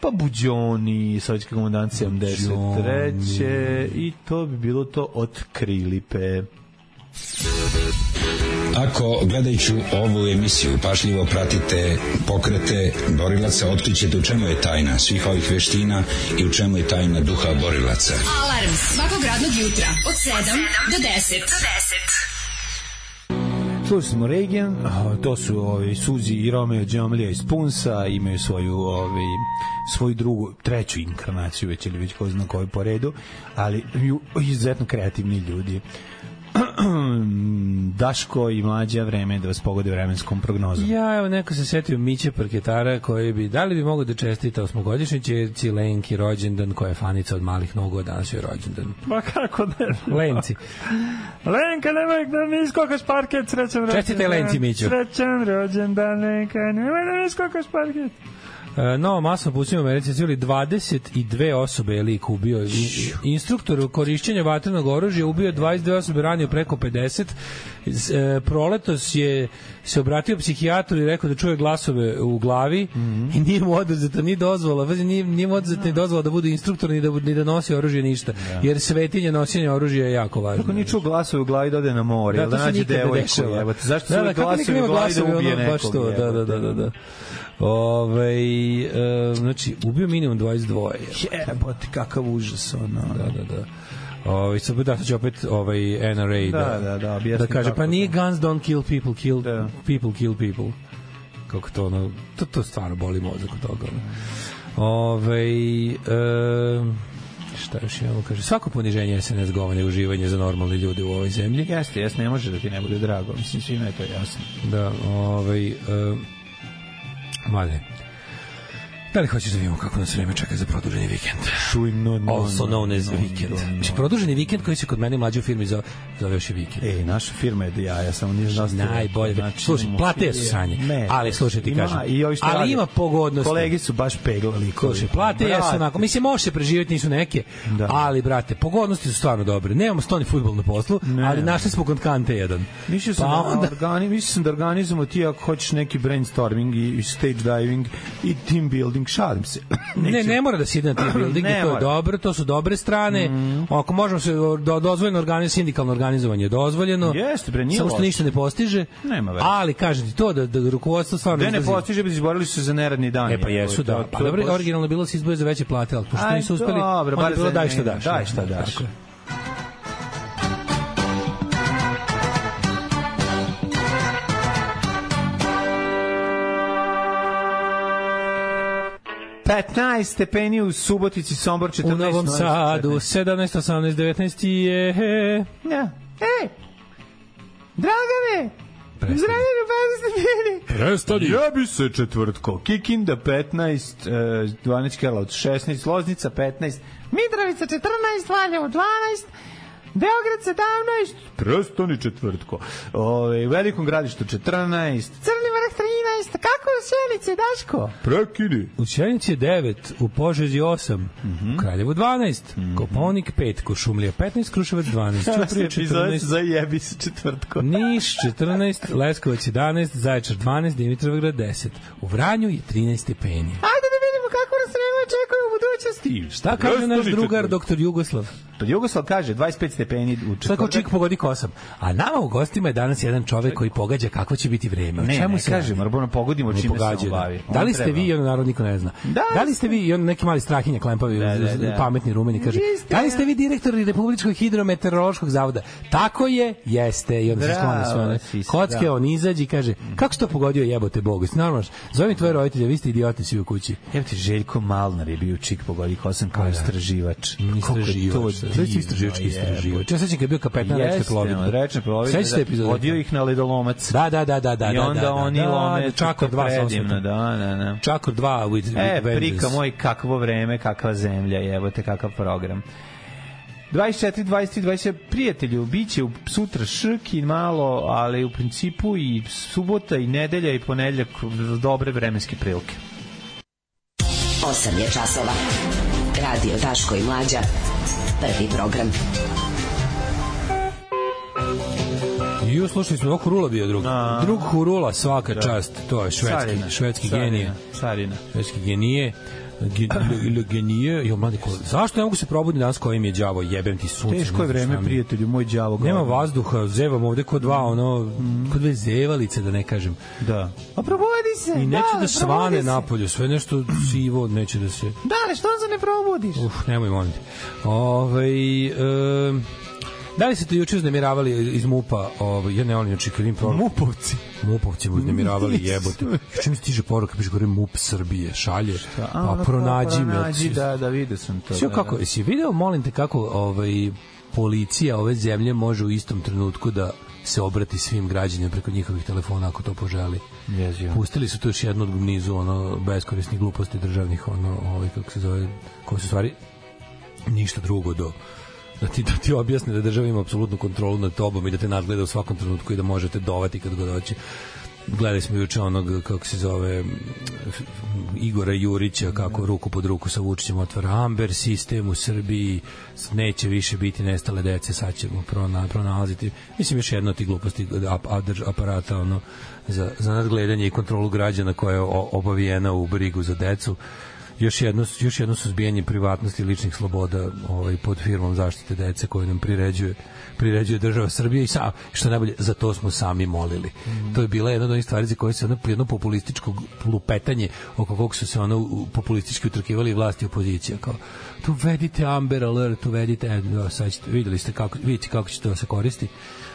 S7: pa Buđoni, Sovjetska komandancija 73. I to bi bilo to od Krilipe.
S12: Ako gledajući ovu emisiju pašljivo pratite pokrete borilaca, otkrićete u čemu je tajna svih ovih veština i u čemu je tajna duha borilaca.
S5: Alarm svakog radnog jutra od 7 do 10. Do 10.
S7: Slušali smo Reagan, a, to su ovi, Suzi i Romeo Džamlija iz Punsa, imaju svoju, ovi, svoju drugu, treću inkarnaciju već ili već ko zna koju po redu, ali ju- izuzetno kreativni ljudi. Daško i mlađa vreme je da vas pogode vremenskom prognozom.
S6: Ja, evo, neko se setio Miće Parketara koji bi, da li bi mogo da čestita osmogodišnji čerci Lenki rođendan koja je fanica od malih nogu, a danas je rođendan.
S13: Ma Pa kako ne?
S6: Lenci.
S13: Lenka, nemoj da mi iskokaš parket, srećan rođendan.
S6: Čestitaj Lenci, Mićo.
S13: Srećan rođendan, Lenka, nemoj da mi iskokaš parket.
S6: E, Novo masno pucanje u Americi znači su bili 22 osobe je lik ubio. I- i- Instruktor u korišćenju vatrenog oružja ubio je 22 osobe, ranio preko 50. Z- E, proletos je se obratio psihijatru i rekao da čuje glasove u glavi i nije mu oduzeta ni dozvola, vazi, nije, nije mu oduzeta ni dozvola da bude instruktor ni da, bu- ni da nosi oružje ništa, jer svetinje nošenja oružja je jako važno.
S7: Kako nije čuo glasove u glavi da ode na more, da,
S6: to
S7: da
S6: se
S7: nađe
S6: nikad ne
S7: devojku.
S6: dešava.
S7: jebote? Zašto
S6: Da,
S7: su
S6: da,
S7: uvek
S6: kako
S7: glasovi
S6: neko
S7: u
S6: ima
S7: glavi da
S6: glasove,
S7: ubije
S6: ono,
S7: nekog?
S6: baš to, da, da, da, da, da. Ove, e, znači, ubio minimum 22.
S7: Jebote, kakav užas, ono.
S6: Da, da, da. Ovaj sad da sad će opet ovaj NRA
S7: Da, da, da, objasni
S6: da kaže
S7: kako
S6: pa nije guns don't kill people kill
S7: Da.
S6: people kill people kako to ono to to stvarno boli mozak od toga ono. ovaj em, šta još imamo kaže svako poniženje SNS govane je uživanje za normalne ljude u ovoj zemlji
S7: Jeste, jeste, ne može da ti ne bude drago. Mislim, svima je to jasno.
S6: Da, ovaj... Uh, mlade, da li hoćeš da vidimo kako nas vreme čeka za produženi vikend?
S7: Čujno, no,
S6: Also
S7: no,
S6: known as
S7: no,
S6: vikend.
S7: no, no.
S6: Znači, produženi vikend koji se kod mene mlađe u firmi zove, zove još i vikend.
S7: E, naša firma je do jaja, samo nije znao ste-
S6: Najbolje. Slušaj,
S7: Znači, imamo-
S6: plate su sranje,
S7: Ne.
S6: ali slušaj ti
S7: Ima
S6: kažem.
S7: i ovi što
S6: Ali
S7: rade.
S6: ima pogodnosti.
S7: Kolege su baš peglali.
S6: Slušaj, plate
S7: Brate,
S6: jesu onako, mislim može se preživjeti, nisu neke,
S7: Da.
S6: ali brate, pogodnosti su stvarno dobre. Nemamo stoni fudbal na poslu, ali našli smo kod Kante jedan.
S7: Mislio sam,
S6: Pa
S7: da,
S6: onda-
S7: organi, mislio sam da organizujemo ti ako hoćeš neki brainstorming i, i stage diving i team building, šalim se.
S6: Ne,
S7: Neću-
S6: ne mora da se ide na team building,
S7: Ne
S6: to je
S7: mora. Mhm.
S6: dobro, to su dobre strane. Ako možemo se do, dozvoljeno organizovanje, sindikalno organizovanje je dozvoljeno.
S7: Jeste, bre, nije
S6: Samo što
S7: loše.
S6: ništa ne postiže.
S7: Nema veze.
S6: Ali kažem ti to da, da rukovodstvo stvarno
S7: Gde ne
S6: izlazi-
S7: postiže, bi izborili su se za neradni dan.
S6: E pa jesu,
S7: To-
S6: da.
S7: to
S6: Pa
S7: je
S6: dobro,
S7: baš-
S6: originalno je bilo se izbore za veće plate, ali pošto
S7: Aj,
S6: nisu uspeli,
S7: dobro,
S6: onda je
S7: bar
S6: bilo
S7: za
S6: daj šta
S7: ne-
S6: daš.
S7: daj šta daš.
S6: Tako je.
S7: petnaest stepeni u Subotici, Sombor 14.
S6: U Novom Sadu, 17, 18, 19 je...
S7: Ja. E, Ej! Dragane! Dragane, pa ste bili!
S6: Prestani!
S7: Ja bi se četvrtko. Kikinda 15, eh, 12 Karlovac 16, Loznica 15, Mitrovica 14, Valjevo 12, Beograd 17, Prestoni četvrtko. Ove, Velikom gradištu 14, Crni vrh 13, kako je u Sjenici, Daško?
S9: Prekini.
S6: U Sjenici je 9, u Požegi 8,
S7: Mhm.
S6: u Kraljevu 12, Koponik 5, Košumlija 15, Kruševac 12,
S7: Pa,
S6: Ćuprije 14,
S7: jebi se četvrtko.
S6: Niš 14, Leskovac 11, Zaječar 12, Dimitrovgrad 10. U Vranju je 13 stepeni.
S7: Ajde da vidimo kako nas vreme očekuje u budućnosti.
S6: Šta kaže naš
S9: Prestani
S6: drugar
S9: četvrtko.
S6: doktor Jugoslav?
S7: To Pa, Jugoslav kaže 25 stepeni u
S6: Sve kao čik pogodi kosam. A nama u gostima je danas jedan čovek koji pogađa kako će biti vreme. O
S7: Ne,
S6: čemu
S7: ne,
S6: se
S7: kažem,
S6: radi?
S7: Arbona, pogodimo
S6: Ne
S7: čime se on
S6: pogađaju, da.
S7: bavi.
S6: Da
S7: On
S6: li ste
S7: treba.
S6: vi, ono narod niko ne zna. Da, li ste vi, i on neki mali strahinja klempavi,
S7: Da,
S6: z- z- pametni rumeni, kaže, da li ste vi direktori Republičkog hidrometeorološkog zavoda? Tako je, jeste. I onda se
S7: Bravo,
S6: skloni sve one
S7: si se,
S6: kocke,
S7: da.
S6: on izađe i kaže, kako si to pogodio, jebote Bogu? Jesi Normalno, zove mi tvoje roditelje, vi ste idioti svi u kući.
S7: Evo ti Željko Malnar je bio čik pogodi kosam kao Pa da. istraživač. da. Kako je to
S6: Istraživač. Sve su istraživački
S7: divno,
S6: istraživač. Ja sećam kad je bio kapetan
S7: Jeste,
S6: Rečne plovidbe.
S7: ono, Rečne plovidbe,
S6: Sećaš se
S7: da.
S6: epizode?
S7: Vodio ih na ledolomac.
S6: Da, da, da, da, da.
S7: I
S6: da,
S7: onda
S6: da,
S7: oni
S6: da,
S7: lome
S6: Čakor 2 sa
S7: predivno,
S6: osvetom.
S7: da, da, da.
S6: Čakor 2 with, with
S7: E,
S6: Avengers.
S7: prika moj, kakvo vreme, kakva zemlja, evo te kakav program. 24, 20, 20, prijatelju, bit će u- sutra šrk i malo, ali u principu i subota i nedelja i ponedeljak dobre vremenske prilike.
S5: 8 je časova. Radio Daško i Mlađa. Prvi program.
S6: Ju, slušali smo, ovo Hurula bio drug.
S7: A.
S6: Drug Hurula, svaka čast. To je švedski,
S7: Da. Carina,
S6: švedski
S7: carina,
S6: genije.
S7: Carina.
S6: Švedski genije. Gen, le, le, genije. Jo, mladi, ko, zašto ne mogu se probuditi danas kojim je đavo jebem ti sunce?
S7: Teško je
S6: ne znam šta
S7: vreme,
S6: mi.
S7: prijatelju, moj đavo.
S6: Nema vazduha, zevam ovde kod dva, ono, kod dve zevalice, da ne kažem.
S7: Da. A probudi se!
S6: I neće da
S7: dale, probudi
S6: svane
S7: se.
S6: napolju, sve nešto sivo, neće da se...
S7: Dale, što se ne probudiš?
S6: Uf, nemoj molim te. Ovaj, em, da li ste to juče uznemiravali iz MUPA? Ovaj, ja ne volim juče kad im problem.
S7: Mupovci.
S6: Mupovci mu uznemiravali
S7: Nisu.
S6: jebote. Čim mi stiže poruka, piše gore MUP Srbije, šalje.
S7: A,
S6: Pa
S7: ono,
S6: pronađi me.
S7: Pronađi, da, da, vidio sam to.
S6: Sve
S7: da,
S6: kako, jesi video, molim te, kako ovaj, policija ove zemlje može u istom trenutku da se obrati svim građanima preko njihovih telefona ako to poželi.
S7: da. Jezivo.
S6: Pustili su tu još jednu od nizu ono beskorisnih gluposti državnih ono ovaj kako se zove koje su stvari ništa drugo do da ti, da ti objasne da država ima apsolutnu kontrolu nad tobom i da te nadgleda u svakom trenutku i da možete dovati kad god hoće. Gledali smo juče onog, kako se zove, m, Igora Jurića, kako ruku pod ruku sa Vučićem otvara Amber sistem u Srbiji, neće više biti nestale dece, sad ćemo prona, pronalaziti. Mislim, još jedna od tih gluposti ap, adrž- aparata ono, za, za nadgledanje i kontrolu građana koja je o- obavijena u brigu za decu još jedno još jedno suzbijanje privatnosti i ličnih sloboda ovaj pod firmom zaštite dece koju nam priređuje priređuje država Srbija i sa što je najbolje za to smo sami molili. To je bila jedna od onih stvari za koje se ono jedno populističko lupetanje oko kog su se ono u- populistički utrkivali i vlast i opozicija kao tu vedite Amber Alert, uvedite, e, da, sad ćete, videli ste kako, vidite kako će to da se koristi.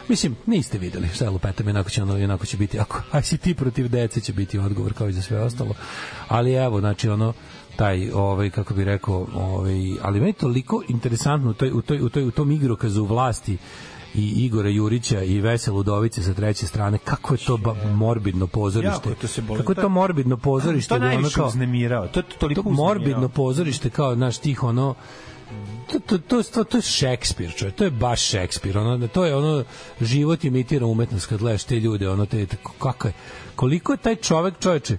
S6: Mislim, niste videli šta je lupetam, jednako će, ono, jednako će biti, ako ICT protiv dece će biti odgovor kao i za sve ostalo. Ali evo, znači, ono, taj ovaj kako bi rekao ovaj ali meni je toliko interesantno u toj u toj u toj u tom igrokazu vlasti i Igora Jurića i Veselu Dovice sa treće strane kako je to ba, morbidno pozorište
S7: Jako je to se boli-
S6: kako je
S7: to
S6: to
S7: je-
S6: morbidno pozorište
S7: To je
S6: da ono
S7: najviše
S6: kao-
S7: uznemirao. To je toliko
S6: to
S7: uznemirao.
S6: morbidno pozorište kao naš tih ono to, to, to, to, to je Šekspir, čovje, to je baš Šekspir, ono, da to je ono, život imitira umetnost kad gledaš te ljude, ono, te, te kako je, koliko je taj čovek, čoveče,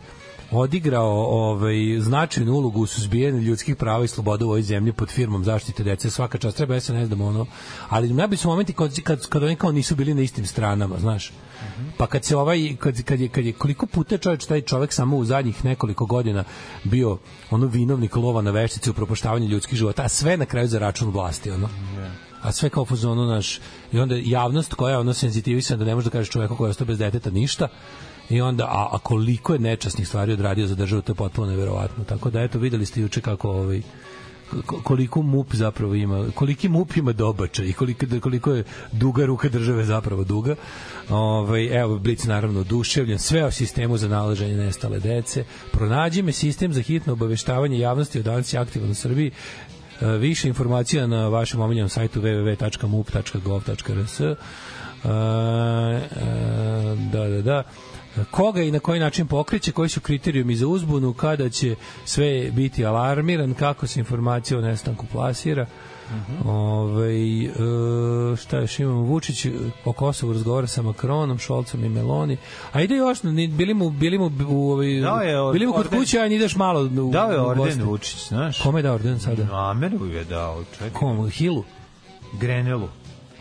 S6: odigrao ovaj značajnu ulogu u suzbijanju ljudskih prava i sloboda u ovoj zemlji pod firmom zaštite dece svaka čast treba se ne znam ono ali najbolji su momenti kad kad kad oni kao nisu bili na istim stranama znaš pa kad se ovaj kad kad je kad je koliko puta čovjek taj čovjek samo u zadnjih nekoliko godina bio ono vinovnik lova na veštici u propoštavanju ljudskih života a sve na kraju za račun vlasti ono a sve kao fuzonu naš i onda javnost koja je ono senzitivisana da ne može da kaže čoveku koji je ostao bez deteta ništa i onda a, a koliko je nečasnih stvari odradio za državu to je potpuno neverovatno tako da eto videli ste juče kako ovaj ko- koliko MUP zapravo ima, koliki MUP ima dobača i koliko, koliko je duga ruka države zapravo duga. Ovaj evo, Blic naravno oduševljen, sve o sistemu za nalaženje nestale dece. Pronađi me sistem za hitno obaveštavanje javnosti o danas je aktivan u Srbiji. E, Više informacija na vašem omiljenom sajtu www.mup.gov.rs E, e, da, da, da koga i na koji način pokreće, koji su kriterijumi za uzbunu, kada će sve biti alarmiran, kako se informacija o nestanku plasira.
S7: Mhm.
S6: Ovaj e, šta još imamo? Vučić o Kosovu razgovara sa Makronom, Šolcom i Meloni. A ide još, ni- bili mu, bili mu u, ovaj,
S7: Dao je od-
S6: bili mu kod
S7: orden.
S6: kuće, a ni ideš malo u,
S7: Dao je
S6: u
S7: orden
S6: goste.
S7: Vučić, znaš. da.
S6: Kome je dao orden sada?
S7: Nameru je dao, čekaj.
S6: Komu? Hilu?
S7: Grenelu.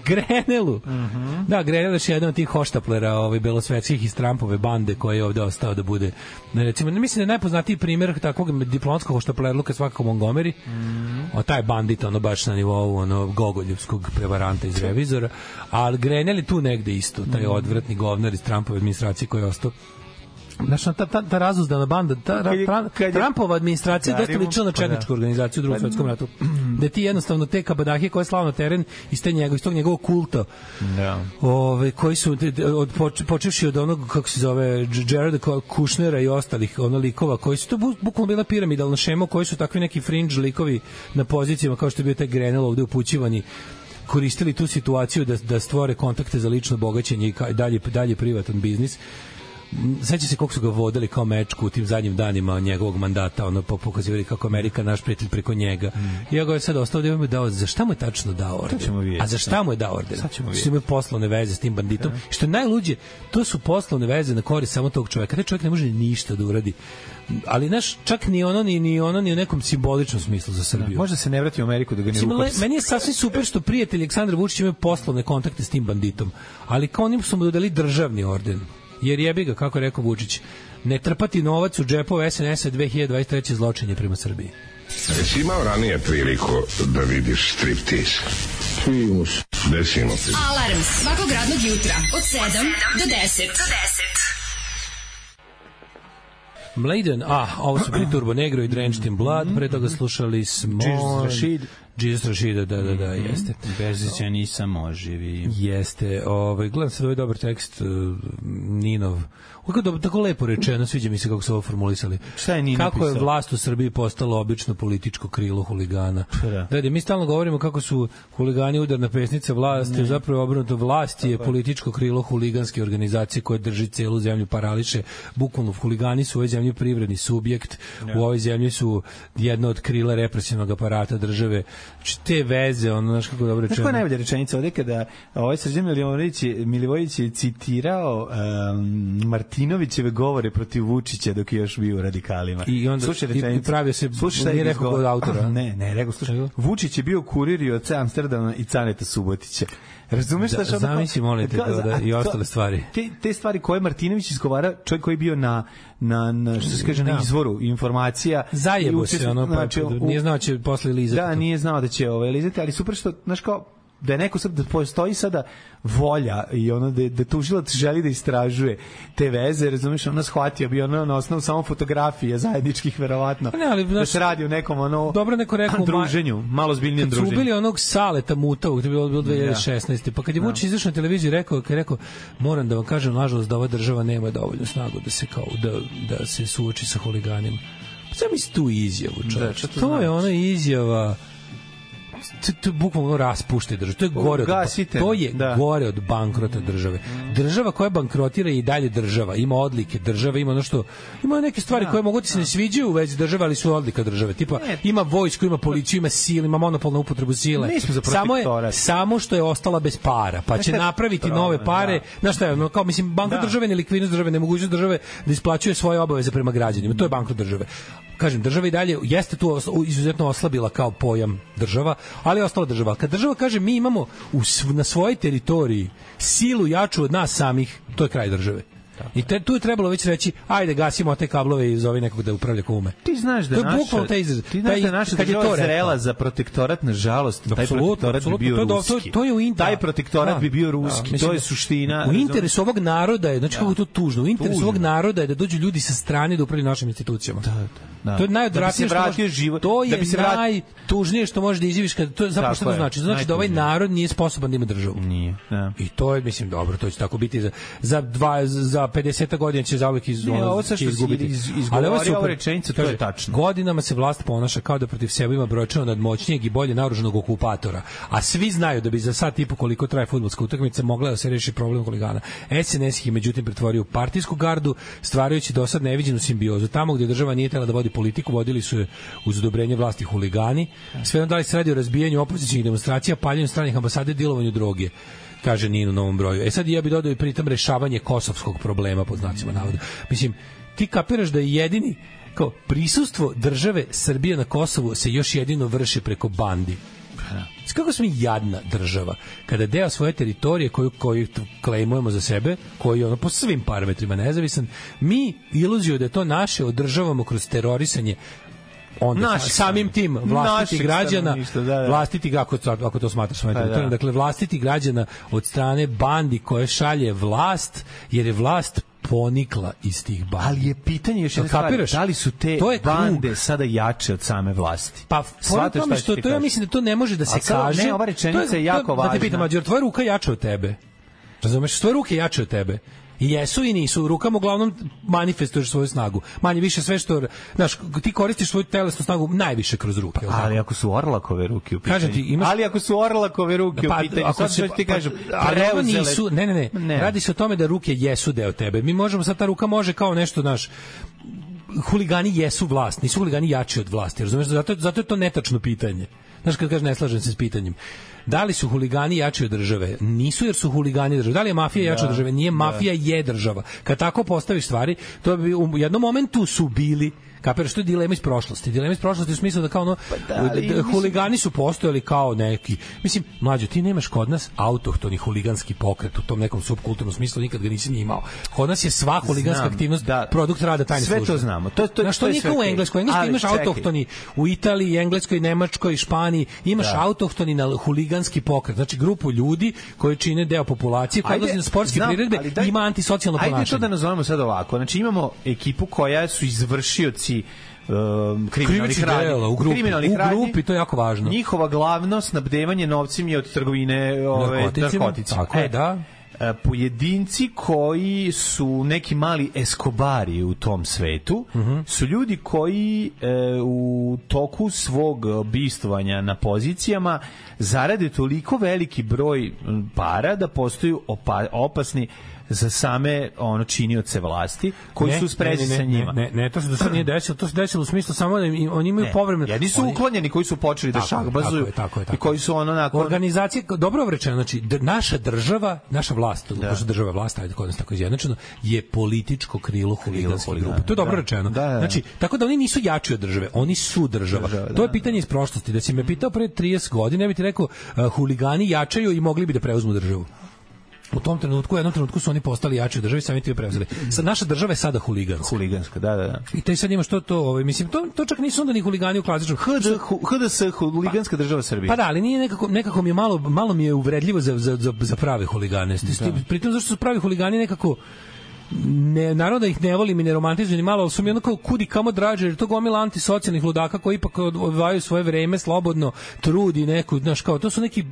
S6: Grenelu. Mm
S7: Mhm.
S6: -hmm. Da, Grenel je još jedan od tih hoštaplera ovaj, belosvetskih iz Trumpove bande koji je ovde ostao da bude. Ne, Recimo, ne, mislim da je najpoznatiji primjer takvog diplomatskog hoštaplerluka svakako Montgomery. Mm
S7: Mhm.
S6: -hmm. O, taj bandit, ono, baš na nivou ono, gogoljevskog prevaranta iz revizora. Ali Grenel je tu negde isto, taj
S7: Mhm.
S6: odvratni govnar iz Trumpove administracije koji je ostao Znaš, ta, ta, ta razuzdana banda, ta, ra,
S7: Kad je-
S6: tra,
S7: kad je-
S6: Trumpova administracija je dosta
S7: Darimo-
S6: ličila na
S7: pa da.
S6: četničku organizaciju u drugom
S7: Pa-
S6: svetskom ratu. Da ti jednostavno te kabadahije koje slava na teren iz, te njegov, iz tog njegovog kulta,
S7: Da.
S6: Ove, koji su d- d- od, poč- počevši od onog, kako se zove, Dž- Gerarda Ko- Kushnera i ostalih ono likova, koji su to bu, bukvalno bila piramidalna šema, koji su takvi neki fringe likovi na pozicijama, kao što je bio taj Grenell ovde upućivani koristili tu situaciju da, da stvore kontakte za lično bogaćenje i ka- dalje, dalje privatan biznis seća se koliko su ga vodili kao mečku u tim zadnjim danima njegovog mandata, ono po- pokazivali kako Amerika naš prijatelj preko njega. Mm. Ja ga je sad ostao da mu je dao, za šta mu je tačno dao order?
S7: ćemo vidjeti, da.
S6: A za šta mu je dao order?
S7: Sad ćemo
S6: Što imaju poslovne veze s tim banditom. I Što je najluđe, to su poslovne veze na korist samo tog čoveka. Taj čovjek ne može ništa da uradi. Ali znaš, čak ni ono, ni, ni ono, ni u nekom simboličnom smislu za Srbiju.
S7: Možda se ne vrati u Ameriku da ga ne
S6: Mislim, le,
S7: uhapsi.
S6: meni je sasvim super što prijatelj Aleksandar Vučić imaju poslovne kontakte s tim banditom, ali kao onim su mu dodali državni orden. Jer jebi ga, kako je rekao Vučić, ne trpati novac u džepove SNS-a 2023. zločin je prema Srbiji.
S14: Jesi imao ranije priliku da vidiš striptiz? Primus. Gde si imao priliku?
S5: Alarm svakog radnog jutra od 7 do 10.
S6: Mladen, ah, ovo su bili Turbo Negro i Drenched in Blood, pre toga slušali smo...
S7: Jesus Rashid.
S6: Jesus Rashid, da, da, da, jeste.
S7: Berzića nisam oživi.
S6: Jeste, ovaj, gledam sad ovaj dobar tekst, eh, Ninov. Kako dobro, tako lepo rečeno, sviđa mi se kako su ovo formulisali.
S7: Šta je Nino
S6: Kako je
S7: pisao?
S6: vlast u Srbiji postalo obično političko krilo huligana.
S7: Da.
S6: Dede, mi stalno govorimo kako su huligani udarna pesnica vlasti, zapravo obrnuto vlast je političko krilo huliganske organizacije koje drži celu zemlju parališe. Bukvalno huligani su u ovoj zemlji privredni subjekt, u ovoj zemlji su jedno od krila represivnog aparata države. Znači, te veze, ono, znaš kako je dobro
S7: Znaš koja je
S6: rečeno.
S7: najbolja rečenica ovde kada ovaj Srđan Milivojević, je- Milivojević je citirao um, Martinovićeve govore protiv Vučića dok je još bio u radikalima.
S6: I onda-
S7: slušaj
S6: i-
S7: rečenicu.
S6: i pravio se-
S7: slušaj, šta je
S6: nije rekao
S7: izgovor-
S6: kod autora.
S7: Ne, ne, rekao, slušaj, Vučić je bio kurir i od Amsterdama i Caneta Subotića. Razumeš
S6: Da,
S7: šta što...
S6: zamisli, molim te, da- da- i ostale stvari.
S7: Te, te stvari koje Martinović izgovara, čovjek koji je bio na, na, na što se kaže, na
S6: Da.
S7: izvoru informacija.
S6: Zajebo
S7: I učest-
S6: se, ono, pa,
S7: znači, u-
S6: nije znao će posle Elizabeth.
S7: Da, nije znao da će ovaj lizati, ali super što, znaš kao, da je neko sad, da postoji sada volja i ono da, da tužilac želi da istražuje te veze, razumiješ, ono shvatio bi ono na osnovu samo fotografije zajedničkih, verovatno,
S6: Pa ne, ali,
S7: da
S6: znaš,
S7: se radi o nekom ono
S6: dobro neko rekao, ma-
S7: druženju, malo zbiljnijem
S6: Kad su
S7: druženju.
S6: ubili onog Saleta Mutavog, to je bilo,
S7: Da.
S6: bilo 2016. Pa kad je Vučić izašao na televiziju rekao, kad je rekao, moram da vam kažem, nažalost, da ova država nema dovoljno snagu da se, kao, da, da se suoči sa huliganima. Pa sam misli tu izjavu, čovječ.
S7: Da, šta to znači?
S6: to, je ona izjava to, to je bukvalno raspušte državu. To je gore od,
S7: Ugasite.
S6: to je
S7: Da.
S6: gore od bankrota države. Država koja bankrotira je i dalje država. Ima odlike države, ima ono što ima neke stvari
S7: Da,
S6: koje mogu da ti se ne sviđaju u vezi države, ali su odlika države. Tipa ima vojsku, ima policiju, ima silu, ima monopol na upotrebu sile.
S7: Mi smo za
S6: Samo je
S7: protektorat.
S6: samo što je ostala bez para, pa
S7: Znaš
S6: će
S7: šta je
S6: napraviti
S7: problem,
S6: nove pare.
S7: da.
S6: Znaš šta je, ono, kao mislim bankrot
S7: Da.
S6: države, nelikvidnost države, nemogućnost države da isplaćuje svoje obaveze prema građanima. To je bankrot države. Kažem, država i dalje jeste tu osla- izuzetno oslabila kao pojam država, ali je ostala država. Kad država kaže mi imamo u, sv- na svojoj teritoriji silu jaču od nas samih, to je kraj države. I te, tu je trebalo već reći, ajde gasimo te kablove i zove nekog da upravlja kume.
S7: Ti znaš da
S6: To je
S7: naša,
S6: bukvalno taj izraz.
S7: Ti znaš
S6: Taj-
S7: da naša
S6: kad je
S7: država
S6: to rekao.
S7: zrela za protektorat, nažalost, taj
S6: Apsolutno,
S7: protektorat bi
S6: apsolutno,
S7: bio
S6: to je do-
S7: ruski.
S6: to- to je u inter-
S7: Taj protektorat
S6: Da,
S7: bi bio
S6: da.
S7: ruski,
S6: Mislim
S7: to je
S6: da-
S7: suština.
S6: U
S7: razumeš? Da.
S6: interesu ovog naroda je, znači kako je to tužno, u interesu
S7: Tužno.
S6: ovog naroda je da dođu ljudi sa strane da upravljaju našim institucijama. Da,
S7: da.
S6: To
S7: Da
S6: je
S7: bi se
S6: najodvratnije što
S7: vratio
S6: može,
S7: život-
S6: to je
S7: da bi se vrat-
S6: najtužnije što može da izjaviš kad to je zapravo
S7: Tako
S6: što to
S7: je,
S6: znači. To znači da ovaj
S7: najtužnije.
S6: narod nije sposoban da ima državu.
S7: Nije, da.
S6: I to je mislim dobro, to će tako biti za za dva za 50 godina će zauvek iz
S7: Ne,
S6: ono
S7: ovo sad
S6: će
S7: što si
S6: izgubiti.
S7: iz- izgovorio,
S6: Ali je
S7: ova
S6: super.
S7: rečenica, to je tačno.
S6: Godinama se vlast ponaša kao da protiv sebe ima brojčano nadmoćnijeg i bolje naoružanog okupatora, a svi znaju da bi za sat i po koliko traje fudbalska utakmica mogla da se reši problem huligana. SNS ih je međutim pretvorio u partijsku gardu, stvarajući do sad neviđenu simbiozu. Tamo gde država nije tela da vodi politiku, vodili su je uz odobrenje vlasti huligani. Sve onda da li se radi o razbijanju opozicijnih demonstracija, paljenju stranih ambasade, dilovanju droge kaže Nino u novom broju. E sad ja bih dodao i pritom rešavanje kosovskog problema pod znacima navoda. Mislim, ti kapiraš da je jedini kao prisustvo države Srbije na Kosovu se još jedino vrši preko bandi Znači, Kako smo mi jadna država kada deo svoje teritorije koju koju t- klejmujemo za sebe, koji je ono po svim parametrima nezavisan, mi iluziju da je to naše održavamo kroz terorisanje onda
S7: Naših
S6: Naši, samim tim vlastitih
S7: Naših
S6: građana,
S7: stanovništva, da, da.
S6: vlastiti ako to, ako to smatraš svojim
S7: Pa da.
S6: teritorijem, dakle vlastiti građana od strane bandi koje šalje vlast, jer je vlast ponikla iz tih bandi. Ali
S7: je pitanje još jedna stvar, da li su te
S6: to je krug.
S7: bande sada jače od same vlasti?
S6: Pa, Fora u
S7: Shvataš
S6: tome
S7: šta
S6: što
S7: ti
S6: to ja
S7: kažem?
S6: mislim da to ne može da
S7: A
S6: se
S7: sad,
S6: kaže.
S7: Ne, ova rečenica
S6: To
S7: je jako
S6: to,
S7: važna.
S6: Da te pitam, Mađor, tvoja ruka je jača od tebe. Razumeš, tvoja ruka je jača od tebe. I jesu i nisu. U rukama uglavnom manifestuješ svoju snagu. Manje više sve što... Znaš, ti koristiš svoju telesnu snagu najviše kroz ruke. Pa,
S7: ali ako su orlakove ruke u pitanju.
S6: Kažem ti, imaš... Pa,
S7: Ali ako su orlakove ruke u pitanju, sad ću ti kažem,
S6: ali ovo
S7: preuzele-
S6: nisu, ne, ne, ne,
S7: Ne.
S6: Radi se o tome da ruke jesu deo tebe. Mi možemo, sad ta ruka može kao nešto, naš, huligani jesu vlast, nisu huligani jači od vlasti, razumeš? Zato, zato je to netačno pitanje. Znaš, kad kaže ne slažem se s pitanjem. Da li su huligani jači od države? Nisu jer su huligani države. Da li je mafija jača
S7: Da,
S6: od države? Nije,
S7: da.
S6: mafija je država. Kad tako postaviš stvari, to bi u jednom momentu su bili Kapiraš, to je dilema iz prošlosti. Dilema iz prošlosti u smislu da kao ono,
S7: da, ali
S6: d- d-
S7: mislim-
S6: huligani su postojali kao neki. Mislim, mlađo, ti nemaš kod nas autohtoni huliganski pokret u tom nekom subkulturnom smislu, nikad ga nisi ni imao. Kod nas je sva huliganska
S7: Znam,
S6: aktivnost produkt rada tajne
S7: Da. Sve
S6: službe.
S7: to znamo. To- to-
S6: Znaš,
S7: to je
S6: nije
S7: sve
S6: kao u
S7: okej.
S6: Engleskoj. U Engleskoj
S7: Ali
S6: imaš
S7: čekaj.
S6: autohtoni u Italiji, Engleskoj, Nemačkoj, Španiji, imaš
S7: Da.
S6: autohtoni na huliganski pokret, znači grupu ljudi koji čine deo populacije, koji
S7: Ajde,
S6: odlaze na sportske
S7: znam,
S6: priredbe
S7: ali
S6: i
S7: daj-
S6: ima antisocijalno
S7: Ajde to
S6: ponašanje.
S7: da nazovemo sad ovako. Znači imamo ekipu koja su izvršioci um, kriminalnih
S6: Krivičnih
S7: radnji.
S6: dela u grupi.
S7: Kriminalnih
S6: U
S7: radnji.
S6: grupi, to je jako važno.
S7: Njihova glavno snabdevanje novcem je od trgovine ove,
S6: Narkoticima,
S7: narkoticima.
S6: tako je, da.
S7: e, pojedinci koji su neki mali eskobari u tom svetu
S6: Mhm.
S7: su ljudi koji e, u toku svog bistvovanja na pozicijama zarade toliko veliki broj m, para da postaju opa- opasni za same ono činioce vlasti koji
S6: Ne,
S7: su sprezi
S6: ne, ne,
S7: sa
S6: ne,
S7: njima.
S6: Ne, ne, to se do sad nije desilo, to se desilo u smislu samo da im- oni imaju
S7: Ne,
S6: povremeno.
S7: jedni su
S6: oni-
S7: uklonjeni koji su počeli da
S6: Tako je,
S7: šahbazuju
S6: tako je, tako je,
S7: i
S6: tako
S7: koji su ono nakon
S6: organizacije dobro vam rečeno znači d- naša država naša vlast da. pošto država vlast ajde kod nas tako izjednačeno je političko krilo huliganskih grupa to je dobro
S7: da.
S6: rečeno
S7: Da, da, da.
S6: znači tako da oni nisu jači od države oni su država, to je pitanje iz prošlosti da si
S7: Mhm.
S6: me pitao pre 30 godina ja bih ti rekao uh, huligani jačaju i mogli bi da preuzmu državu u tom trenutku, u jednom trenutku su oni postali jači od države i sami ti je preuzeli. Sad, naša država je sada huliganska.
S7: huliganska, da, da, da.
S6: I taj sad ima što to, ovaj, mislim, to, to čak nisu onda ni huligani u klasičnom.
S7: HD, HDS, huliganska država Srbije.
S6: Pa da, ali nije nekako, nekako mi je malo, malo mi je uvredljivo za, za, za, za prave huligane. Da. Pritom zašto su pravi huligani nekako ne, naravno da ih ne volim i ne romantizujem ni malo, ali su mi onako kudi kamo draže, jer to gomila antisocijalnih ludaka koji ipak od- odvajaju svoje vreme slobodno, trudi neku, znaš kao, to su neki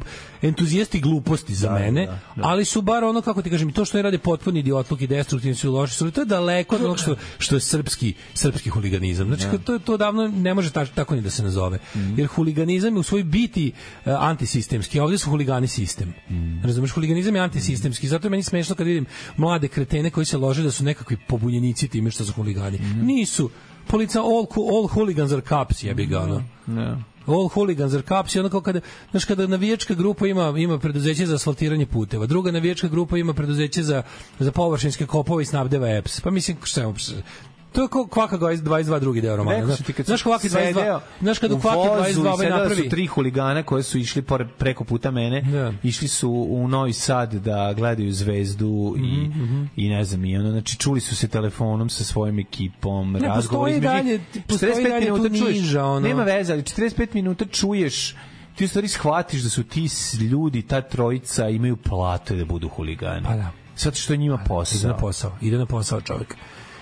S6: entuzijasti gluposti za mene, ali su bar ono, kako ti kažem, i to što ne rade potpuni idiotluk i destruktivni su i loši su, ali to je daleko od onog što, što je srpski, srpski huliganizam. Znači, to, je- to davno ne može ta, tako ni da se nazove. Jer huliganizam je u svojoj biti e, antisistemski, a ovde su huligani sistem. Razumeš, huliganizam je antisistemski, zato je meni smešno kad vidim mlade kretene koji se lože da su nekakvi pobunjenici time što su huligani. Nisu. Polica all, cu- all hooligans are cops, jebi ga, ono.
S7: Ne.
S6: All hooligans are cops i ono kao kada, znaš, kada navijačka grupa ima, ima preduzeće za asfaltiranje puteva, druga navijačka grupa ima preduzeće za, za površinske kopove i snabdeva EPS. Pa mislim, šta je uopšte- To je kao Kvaka 22, drugi deo romana.
S7: Rekao
S6: Pa, Znaš,
S7: sam ti kad
S6: znaš
S7: sam
S6: Kvaka 22,
S7: sedeo
S6: znaš kad u Kvaki
S7: vozu
S6: 22
S7: i
S6: ovaj
S7: sedela su
S6: napravi... Da.
S7: tri huligana koje su išli pored, preko puta mene, išli su u Novi Sad da gledaju zvezdu i,
S6: Mhm,
S7: i ne znam, i ono, znači čuli su se telefonom sa svojim ekipom,
S6: Ne,
S7: razgovor
S6: postoji
S7: između njih.
S6: dalje- postoji
S7: 45
S6: dalje tu
S7: minuta čuješ,
S6: niža, ono.
S7: nema veze, ali 45 minuta čuješ ti u stvari shvatiš da su ti s- ljudi, ta trojica imaju plate da budu huligani.
S6: Pa da.
S7: Sad što je njima
S6: Ide
S7: posao.
S6: na posao, ide na posao čovjek.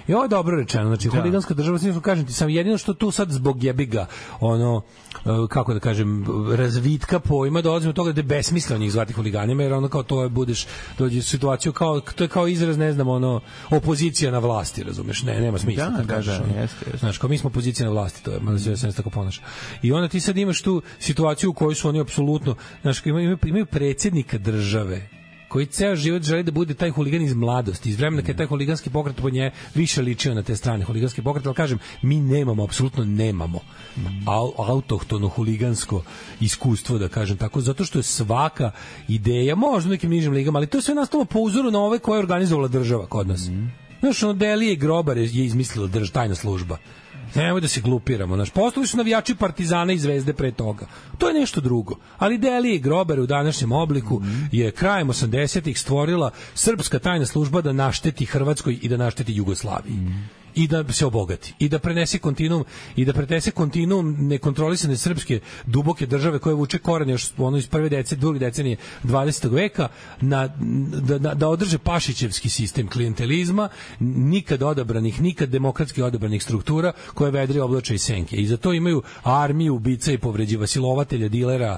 S6: I ovo je dobro rečeno, znači da. huliganska država, svi kažem ti, sam jedino što tu sad zbog jebiga, ono, e, kako da kažem, razvitka pojma, dolazimo do toga da je besmisleno njih zvati huliganima, jer ono kao to je, budeš, dođe u situaciju, kao, to je kao izraz, ne znam, ono, opozicija na vlasti, razumeš, ne, nema smisla.
S7: Da,
S6: kad
S7: da,
S6: kažeš
S7: da,
S6: ono.
S7: jeste, jeste.
S6: Znaš, kao mi smo opozicija na vlasti, to je, mada se sve se tako ponaša. I onda ti sad imaš tu situaciju u kojoj su oni apsolutno, znaš, kao imaju, imaju predsjednika države koji ceo život želi da bude taj huligan iz mladosti, iz vremena kad je taj huliganski pokret po nje više ličio na te strane huliganski pokret, ali kažem, mi nemamo, apsolutno nemamo au, autohtono huligansko iskustvo, da kažem tako, zato što je svaka ideja, možda u nekim nižim ligama, ali to je sve nastalo po uzoru na ove
S7: Mhm.
S6: koje je organizovala država kod nas. Znaš, ono Delije Grobar je je izmislila drž, tajna služba. Nemoj da se glupiramo. Naš postali su navijači Partizana i Zvezde pre toga. To je nešto drugo. Ali Deli i Grober u današnjem obliku je krajem 80-ih stvorila srpska tajna služba da našteti Hrvatskoj i da našteti Jugoslaviji. i da se obogati i da prenese kontinuum i da prenese kontinuum nekontrolisane srpske duboke države koje vuče koren još ono iz prve decenije druge decenije 20. veka na, da, da, da održe pašićevski sistem klijentelizma nikad odabranih nikad demokratski odabranih struktura koje vedri oblače i senke i za to imaju armiju ubica i povređiva silovatelja dilera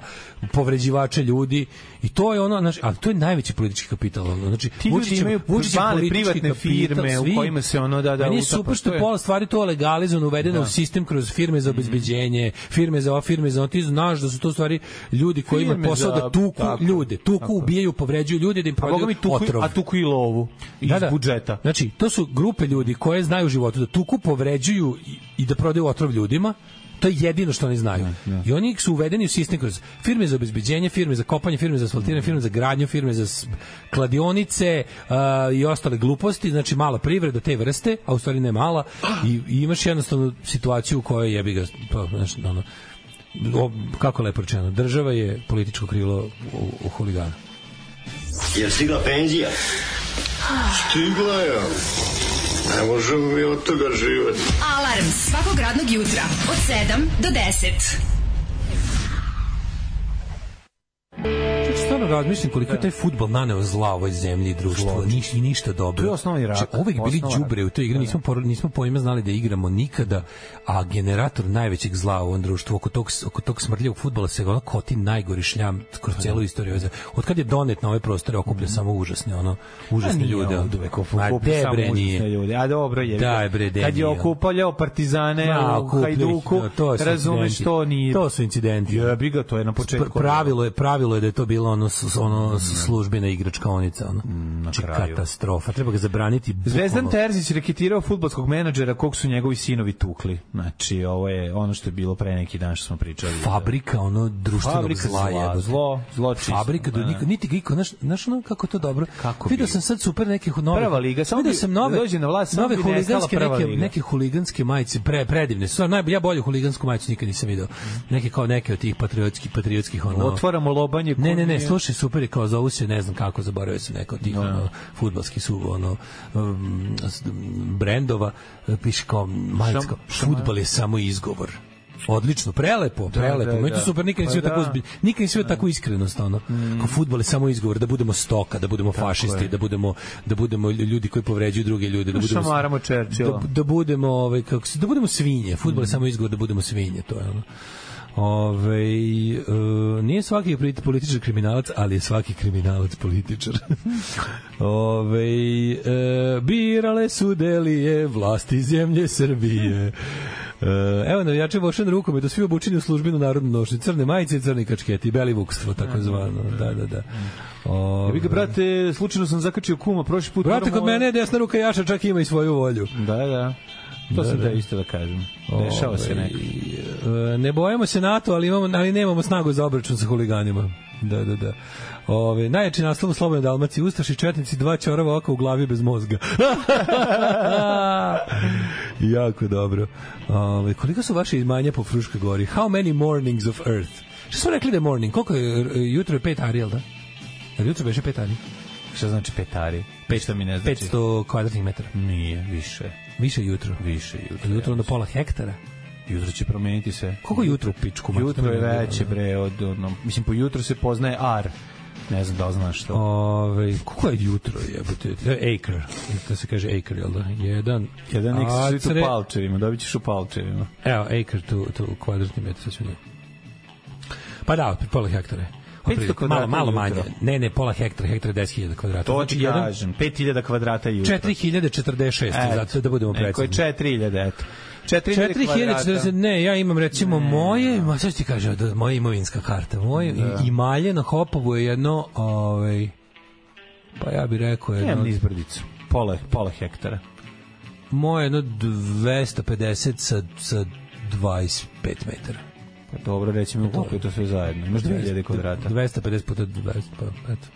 S6: povređivača ljudi i to je ono znači ali to je najveći politički kapital ono znači
S7: Ti ljudi
S6: Vučićev-
S7: imaju
S6: Vučićev
S7: male
S6: politički
S7: privatne firme u
S6: svi.
S7: kojima se ono, da, da,
S6: Meni je
S7: utapa,
S6: super što
S7: to
S6: je
S7: je-
S6: pola stvari to legalizovano uvedeno
S7: Da. Mhm.
S6: u sistem kroz firme za obezbeđenje, firme za ovo, firme za ono, ti znaš da su to stvari ljudi koji imaju
S7: Firme
S6: posao
S7: za-
S6: da tuku
S7: tako,
S6: ljude, tuku,
S7: tako.
S6: ubijaju, povređuju ljude da
S7: A
S6: im prodaju
S7: boga mi tuku,
S6: otrov.
S7: a tuku i lovu iz
S6: Da, da.
S7: budžeta.
S6: Znači, to su grupe ljudi koje znaju u životu da tuku, povređuju i, i da prodaju otrov ljudima, To je jedino što oni znaju.
S7: Da,
S6: I oni su uvedeni u sistem kroz firme za obezbeđenje, firme za kopanje, firme za asfaltiranje, firme za gradnju, firme za s- kladionice a, i ostale gluposti, znači mala privreda te vrste, a u stvari ne mala, i, i imaš jednostavno situaciju u kojoj jebi ga, pa, znači, ono, o, kako lepo rečeno, država je političko krilo u, u huligana.
S14: Je stigla penzija? Stigla je. Ne možemo mi od toga živjeti.
S5: Alarm svakog radnog jutra od 7 do 10.
S6: Znači, stvarno razmišljam koliko
S7: Da.
S6: je taj fudbal naneo zla ovoj zemlji i društvu. Niš, i ništa dobro.
S7: To je osnovni da. rat.
S6: Znači, Uvek bili
S7: Osnova
S6: đubre u toj igri, nismo, por, nismo pojma znali da igramo nikada, a generator najvećeg zla u ovom društvu, oko tog, oko tog smrdljivog fudbala se ono koti najgori šljam kroz
S7: Pa da.
S6: celu istoriju. ove zemlje. Od kad je donet na ove prostore okuplja samo užasne, ono, užasne
S7: Mhm. Pa nije
S6: ljude.
S7: on
S6: ono.
S7: uvek okup-
S6: Ma,
S7: okuplja
S6: de,
S7: samo
S6: bre,
S7: užasne
S6: nije.
S7: ljude. A dobro je.
S6: Daj, bre, de,
S7: Kad je
S6: nije on.
S7: okupljao Partizane
S6: Ma,
S7: u
S6: okupljao ih,
S7: Hajduku,
S6: da, to su
S7: razumeš
S6: incidenti.
S7: to ni
S6: To su incidenti.
S7: Jebi ga, to Mm. je na početku.
S6: Pr- pravilo je pravilo je da je to bilo ono s- ono s- službena igračkaonica ono znači
S7: kraju.
S6: katastrofa treba ga zabraniti
S7: Mm, Zvezdan
S6: bukvalno.
S7: Terzić reketirao fudbalskog menadžera kog su njegovi sinovi tukli. Znači, ovo je ono što je bilo pre neki dan što smo pričali. Da.
S6: fabrika ono društvenog
S7: Fabrika
S6: zla,
S7: zla,
S6: jebote.
S7: zlo, zlo čisto.
S6: fabrika do
S7: Da.
S6: niko niti ga iko znaš znaš ono kako je to dobro kako video
S7: bi?
S6: sam sad super nekih novih
S7: Prva liga, samo
S6: video
S7: bi-
S6: sam nove
S7: da dođe na vlast, samo
S6: nove
S7: bi nestala
S6: huliganske
S7: prva
S6: neke
S7: liga.
S6: neke huliganske majice pre predivne su Stvarno, naj ja bolju huligansku majicu nikad nisam video
S7: Mm.
S6: neke kao neke od tih patriotskih patriotskih ono
S7: Otvaramo lobanje.
S6: Ne, ne, ne,
S7: kurnije.
S6: slušaj, super je kao zovu se, ne znam kako, zaboravio sam neko od
S7: Da.
S6: tih ono, fudbalski su ono, um, s- m, brendova, e, piše kao majsko, fudbal je samo izgovor. Odlično, prelepo, prelepo.
S7: da,
S6: Da, da,
S7: da.
S6: super, nikad
S7: Pa
S6: nisi da. tako
S7: da. Mm.
S6: ozbilj- nikad nisi da. tako iskrenost ono. Kao fudbal je samo izgovor da budemo stoka, da budemo fašisti,
S7: je.
S6: da budemo da budemo ljudi koji povređuju druge ljude, da budemo
S7: Šamaramo Churchilla.
S6: Da, da budemo ovaj kako se da budemo svinje. Fudbal
S7: Mhm.
S6: je samo izgovor da budemo svinje, to je ono. Ove, e, nije svaki polit- političar kriminalac, ali je svaki kriminalac političar. Ove, e, birale su delije vlasti zemlje Srbije. E, evo navijače Vošan rukom, da svi obučeni u službenu narodnu nošnju. Crne majice i crni kačketi, beli vukstvo, tako zvano. Da, da, da. Ove,
S7: Vi Mhm. ga, brate, slučajno sam zakačio kuma prošli put.
S6: Brate,
S7: moramo-
S6: kod mene je desna ruka jača, čak ima i svoju volju.
S7: Da, da. To sam da isto da kažem. Dešava se
S6: Ovaj,
S7: nekako.
S6: e, Ne bojimo se NATO, ali, imamo, ali nemamo snagu za obračun sa huliganima. Da, da, da. Ove, najjači naslov u Slobodnoj Dalmaciji, Ustaši, Četnici, dva čorava oka u glavi bez mozga. jako dobro. Ove, koliko su vaše imanja po Fruškoj gori? How many mornings of earth? Što smo rekli da je morning? Koliko je, e, jutro je pet ari, jel da? Jel jutro beše pet ari?
S7: Šta znači petari? Pet što mi ne znači.
S6: 500 kvadratnih metara.
S7: Nije, više.
S6: Više jutro.
S7: Više jutro.
S6: Jutro onda pola hektara.
S7: Jutro će promeniti se.
S6: Koliko je jutro u pičku? mater?
S7: Jutro je veće, bre, od, ono, mislim, po jutru se poznaje ar. Ne znam da li znaš što.
S6: Ove, koliko Ovaj, je jutro jebote? To je acre. To se kaže acre, jel da? Jedan,
S7: Jedan x
S6: acre-
S7: u palčevima, dobit ćeš u palčevima.
S6: Evo, acre tu, tu kvadratni metar, sad ću njegu. Pa da, otprilike pola hektara. je. Otprilike,
S7: kvadrata
S6: Malo, malo
S7: jutro.
S6: manje. Ne, ne, pola hektara, hektara je 10.000 kvadrata.
S7: To
S6: Znači,
S7: ti
S6: jedan-
S7: kažem, 5000 kvadrata jutro.
S6: 4046,
S7: Eto.
S6: zato da budemo
S7: Neko je
S6: precizni.
S7: 4000, eto. 4000
S6: 4040,
S7: kvadrata.
S6: ne, ja imam recimo moje, ma sad ću ti kažem, da, moja imovinska karta, moje da. i, i malje na Hopovu je jedno, ovaj, pa ja bih rekao jedno,
S7: Nemam nizbrdicu. Pola, pola hektara.
S6: moje jedno 250 sa, sa 25 metara.
S7: Pa dobro, reći mi koliko je to sve zajedno. Imaš 2000 kvadrata.
S6: 250 puta 20, pa eto.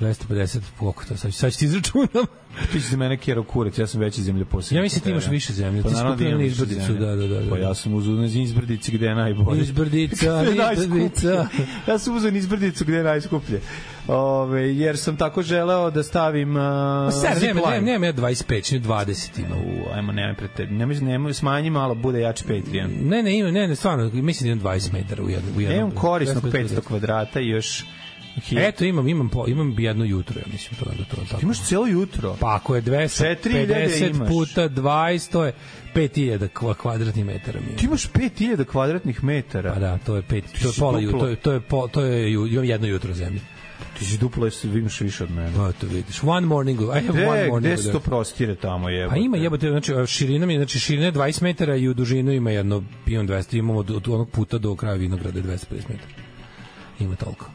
S6: 250, koliko to sad, sad ću ti izračunam.
S7: Ti si mene kjero kurac, ja sam veći zemljoposjednik.
S6: Ja mislim ti imaš više zemlje,
S7: Pa
S6: ti si
S7: naravno da
S6: kupio
S7: imam
S6: na
S7: više
S6: izbrdicu,
S7: zemlje.
S6: da, da, da. da.
S7: Pa ja sam uzeo na izbrdici gde je najbolje.
S6: Nizbrdica,
S7: Gde je Pa najskuplje.
S6: nizbrdica.
S7: ja sam uzeo na izbrdicu gde je najskuplje. Ove, jer sam tako želeo da stavim uh,
S6: Ma Ser, nemam,
S7: zipline.
S6: nemam, nemam ja 25, imam 20 ima.
S7: U, ajmo, nemoj pred tebi. Nemoj, nemoj, smanji malo, bude jači Patreon.
S6: Ne, ne, imam, ne, ne, stvarno, mislim da imam 20 metara u jednom. U jednom
S7: Nemam korisnog 500
S6: 250.
S7: kvadrata i još... hiljadu-
S6: Eto, imam, imam, po, imam jedno jutro, ja mislim, to je onda to. Tako.
S7: Imaš celo jutro.
S6: Pa ako je
S7: 4000
S6: 250
S7: imaš.
S6: puta 20, to je 5000 kva- kvadratnih metara. Mi je.
S7: Ti imaš 5000 kvadratnih metara.
S6: Pa da, to je pet, to je
S7: si
S6: pola
S7: duplo.
S6: jutro, to je, to je, po, to je ju, imam jedno jutro zemlje.
S7: Ti si duplo, jesi- imaš više od mene. E,
S6: Pa to vidiš. One morning, I have one
S7: Gde,
S6: morning.
S7: gde
S6: with
S7: se
S6: earth.
S7: to prostire tamo je?
S6: Pa ima jebote, znači širina mi, je- znači širina je 20 metara i u dužinu ima jedno pion 200, imamo od, od onog puta do kraja vinograda je 250 metara. Ima toliko.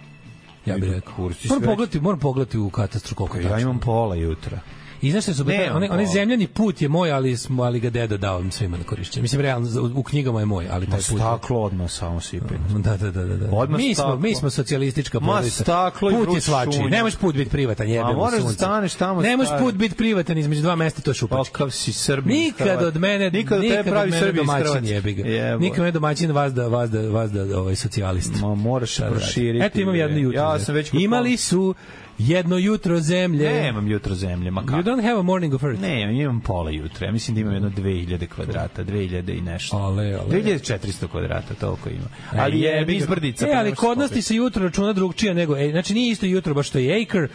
S6: Ja bih rekao.
S7: Kurs, ti si
S6: Moram
S7: već-
S6: pogledati, moram pogledati u katastru koliko je
S7: Pa Ja
S6: tačno.
S7: imam pola jutra.
S6: I znaš šta su
S7: Nemam
S6: ne, onaj, onaj
S7: pola.
S6: zemljani put je moj, ali, smo- ali ga deda dao svima na korišćenje. Mislim, realno, za- u knjigama je moj, ali taj
S7: Ma
S6: put... je-
S7: staklo odmah samo sipe.
S6: Da, da, da, da. da.
S7: Odmah
S6: mi, smo,
S7: staklo.
S6: mi smo socijalistička
S7: Ma,
S6: porodica.
S7: staklo i
S6: put je
S7: vruć
S6: svačiji.
S7: šunj.
S6: Ne možeš put biti privatan, jebemo
S7: A moraš da
S6: sunce.
S7: staneš tamo,
S6: Ne možeš
S7: stari.
S6: put biti privatan između dva mesta, to je šupač.
S7: Okav si Srbin.
S6: Nikad
S7: Hrvat.
S6: od mene,
S7: nikad od tebe pravi
S6: mene
S7: Srbin
S6: domaćin jebi ga. Nikad od mene domaćin vas da, vas da, vas da ovaj, socijalist.
S7: Ma moraš
S6: Šta da radim?
S7: proširiti.
S6: Eto imam
S7: bre.
S6: jedno jutro.
S7: Ja
S6: zemlje.
S7: sam već kod
S6: Imali
S7: toga.
S6: su jedno jutro zemlje.
S7: Nemam jutro zemlje, ma
S6: You
S7: kako?
S6: don't have a morning of earth.
S7: Ne, imam pola jutra. Ja mislim da imam jedno 2000 kvadrata, 2000 i nešto.
S6: Ale, ale.
S7: 2400 kvadrata, toliko ima. Ali je
S6: jebi ga.
S7: izbrdica.
S6: E,
S7: pa
S6: ali
S7: nemaš
S6: kod nas ti
S7: skupiti.
S6: se jutro računa drugčije nego, e, znači nije isto jutro baš što je acre,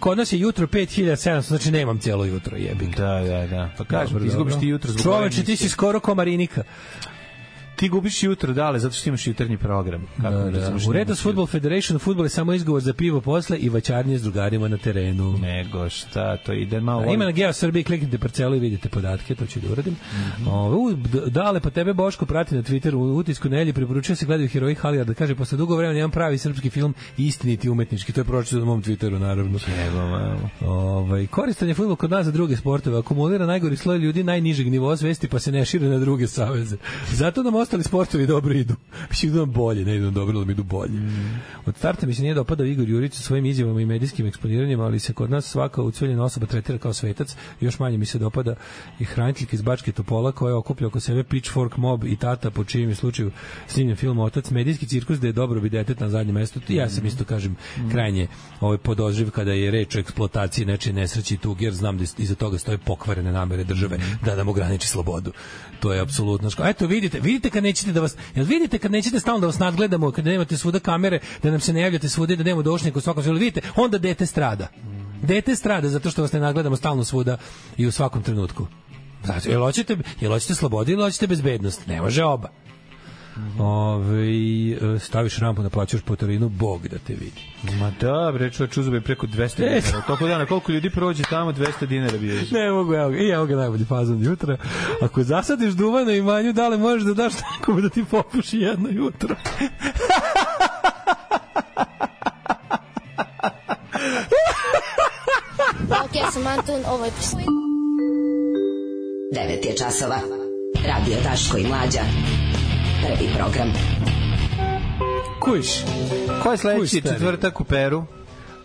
S6: kod nas je jutro 5700, znači nemam cijelo jutro, jebi ga.
S7: Da, da, da. Pa kažem,
S6: Dobro,
S7: ti izgubiš
S6: dobro.
S7: ti jutro zbog
S6: Čoveče,
S7: ove
S6: ti si
S7: emisije.
S6: skoro komarinika.
S7: Ti gubiš jutro, dale, zato što imaš jutarnji program. Kako ne
S6: Da, da.
S7: razumeš,
S6: U
S7: nemaš
S6: Redos
S7: jutro.
S6: Football Federation futbol je samo izgovor za pivo posle i vaćarnje s drugarima na terenu.
S7: Nego šta, to ide malo...
S6: Da, ima na Geo Srbiji, kliknite parcelu i vidite podatke, to ću da uradim. Mm
S7: Mhm.
S6: -hmm. Ove, u, d- dale, pa tebe Boško prati na Twitteru, u utisku nelje preporučio se gledaju Heroji Halijarda, kaže, posle dugo vremena jedan pravi srpski film, istiniti umetnički, to je pročito na mom Twitteru, naravno.
S7: Evo, malo.
S6: Ovaj koristan je fudbal kod nas za druge sportove, akumulira najgori sloj ljudi najnižeg nivoa svesti pa se ne šire na druge saveze. Zato nam ostali sportovi dobro idu. Mislim idu nam bolje, ne idu nam dobro, ali nam idu bolje. Od starta mi se nije dopadao Igor Jurić sa svojim izjavama i medijskim eksponiranjem, ali se kod nas svaka ucveljena osoba tretira kao svetac. Još manje mi se dopada i hraniteljka iz Bačke Topola koja okuplja oko sebe Pitchfork Mob i tata po čijem je slučaju snimljen film Otac, medijski cirkus da je dobro bi detet na zadnjem mestu. Ja sam isto kažem krajnje ovaj podozriv kada je reč o eksploataciji nečije nesreće i tuge, jer znam da is- iza toga stoje pokvarene namere države da nam ograniči slobodu. To je apsolutno ško. Eto vidite, vidite kad nećete da vas jel vidite kad nećete stalno da vas nadgledamo, kad nemate svuda kamere, da nam se ne javljate svuda i da nemamo došnik u svakom selu, vidite, onda dete strada. Dete strada zato što vas ne nagledamo stalno svuda i u svakom trenutku. Znači, jel hoćete, jel hoćete slobodu ili hoćete bezbednost? Ne može oba. Ove, e, staviš rampu, naplaćaš potarinu, Bog da te vidi.
S7: Ma da, bre, čoveč uzube preko 200
S6: E,
S7: dinara. Toliko dana, koliko ljudi prođe tamo, 200 dinara bi još.
S6: Ne mogu, evo ga, i evo ga najbolji fazon jutra. Ako zasadiš duvana i manju, da li možeš da daš nekome da ti popuši jedno jutro?
S15: Ok, ja sam Anton, ovo je
S5: 9 je časova. Radio Daško i Mlađa. Prvi program.
S6: Kuš.
S7: Ko je
S6: Kuš,
S7: sledeći
S6: stari.
S7: četvrtak u Peru?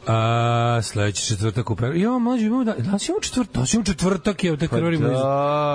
S6: A, sledeći četvrtak u Peru. Jo, mlađi, imamo da... Danas imamo četvrtak, danas imamo četvrtak, evo te
S7: Pa
S6: krvarimo.
S7: da.
S6: iz-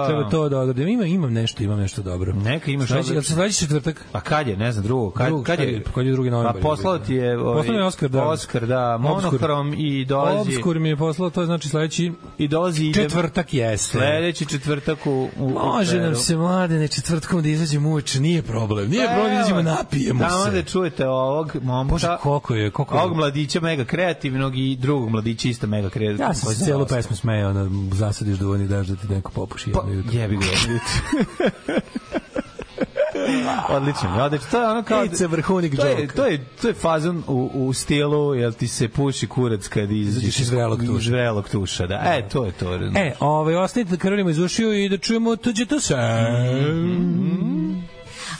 S6: Treba to da odradim. Imam, imam nešto, imam nešto dobro.
S7: Neka imaš
S6: Sledeći, jel
S7: odlično.
S6: se sledeći četvrtak?
S7: A kad je, ne znam, drugo, kad,
S6: Drugog,
S7: kad, je,
S6: kad je- kad je drugi novembar,
S7: Pa poslao ti je, ovaj,
S6: Poslao mi je Oskar, da.
S7: Oskar, da, monohrom i dolazi,
S6: Obskur mi je poslao, to je znači sledeći
S7: i dolazi ide-
S6: četvrtak jeste.
S7: sledeći četvrtak u, u, u
S6: Može nam
S7: Peru.
S6: se mladene četvrtkom da izađemo uče, nije problem. Nije problem,
S7: Pa Evo,
S6: izađemo napijemo
S7: tamo
S6: se.
S7: da čujete ovog momka.
S6: Bože, koliko je, koliko je.
S7: Ovog mladića mega kreativnog i drugog mladića isto mega kreativnog.
S6: Ja sam
S7: koji
S6: se
S7: zna
S6: cijelu
S7: dosta.
S6: pesmu smejao, na zasadiš duvan i daš da ti neko popuši
S7: Pa,
S6: jedno jutro.
S7: jebi ga. odlično, odlično. To je ono pa kao... da-
S6: Ica vrhunik
S7: to je,
S6: džoka.
S7: to je, to je fazon u, u stilu, jel ti se puši kurac kad izađeš
S6: Izađeš iz vrelog tuša.
S7: Iz vrelog tuša, da. E, to je to.
S6: E, ovaj, ostanite da krvimo iz ušiju i da čujemo tuđe to se.
S7: Mhm.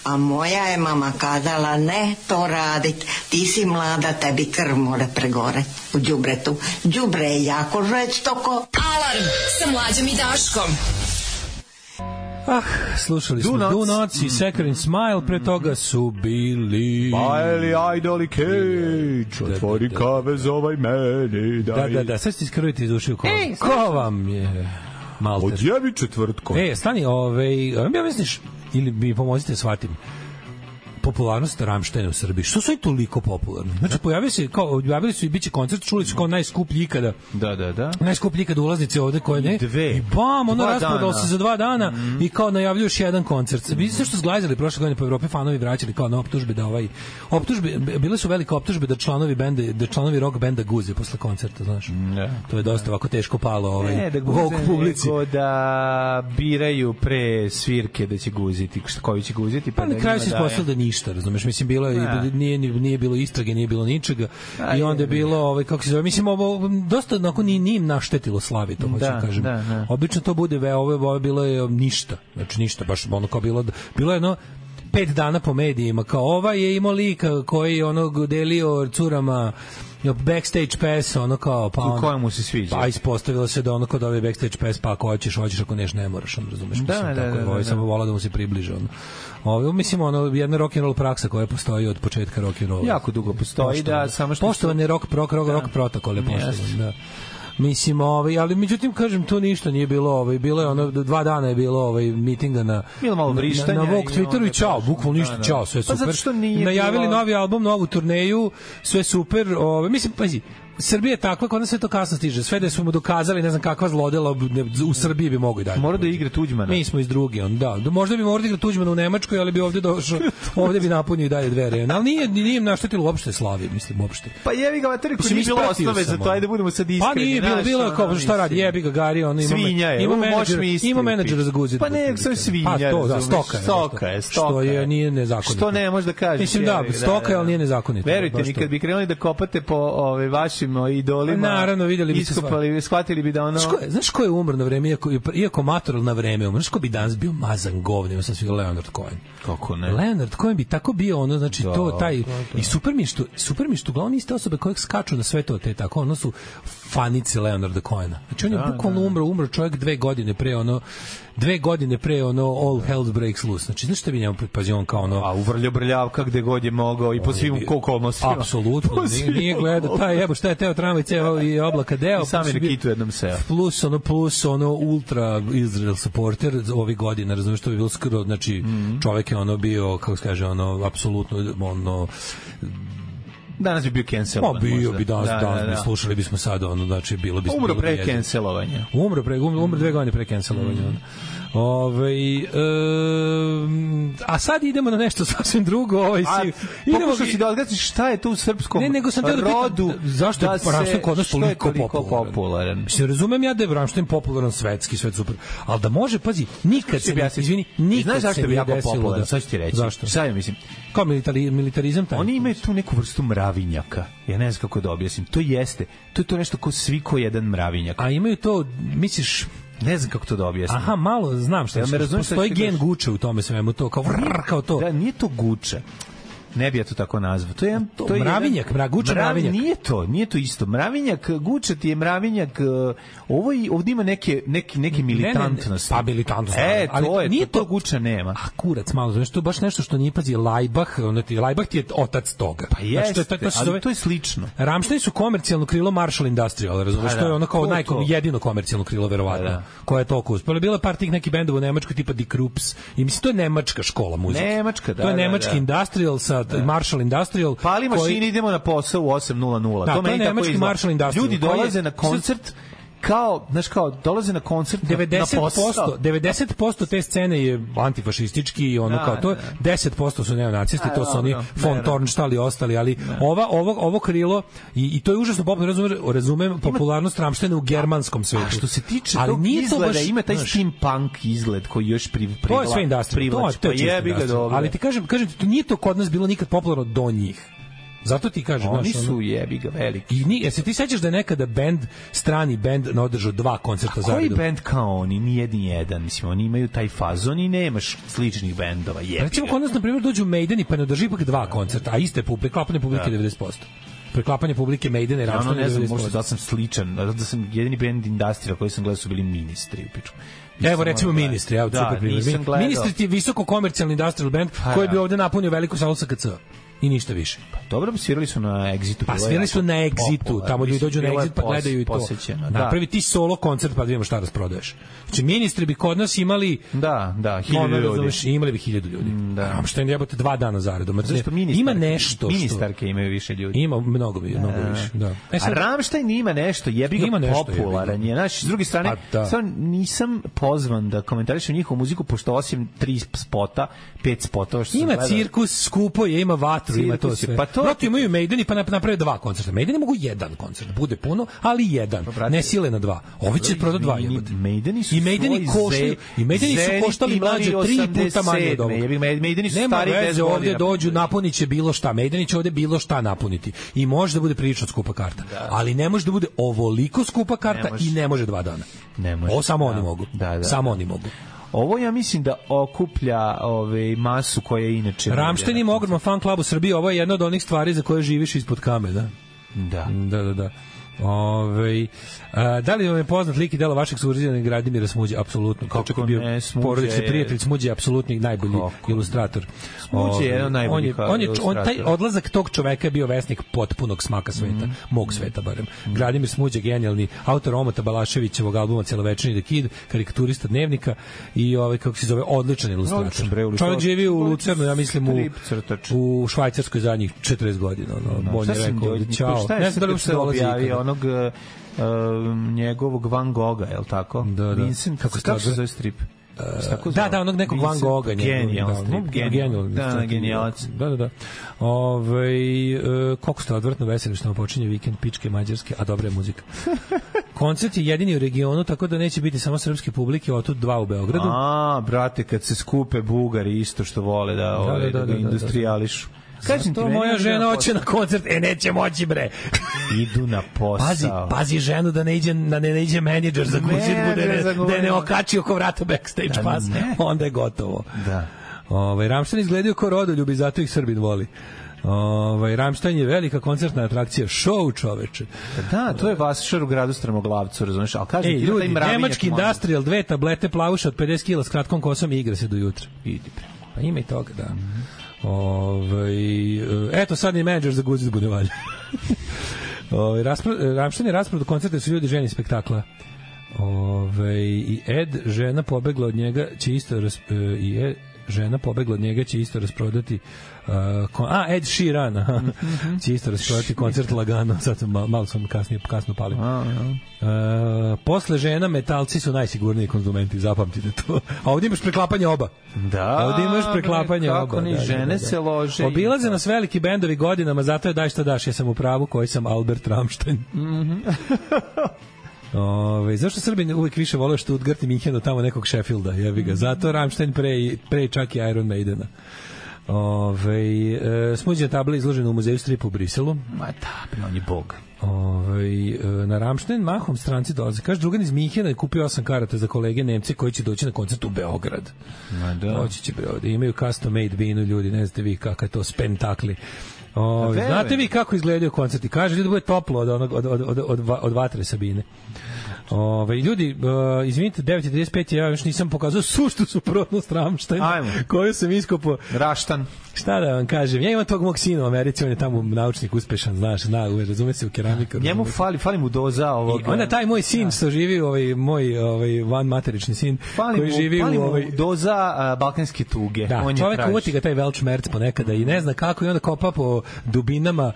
S3: A moja je mama kazala ne to radit, ti si mlada, tebi krv mora pregore u đubretu. Đubre je jako žestoko.
S5: Alarm sa Mlađom i Daškom.
S6: Ah, slušali smo
S7: Do
S6: Do
S7: Nots.
S6: Nots i Second Smile, pre toga su bili...
S9: Bajli, Pa, ajde, ali Cage, otvori kave, zovaj meni.
S6: Da, da, da, sad ste iskrviti iz ušiju ko,
S9: Ej,
S6: ko vam je... Malter.
S9: Odjevi četvrtko.
S6: E, stani, ovaj, ja misliš, ili mi pomozite da shvatim, popularnost Ramštajna u Srbiji. Što su oni toliko popularni? Znači, pojavili se, kao, pojavili su i biće koncert, čuli su kao najskuplji ikada.
S7: Da, da, da.
S6: Najskuplji ikada ulaznice ovde koje ne. I dve. I bam, ono
S7: Dva
S6: rasprodao
S7: dana. Mhm.
S6: se za dva dana mm. i kao najavljuju još jedan koncert. Mm. Vidite što zglazili prošle godine po Evropi fanovi vraćali kao na optužbe da ovaj optužbe bile su velike optužbe da članovi benda da članovi rock benda guze posle koncerta, znaš.
S7: Da.
S6: To je dosta ovako teško palo ovaj.
S7: Ne, da guze,
S6: woke publici.
S7: nego da biraju pre svirke da će guziti, što- koju će guziti. Pa,
S6: Pa na
S7: da
S6: kraju
S7: njima
S6: se
S7: daje.
S6: ispostavilo da ništa, razumeš, mislim bilo je
S7: Da.
S6: i- nije ni- nije bilo istrage, nije bilo ničega. I onda je bilo ovaj kako se zove, mislim ovo dosta onako ni nim naštetilo slavi to hoću
S7: Da,
S6: da kažem.
S7: da, da.
S6: Obično to bude ve ovo je- ovo je bilo je um, ništa. Znači ništa, baš ono kao bilo da- bilo je jedno pet dana po medijima, kao ovaj je imao lika koji je ono delio curama backstage pass, ono kao, pa
S7: U
S6: onda-
S7: kojem mu se sviđa.
S6: Pa ispostavilo se da ono kod ove backstage pass, pa ako hoćeš, hoćeš, ako neš, ne moraš, on razumeš.
S7: Da,
S6: mislim,
S7: da,
S6: tako,
S7: da, da,
S6: ovaj
S7: da.
S6: samo vola da mu se približe. Ono. Ovo, mislim, ono, jedna rock and roll praksa koja postoji od početka rock and roll.
S7: Jako dugo postoji, da, samo što... Da.
S6: Poštovane rock, rock, rock, rock protokole, poštovane, da. Mislim, ovaj, ali međutim, kažem, tu ništa nije bilo, ovaj, bilo je ono, dva dana je bilo ovaj, mitinga na,
S7: Bilo malo
S6: na-
S7: vrištanja
S6: na, na Vogue
S7: i
S6: Twitteru
S7: onda
S6: i čao,
S7: prošlo.
S6: bukvalno ništa,
S7: Da, da.
S6: čao, sve
S7: Pa
S6: super.
S7: zato što nije
S6: Najavili
S7: bilo-
S6: novi album, novu turneju, sve super, ovaj, mislim, pazi, Srbija je takva, kod nas sve to kasno stiže. Sve da su mu dokazali, ne znam kakva zlodela ne- u Srbiji bi mogu i dalje.
S7: Mora da igra Tuđmana.
S6: Mi smo iz druge, on da. Da, Možda bi morao da igra Tuđman u Nemačkoj, ali bi ovde došao, ovde bi napunio i dalje dve arene. Ali nije, nije im naštetilo uopšte slavi, mislim, uopšte.
S7: Pa jebi ga, materiku,
S6: Mislim,
S7: nije bilo
S6: ispratio
S7: osnove
S6: sam,
S7: za to,
S6: ono.
S7: ajde budemo sad iskreni.
S6: Pa nije bilo,
S7: znaš,
S6: bilo je
S7: ono,
S6: kao šta radi,
S7: mislim.
S6: jebi ga Gari, on ima
S7: Svinja je,
S6: ima
S7: ovo možeš
S6: menadžer,
S7: mi isti
S6: ima
S7: upiti.
S6: menadžera za guzi.
S7: Pa ne, sam svinja,
S6: Pa to, da,
S7: razumeš,
S6: stoka je.
S7: stoka je, stoka
S6: Što je,
S7: je.
S6: nije nezakonito.
S7: Što ne može da kaže.
S6: Mislim da,
S7: jebi ga,
S6: stoka je, ali nije nezakonito.
S7: Verujte
S6: Baš
S7: mi,
S6: to.
S7: kad bi krenuli da kopate po ove, vašim o, idolima,
S6: Naravno, videli bi se
S7: iskopali, bi, shvatili bi da ono...
S6: Znaš ko, je, znaš ko je umro na vreme, iako, iako mator na vreme umro? Znaš ko bi danas bio mazan govnima sa svih Leonard Cohen?
S7: Kako ne?
S6: Leonard Cohen bi tako bio ono, znači
S7: Da,
S6: to taj...
S7: da, da.
S6: I super mi je što, super mi je što uglavnom iste osobe kojeg skaču na sve to te tako, ono su fanice Leonarda Cohena. Znači on je
S7: Da,
S6: bukvalno umro, umro čovjek dve godine pre ono dve godine pre ono All Hell Breaks Loose. Znači, znaš šta bi njemu pazi on kao ono...
S7: A uvrljo brljavka gde god je mogao i po svim
S6: bio-
S7: okolnostima.
S6: Apsolutno,
S7: Po
S6: nije,
S7: svim
S6: nije gledao taj jebo šta je teo tramvaj ceo i oblaka deo.
S7: I sam je
S6: plus
S7: na
S6: bio-
S7: kitu jednom seo.
S6: Plus ono, plus ono ultra Israel supporter za ovih godina, razumiješ, to bi bilo skoro, znači
S7: Mhm.
S6: čovjek je ono bio, kako se kaže, ono, apsolutno, ono,
S7: Danas bi bio
S6: pa
S7: cancelovan.
S6: bio
S7: možda. Da,
S6: bi danas, danas bi slušali bismo sad, ono, znači, bilo bi...
S7: Umro
S6: bilo bi
S7: pre Mm.
S6: jezivo.
S7: cancelovanja.
S6: Umro pre, umro, umro dve godine pre cancelovanja. Mm. Ove, e, a sad idemo na nešto sasvim drugo. Ovaj,
S7: A,
S6: si,
S7: pokušao si da odgaciš šta je to u srpskom
S6: Ne, nego sam teo da pitam,
S7: rodu da
S6: zašto je
S7: se-
S6: Rammstein kod nas
S7: što je
S6: toliko
S7: toliko
S6: popularan?
S7: popularan?
S6: Mislim, razumem ja da je Rammstein popularan svetski, svet super, ali da može, pazi, nikad se, ne,
S7: Objasni.
S6: izvini, nikad
S7: Znaš
S6: se
S7: zašto bi
S6: nije
S7: jako
S6: desilo
S7: popularan?
S6: da-
S7: Sad ću ti reći.
S6: Zašto?
S7: Sad, mislim,
S6: Kao militari, militarizam taj.
S7: Oni imaju tu neku vrstu mravinjaka. Ja ne znam kako da objasnim. To jeste, to je to nešto ko svi ko jedan mravinjak.
S6: A imaju to, misliš,
S7: Ne znam kako to da objasnim.
S6: Aha, malo znam šta
S7: Jel
S6: ja,
S7: me
S6: me
S7: razumeš šta
S6: postoji
S7: ti
S6: gen
S7: kažeš?
S6: guče u tome svemu, to kao vrr, kao to.
S7: Da, nije to guča. Ne bi ja to tako nazvao. To je, jedan-
S6: To
S7: to je
S6: mravinjak,
S7: jedan-
S6: mra- guča mravinjak.
S7: Nije to, nije to isto. Mravinjak, guča ti je mravinjak, eh, ovo i, ovdje ima neke, neke, neke militantnosti.
S6: pa militantnost.
S7: E,
S6: ali
S7: to je,
S6: nije
S7: nije to,
S6: to-
S7: to guča nema.
S6: a kurac malo znaš to je baš nešto što nije pazi Lajbah ono ti Lajbah ti je otac toga
S7: Pa jeste,
S6: Znači, to, je- to, se
S7: ali
S6: zove-
S7: to je slično.
S6: Ramštajn su komercijalno krilo Marshall Industrial, razumeš,
S7: Pa
S6: to je
S7: da,
S6: ono kao
S7: to je
S6: naj,
S7: to.
S6: jedino komercijalno krilo, verovatno,
S7: Pa da.
S6: koje je toliko uspelo. Bilo je par tih nekih bendova u Nemačkoj, tipa Die Krups, i mislim, to je nemačka škola muzike.
S7: Nemačka, da,
S6: To je
S7: da,
S6: nemački
S7: da.
S6: industrial sa Marshall Industrial.
S7: Pali
S6: koji-
S7: mašini, idemo na posao u 8.00.
S6: Da, to je
S7: meni tako
S6: nemački
S7: izgleda.
S6: Marshall Industrial,
S7: Ljudi
S6: koji je-
S7: dolaze na koncert kao, znaš kao, dolaze na koncert na- na
S6: 90%,
S7: posao.
S6: 90% te scene je antifašistički i ono
S7: Da,
S6: kao to, 10% su neonacisti,
S7: A,
S6: to su
S7: dobro,
S6: oni von
S7: ne, Da.
S6: Tornstall i ostali, ali ova, ovo, ovo krilo, i, i to je užasno popularno, razumem, razumem popularnost Ramštena u germanskom svetu.
S7: A što se tiče
S6: ali
S7: tog
S6: nije to
S7: izgleda,
S6: baš,
S7: ima taj
S6: znaš,
S7: steampunk izgled koji još pri, privla,
S6: To je sve industrial. To,
S7: privlači.
S6: je- to je
S7: pa
S6: čisto
S7: jebi ga
S6: industrial.
S7: dobro.
S6: Ali ti kažem, kažem ti, to nije to kod nas bilo nikad popularno do njih. Zato ti kažem,
S7: Oni
S6: znaš, ono-
S7: su jebi ga veliki.
S6: I ni, jesi ti sećaš da je nekada bend, strani bend, na održao dva koncerta za
S7: Koji bend kao oni? Nijedni jedan. Mislim, oni imaju taj fazon i nemaš sličnih bendova. Jebi
S6: E, Recimo,
S7: ga.
S6: kod nas, na primjer, dođu Maiden i pa ne održi ipak dva koncerta, a iste publike, klapanje publike 90%. preklapanje publike Maidena i
S7: Da. Ja ono
S6: Rammsteina
S7: ne znam,
S6: izgledali smo
S7: možda
S6: od-
S7: da sam sličan, da sam jedini band Industria koji sam gledao su bili ministri u pičku.
S6: Evo recimo
S7: ono,
S6: ministri, evo
S7: da,
S6: da, super primjer.
S7: nisam gledao.
S6: Ministri ti je visoko komercijalni industrial band
S7: Pa
S6: koji
S7: da.
S6: bi ovde napunio veliku salu SKC i ništa više.
S7: Dobro, pa svirali su na Exitu.
S6: Pa
S7: bilo je
S6: svirali su
S7: jako
S6: na Exitu,
S7: popularno.
S6: tamo ljudi
S7: Mislim,
S6: dođu na
S7: bilo je
S6: Exit pa
S7: pos-
S6: gledaju i to.
S7: posećeno, Da.
S6: Napravi ti solo koncert pa da vidimo šta rasprodaješ. Znači ministri bi kod nas imali
S7: Da, da,
S6: ono,
S7: hiljadu ljudi. Pa
S6: razumeš, imali bi hiljadu ljudi. Da. Ramštajn jebote dva dana zaredom.
S7: Zato što ministarke-
S6: Ima nešto što...
S7: ministarke imaju više ljudi.
S6: Ima mnogo, bi- mnogo
S7: Da.
S6: više. Da.
S7: A Ramštajn ima nešto, jebi ga
S6: Ima nešto,
S7: popularan
S6: jebi
S7: je. Znaš, s druge strane,
S6: Pa da.
S7: stvarno nisam pozvan da komentarišem njihovu muziku, pošto osim tri spota, pet spotova što sam
S6: Ima
S7: gledao-
S6: cirkus, skupo je, ima vatru, ima to
S7: Cirkus je,
S6: sve.
S7: pa
S6: Pa
S7: to-
S6: to... Brate, imaju Maideni, pa nap- naprave dva koncerta. Maideni mogu jedan koncert, bude puno, ali jedan.
S7: Pa
S6: ne sile na dva. Ovi će prodati dva
S7: Izvini,
S6: jebote.
S7: Maideni su
S6: I Maideni
S7: svoj
S6: koštaju,
S7: Ze-
S6: i Maideni su
S7: Zenit
S6: koštali
S7: imali
S6: mlađe tri puta manje od
S7: 87.,
S6: ovog.
S7: jebi ga, Maideni su
S6: Nema
S7: stari 10
S6: veze, ovde
S7: godina.
S6: dođu, napuniće bilo šta. Maideni će ovde bilo šta napuniti. I može da bude prilično skupa karta. Ali ne može da bude ovoliko skupa karta
S7: Ne može.
S6: i ne može dva dana.
S7: Ne može.
S6: Ovo samo oni
S7: Da.
S6: mogu.
S7: Da, da,
S6: Samo oni mogu.
S7: Ovo ja mislim da okuplja ove masu koja je inače
S6: Ramštajn ima ogroman fan klub u Srbiji, ovo je jedna od onih stvari za koje živiš ispod kamena.
S7: Da.
S6: Da, da, da. Ove, a, da li vam je poznat lik i delo vašeg sugrađana Gradimira Smuđe? Apsolutno. Kako
S7: Kako ne, Smuđe
S6: porodični
S7: je-
S6: prijatelj Smuđe je apsolutni najbolji ilustrator.
S7: Smuđe je
S6: Ove,
S7: jedan od najboljih
S6: on je, on je, on, taj
S7: ilustratora.
S6: odlazak tog čoveka je bio vesnik potpunog smaka
S7: Mhm.
S6: sveta, mog sveta barem. Gradimir Smuđe, genijalni autor Omota Balaševićevog albuma Celovečani The Kid, karikaturista dnevnika i ovaj, kako se zove, odličan ilustrator.
S7: Odličan, bre, ilustrator.
S6: Čovjek živi u Lucernu, ja mislim, u,
S7: Strip crtač.
S6: u Švajcarskoj zadnjih 40 godina. Ono,
S7: Da, Šta
S6: bolje
S7: si
S6: rekao,
S7: do-
S6: čao.
S7: Šta je
S6: Ne znam da
S7: sad
S6: li uopšte
S7: se
S6: dolazi
S7: objavi
S6: ikada.
S7: onog e, um, njegovog Van Gogha, je li tako? Da,
S6: da.
S7: Vincent,
S6: Kako
S7: kako
S6: se
S7: se, kako se
S6: zove?
S7: zove strip? Tako
S6: Da, da, onog nekog Van Gogha. njegovog,
S7: Genijal
S6: da,
S7: strip.
S6: ono,
S7: Genijal. Da, da,
S6: strip.
S7: genijalac.
S6: Da, da, da. Ove, e, koliko ste odvrtno veseli što vam počinje vikend pičke mađarske, a dobra je muzika. Koncert je jedini u regionu, tako da neće biti samo srpske publike, otud dva u Beogradu.
S7: A, brate, kad se skupe Bugari isto što vole da, ovaj, da,
S6: da,
S7: ga
S6: da, da, da.
S7: industriališu. Kažem ti,
S6: to
S7: meni
S6: moja
S7: ide
S6: žena
S7: na
S6: hoće na koncert, e neće moći bre.
S7: posao. Idu na posao.
S6: Pazi, pazi ženu da ne ide da ne iđe menadžer za kućinu, da
S7: Menadžer za
S6: ne, da je ne
S7: kućinu.
S6: okači oko vrata backstage
S7: Da,
S6: pas,
S7: ne.
S6: onda je gotovo.
S7: Da.
S6: Ovaj Ramštajn izgledaju kao rodoljubi, zato ih Srbin voli. Ovaj Ramštajn je velika koncertna atrakcija, show čoveče.
S7: Da, to je Vasašar u gradu Strmoglavcu, razumeš? Al kažem
S6: Ej,
S7: ti, ima taj
S6: ljudi,
S7: mravinjak
S6: nemački
S7: mali.
S6: industrial, dve tablete plavuša od 50 kila s kratkom kosom i igra se do jutra.
S7: Idi bre.
S6: Pa ima i toga, da.
S7: Mhm.
S6: Ovaj, e, eto, sad i menadžer za guzit bude valja. Ovaj raspro- Ramštajn je raspravo koncerte su ljudi ženi spektakla. Ove, I Ed, žena pobegla od njega, će isto ras, e, i Ed, žena pobegla od njega će isto rasprodati uh, kon, a Ed Sheeran aha,
S7: Mhm.
S6: će isto rasprodati koncert lagano sad sam, ma- malo sam kasnije kasno palio uh, posle žena metalci su najsigurniji konzumenti zapamtite to a ovdje imaš preklapanje oba
S7: Da,
S6: ovdje imaš preklapanje
S7: bre, kako
S6: oba da,
S7: ni žene se lože i-
S6: obilaze nas veliki bendovi godinama zato je daj šta daš ja sam u pravu koji sam Albert Rammstein Ove, zašto Srbi uvek više vole Stuttgart i Minhen od tamo nekog Sheffielda, jebi
S7: Mhm.
S6: ga. Zato Rammstein pre, i- pre čak i Iron Maidena. Ove, e, smuđa tabla izložena u muzeju stripa u Briselu.
S7: Ma da, bre, on je bog.
S6: Ove, e, na Ramštajn mahom stranci dolaze. Kaže, drugan iz Minhena je kupio osam karata za kolege Nemce koji će doći na koncert u Beograd.
S7: Ma da.
S6: Doći će bre ovde. Imaju custom made binu ljudi, ne znate vi kakav je to spentakli. O,
S7: verujem.
S6: znate vi kako izgledaju koncerti? Kaže, ljudi, bude toplo od, onog, od, od, od, od, va- od vatre Sabine. Ove, ljudi, uh, izvinite, 9.35 ja još nisam pokazao suštu suprotnost Ramštajna,
S7: Ajmo.
S6: koju sam iskopao.
S7: Raštan.
S6: Šta da vam kažem, ja imam tog mog sina u Americi, on je tamo naučnik uspešan, znaš, zna, uvek, razume se u keramiku.
S7: Njemu Da.
S6: razume se.
S7: fali, fali mu doza ovog.
S6: I onda taj moj sin što živi, ovaj, moj ovaj, van materični sin,
S7: fali
S6: koji
S7: mu,
S6: živi
S7: fali
S6: u
S7: mu
S6: ovaj,
S7: doza a, balkanske tuge.
S6: Da,
S7: on je
S6: čovek
S7: traži.
S6: uvati ga taj Welchmerc ponekada i ne zna kako i onda kopa po dubinama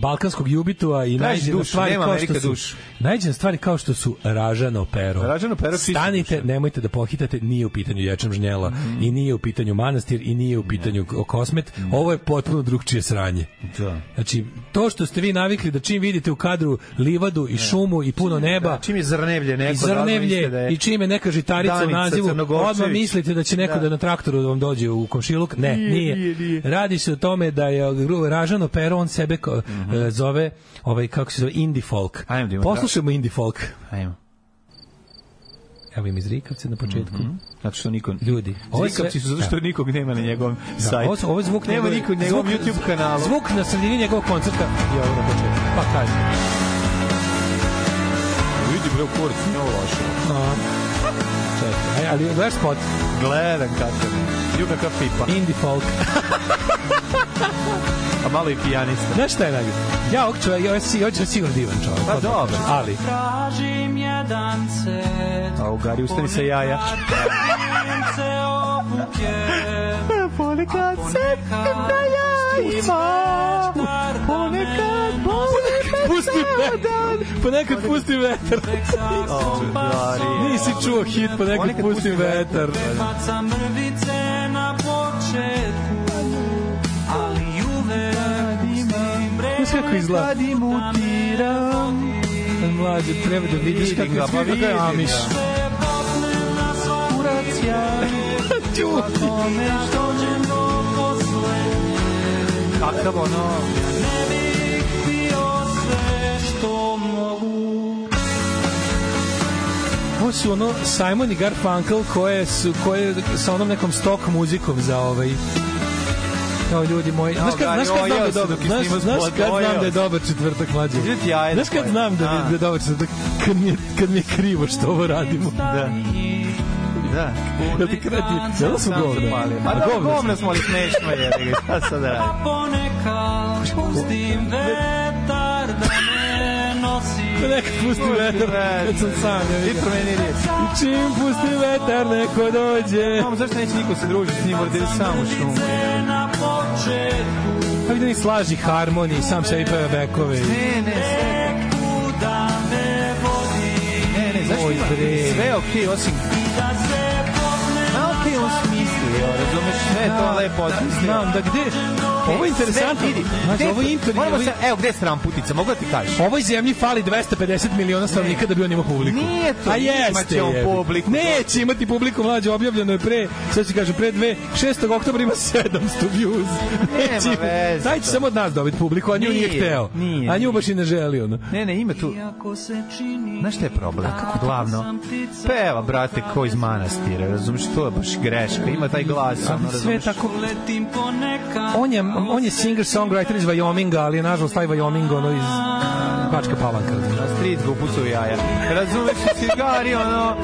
S6: balkanskog jubitua i
S7: Traži
S6: najde na
S7: dušu,
S6: stvari
S7: nema
S6: kao
S7: Amerika
S6: što su
S7: dušu.
S6: najde na stvari kao što su ražano pero.
S7: Ražano pero čisti
S6: Stanite,
S7: duša.
S6: nemojte da pohitate, nije u pitanju ječam žnjela
S7: Mhm.
S6: i nije u pitanju manastir i nije u pitanju ko- kosmet. Ovo je potpuno drugčije sranje.
S7: Da.
S6: Znači, to što ste vi navikli da čim vidite u kadru livadu i šumu i puno neba,
S7: Da, čim je zrnevlje neko odmah
S6: i
S7: mislite
S6: zrnevlje
S7: da je-
S6: i čime neka žitarica u
S7: Danica
S6: nazivu
S7: Crnogorčević.
S6: odmah mislite da će neko da. na traktoru da vam dođe u komšiluk ne
S7: Nije,
S6: nije,
S7: nije, nije.
S6: radi se o tome da je gru- ražano pero on sebe ko, e, zove ovaj kako se zove indie folk
S7: Ajmo da Mhm. imamo
S6: poslušajmo indie folk
S7: Ajmo.
S6: evo im iz Rikavce na početku. Mm
S7: -hmm. Zato što niko...
S6: Ljudi.
S7: Ovo Zrikavci su zato što nikog nema na njegovom
S6: da,
S7: sajtu.
S6: Ovo, su- ovo je zvuk
S7: nema
S6: njegove-
S7: nikog na njegovom
S6: zvuk-
S7: YouTube kanalu.
S6: Zvuk na sredini njegovog koncerta i ovo na početku. Pa kaže.
S9: Vidi bre u kurcu, ne ovo loše.
S6: A, čekaj, aj, ali gledaš spot?
S7: Gledam kakav. Ljuka ka pipa.
S6: Indie folk.
S7: A malo i pijanista.
S6: Znaš šta je najgore? Ja ovog čovjeka, ja si, hoće sigurno divan čovjek.
S7: Pa
S6: odmah
S7: dobro.
S6: kažem, Ali,
S16: Tražim jedan set
S7: A u gari ustani sa jaja.
S16: se obuke
S7: Ponekad se
S16: da ja
S7: imam Ponekad, ponekad
S6: Pusti vetar, ponekad pusti vetar. Nisi čuo hit, ponekad pusti vetar.
S16: Baca mrvice na početku Ali uvek pustim
S6: Znaš kako izgleda?
S16: Kad imutiram
S6: Е, Mlađe, treba da vidiš
S16: Vidim
S6: kako
S16: ga,
S6: je
S16: pa
S6: svi kako je
S16: vidim
S6: Amiš.
S16: ga. Kuracija Ljudi Dođem do poslednje
S7: Kakav ono...
S16: Ne bih bio sve što mogu
S6: Ovo su ono Simon i Garfunkel koje su, koje sa onom nekom stock muzikom za ovaj Kao ljudi moji, znaš kad, znaš kad znam da je dobar, znaš, znaš kad znam da je dobar četvrtak mlađe.
S7: Izvjeti jaje.
S6: Znaš kad znam da, mi- da je dobar četvrtak, kad mi je, kad mi je krivo što ovo radimo.
S7: Da. Da.
S6: Jel ti krati? Jel su
S7: Sam
S6: govna?
S7: zapalio. Ma
S6: A
S7: da,
S6: govna
S7: govna
S6: su?
S7: smo ali smešno je. nego Šta sad da radim?
S16: Ponekad pustim vetar da me nosi
S6: Ponekad pusti vetar, kad sam sam. ja vidim.
S7: Ti promeni riječ.
S6: I čim pusti vetar, neko dođe.
S7: Mamo, zašto neće niko se družiti s njim, morate da samo šumu.
S16: Na početku
S6: Pa vidim i slaži harmoniji, sam sebi peva bekove.
S7: Ne, ne, sve.
S16: da me vodi
S7: Ne, ne, zašto
S6: Oj,
S7: ima?
S6: bre.
S7: Sve je okej, osim...
S16: Da se
S7: Ma okej, on smislio, razumeš? Sve je to lepo osmislio.
S6: Znam da gde... Ovo je interesantno.
S7: Sve, vidi.
S6: Znači,
S7: Gde-
S6: ovo je inter...
S7: Moramo
S6: ovo je-
S7: se, evo, gde je sramputica, mogu da ti kažeš?
S6: Ovoj zemlji fali 250 miliona stanovnika da bi on imao publiku.
S7: Nije to,
S6: A
S7: imaće
S6: jeste.
S7: on
S6: jebi.
S7: publiku. da.
S6: Neće imati publiku, mlađe, objavljeno je pre, sad ću kažem, pre dve, 6. oktobra ima 700 views.
S7: Nema
S6: Neće-
S7: veze
S6: Taj će
S7: to.
S6: samo od nas dobiti publiku, a nju nije,
S7: Nije,
S6: hteo.
S7: nije,
S6: a nju baš i ne želi, ono.
S7: Ne, ne, ima tu...
S16: Iako se čini da
S7: Znaš šta je problem? Kako glavno? Peva, brate, ko iz manastira, razumiješ, to je baš greška, ima taj glas, ono,
S6: Ali sve je
S7: razumiješ?
S6: tako...
S16: letim ponekad
S6: On je, on je singer-songwriter iz Wyominga, ali je nažalost taj Wyoming ono iz Bačka Palanka. razumeš?
S7: Na street ga upucao u jaja. Razumeš, cigari, ono,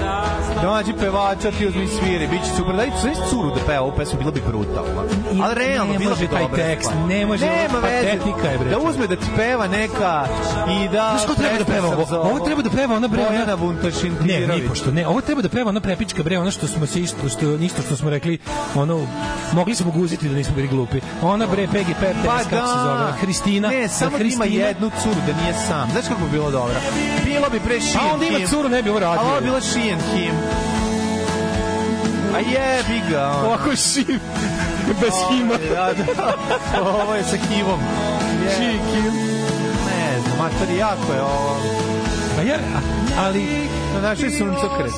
S7: dođi pevača, ti uzmi sviri, bit će super. Daj, sve curu da peva ovu pesmu, bilo bi brutalno.
S6: I
S7: Ali realno,
S6: ne
S7: bilo
S6: može
S7: bi
S6: taj
S7: dobro.
S6: tekst, ne može,
S7: Nema veze.
S6: patetika je, bre.
S7: Da uzme da ti peva neka i da...
S6: Znaš ko treba da peva
S7: prestao
S6: ovo?
S7: sam za
S6: Ovo treba da peva ona bre, ona-
S7: Bojana Vuntašin
S6: Ne, nipošto, ne. Ovo treba da peva ona prepička bre, ono što smo se isto što isto što smo rekli, ono mogli smo guziti da nismo bili glupi. Ona bre Peggy Pertes,
S7: Pa
S6: kako se zove, Hristina.
S7: Ne, samo da ima
S6: Hristina.
S7: jednu curu da nije sam. Znaš kako bi bilo dobro? Bilo bi pre Shein
S6: A onda ima
S7: Kim.
S6: curu, ne bi ovo radio.
S7: A ovo bi bilo Shein Kim. A jebi ga. ono.
S6: Ovako šiv, bez hima.
S7: Da, da. Ovo je sa Kivom.
S6: Shein
S7: Kim. Ne znam, mater, jako je ovo.
S6: Pa ja, ali,
S7: Na našoj suncokret.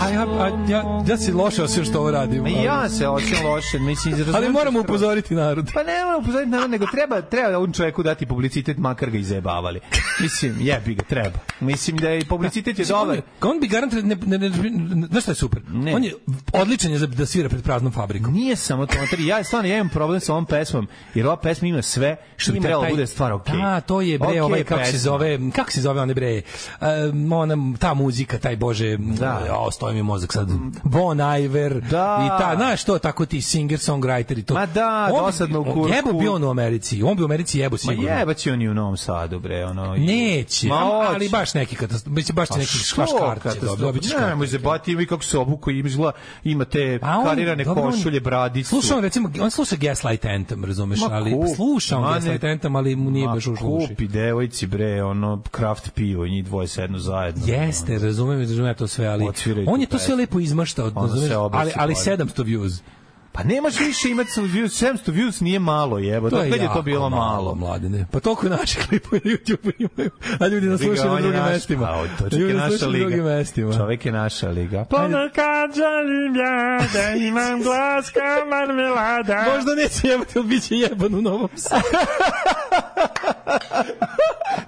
S6: a ja, a, ja, ja si loše osim što ovo radim.
S7: Ma i
S6: ali-
S7: ja se osjećam loše, mislim, izrazumem.
S6: Ali moramo
S7: se skroz.
S6: upozoriti narod.
S7: Pa ne moramo upozoriti narod, nego treba, treba ovom čoveku dati publicitet, makar ga i zajebavali. Mislim, jebi ga, treba. Mislim da je publicitet je
S6: Mislim, on
S7: dobar.
S6: bi- On bi garantirano ne, ne, ne, ne, znaš šta je super?
S7: Ne.
S6: On je odličan je za da svira pred praznom fabrikom.
S7: Nije samo to, Matri, ja stvarno ja imam problem sa ovom pesmom, jer ova pesma ima sve što bi
S6: Ima
S7: trebalo
S6: taj-
S7: bude stvar okej.
S6: Da, to je bre
S7: Okej
S6: ovaj kako se
S7: pesma.
S6: zove, kako se zove one bre. Um, ona ta muzika, taj bože, da.
S7: Da.
S6: o, stoji mi mozak sad. Bon Iver
S7: Da.
S6: i ta, znaš to, tako ti singer songwriter i to.
S7: Ma da,
S6: On bi-
S7: dosadno u kurku.
S6: Jebo bi on u Americi, on bi u Americi jebo
S7: Ma
S6: sigurno.
S7: jebaće on i u Novom Sadu, bre, ono... i-
S6: Neće,
S7: Ma hoće. Pa
S6: ali baš neki katastrof, mislim baš će neki
S7: što
S6: škaškarci,
S7: katastrofa?
S6: dobit ćeš
S7: Ne, mu se bati ima i kako se obuku i izgleda, ima te
S6: A Pa on-
S7: karirane
S6: dobro, on-
S7: košulje, bradicu.
S6: Slušao on recimo, on sluša Gaslight Anthem, razumeš,
S7: Ma
S6: ali
S7: kup,
S6: sluša on
S7: ma ne-
S6: Gaslight Anthem, ali mu nije
S7: Ma,
S6: baš ušlo u uši.
S7: Kupi devojci, bre, ono, kraft pivo, njih dvoje sednu zajedno.
S6: Jeste, razumem, razumem ja to sve, ali
S7: Odsviraj
S6: on
S7: tu
S6: je to sve
S7: pesmu.
S6: lepo izmaštao,
S7: Ono
S6: razumeš,
S7: se obesi
S6: ali, ali
S7: gore.
S6: 700 views.
S7: Pa nemaš više imati 700 views, 700 views nije malo, jebo. To Pa je, je to
S6: jako
S7: bilo malo.
S6: mladine. Pa toliko naših klipova na YouTube imaju, a ljudi nas
S7: Liga,
S6: slušaju na
S7: on je
S6: drugim
S7: naš-
S6: mestima.
S7: A, to čovjek
S6: Ljudi
S7: je
S6: nas
S7: naša
S6: slušaju na drugim
S7: liga.
S6: mestima.
S7: Čovjek je naša liga.
S13: Ponekad želim ja da imam glas kao marmelada.
S7: Da.
S6: Možda neće jebati, ali bit će jeban u novom sadu.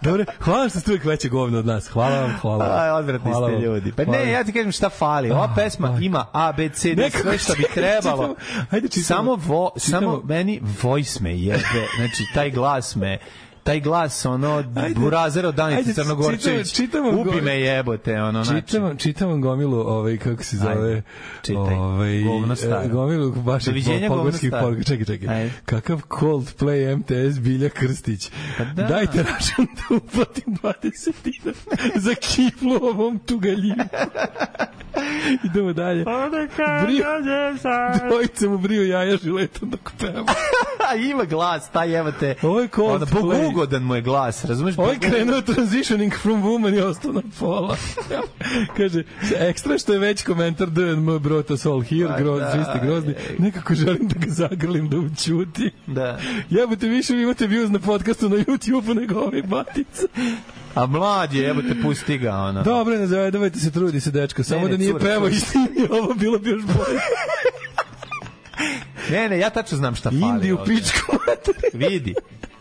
S6: Dobro, hvala što ste uvijek veće govno od nas. Hvala vam, hvala vam.
S7: Aj, odvratni
S6: Hvala
S7: ste
S6: vam.
S7: ljudi. Pa
S6: Hvala.
S7: ne, ja ti kažem šta fali. Ova
S6: Ah,
S7: pesma ima A, B, C, D,
S6: Nekako
S7: sve što bi
S6: čekaj,
S7: trebalo.
S6: čitamo. Ajde, čitamo.
S7: Samo, vo,
S6: Čitamo.
S7: samo meni voice me jebe. Znači, taj glas me taj glas ono
S6: Ajde.
S7: burazero
S6: Ajde,
S7: Danice Crnogorčević
S6: čitamo- čitamo
S7: ubi
S6: go-
S7: me jebote ono znači
S6: Čitam, čitam vam gomilu, ovaj, kako se
S7: Ajde,
S6: zove,
S7: čitaj.
S6: ovaj,
S7: Govno staro.
S6: e, gomilu baš
S7: Doviđenja, govno
S6: pogorskih
S7: staro.
S6: poruka. Čekaj, čekaj.
S7: Ajde.
S6: Kakav Coldplay MTS Bilja Krstić.
S7: da.
S6: Dajte račun da uplatim 20 dinara za kiflu ovom tugaljivu. Idemo dalje.
S7: Pa da
S6: Brio, dvojica mu briju jaja žiletom dok peva.
S7: A ima glas, taj evo te.
S6: Ovo je
S7: Ono,
S6: Coldplay.
S7: Bog ugodan mu je glas, razumeš?
S6: Ovo Pa je
S7: Bog-
S6: krenuo transitioning from woman i ostao na pola. Kaže, ekstra što je već komentar DNM brota sol here,
S7: Pa
S6: gro,
S7: da,
S6: svi ste grozni.
S7: ej.
S6: Nekako želim da ga zagrlim da učuti.
S7: Da.
S6: Jebote, više vi imate views na podcastu na YouTube-u nego ovaj batica.
S7: A mlad je, evo te pusti ga, ono.
S6: Dobro, ne zavedavajte se, trudi se, dečko. Samo
S7: ne,
S6: da nije
S7: cure,
S6: pevao
S7: cure.
S6: i snimio, ovo bilo bi još bolje.
S7: Ne, ne, ja tačno znam šta fali.
S6: Indi u
S7: ovde.
S6: pičku materiju.
S7: Vidi.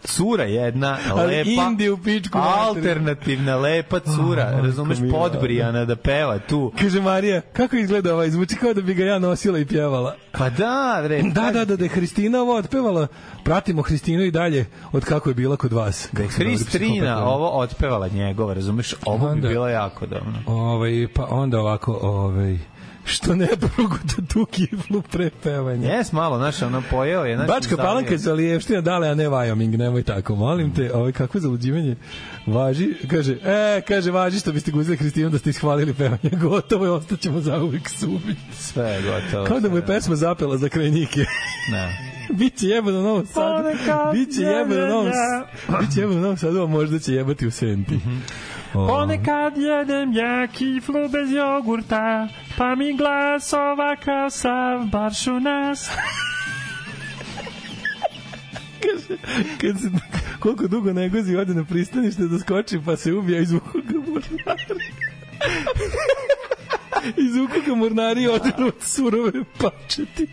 S7: Cura jedna,
S6: Ali
S7: lepa.
S6: Indi u pičku materiju. Oh,
S7: Alternativna, lepa cura.
S6: majko
S7: razumeš,
S6: mila.
S7: podbrijana da peva tu.
S6: Kaže Marija, kako izgleda ovaj? Zvuči kao da bi ga ja nosila i pjevala.
S7: Pa da, bre.
S6: Da, da, da, da je Hristina ovo otpevala. Pratimo Hristinu i dalje od kako je bila kod vas.
S7: Da je
S6: Kako su dobri
S7: Hristrina
S6: psihopati.
S7: ovo otpevala njegova, razumeš? Ovo bi
S6: Onda-
S7: bilo jako dobro.
S6: Ovaj, pa onda ovako, ovaj, što ne prugu da tu kiflu pre pevanja.
S7: Jes, malo, znaš, ono pojeo je. Znaš,
S6: Bačka
S7: zalio.
S6: Palanka je Zalijevština, dale, a ne Wyoming, nemoj tako, molim te, ovo je kakvo zaluđivanje, važi, kaže, e, kaže, važi što biste guzili Hristinu da ste ishvalili pevanje, gotovo je, ostaćemo za uvijek subi.
S7: Sve je gotovo.
S6: Kao da mu je pesma zapela za krajnike.
S7: Ne.
S6: Biće jebano u Novom Sadu.
S7: Ponekad
S6: Biće jebano u Novom
S13: je
S6: Biće jebano u Novom Sadu, a možda će jebati u Senti. O,
S13: Ponekad jedem ja kiflu bez jogurta, pa mi glas ovakav sav baršu nas.
S6: Kad se, koliko dugo ne gozi, ode na pristanište da skoči, pa se ubija iz ukuga mornari. iz ukuga mornari ode na surove pačeti.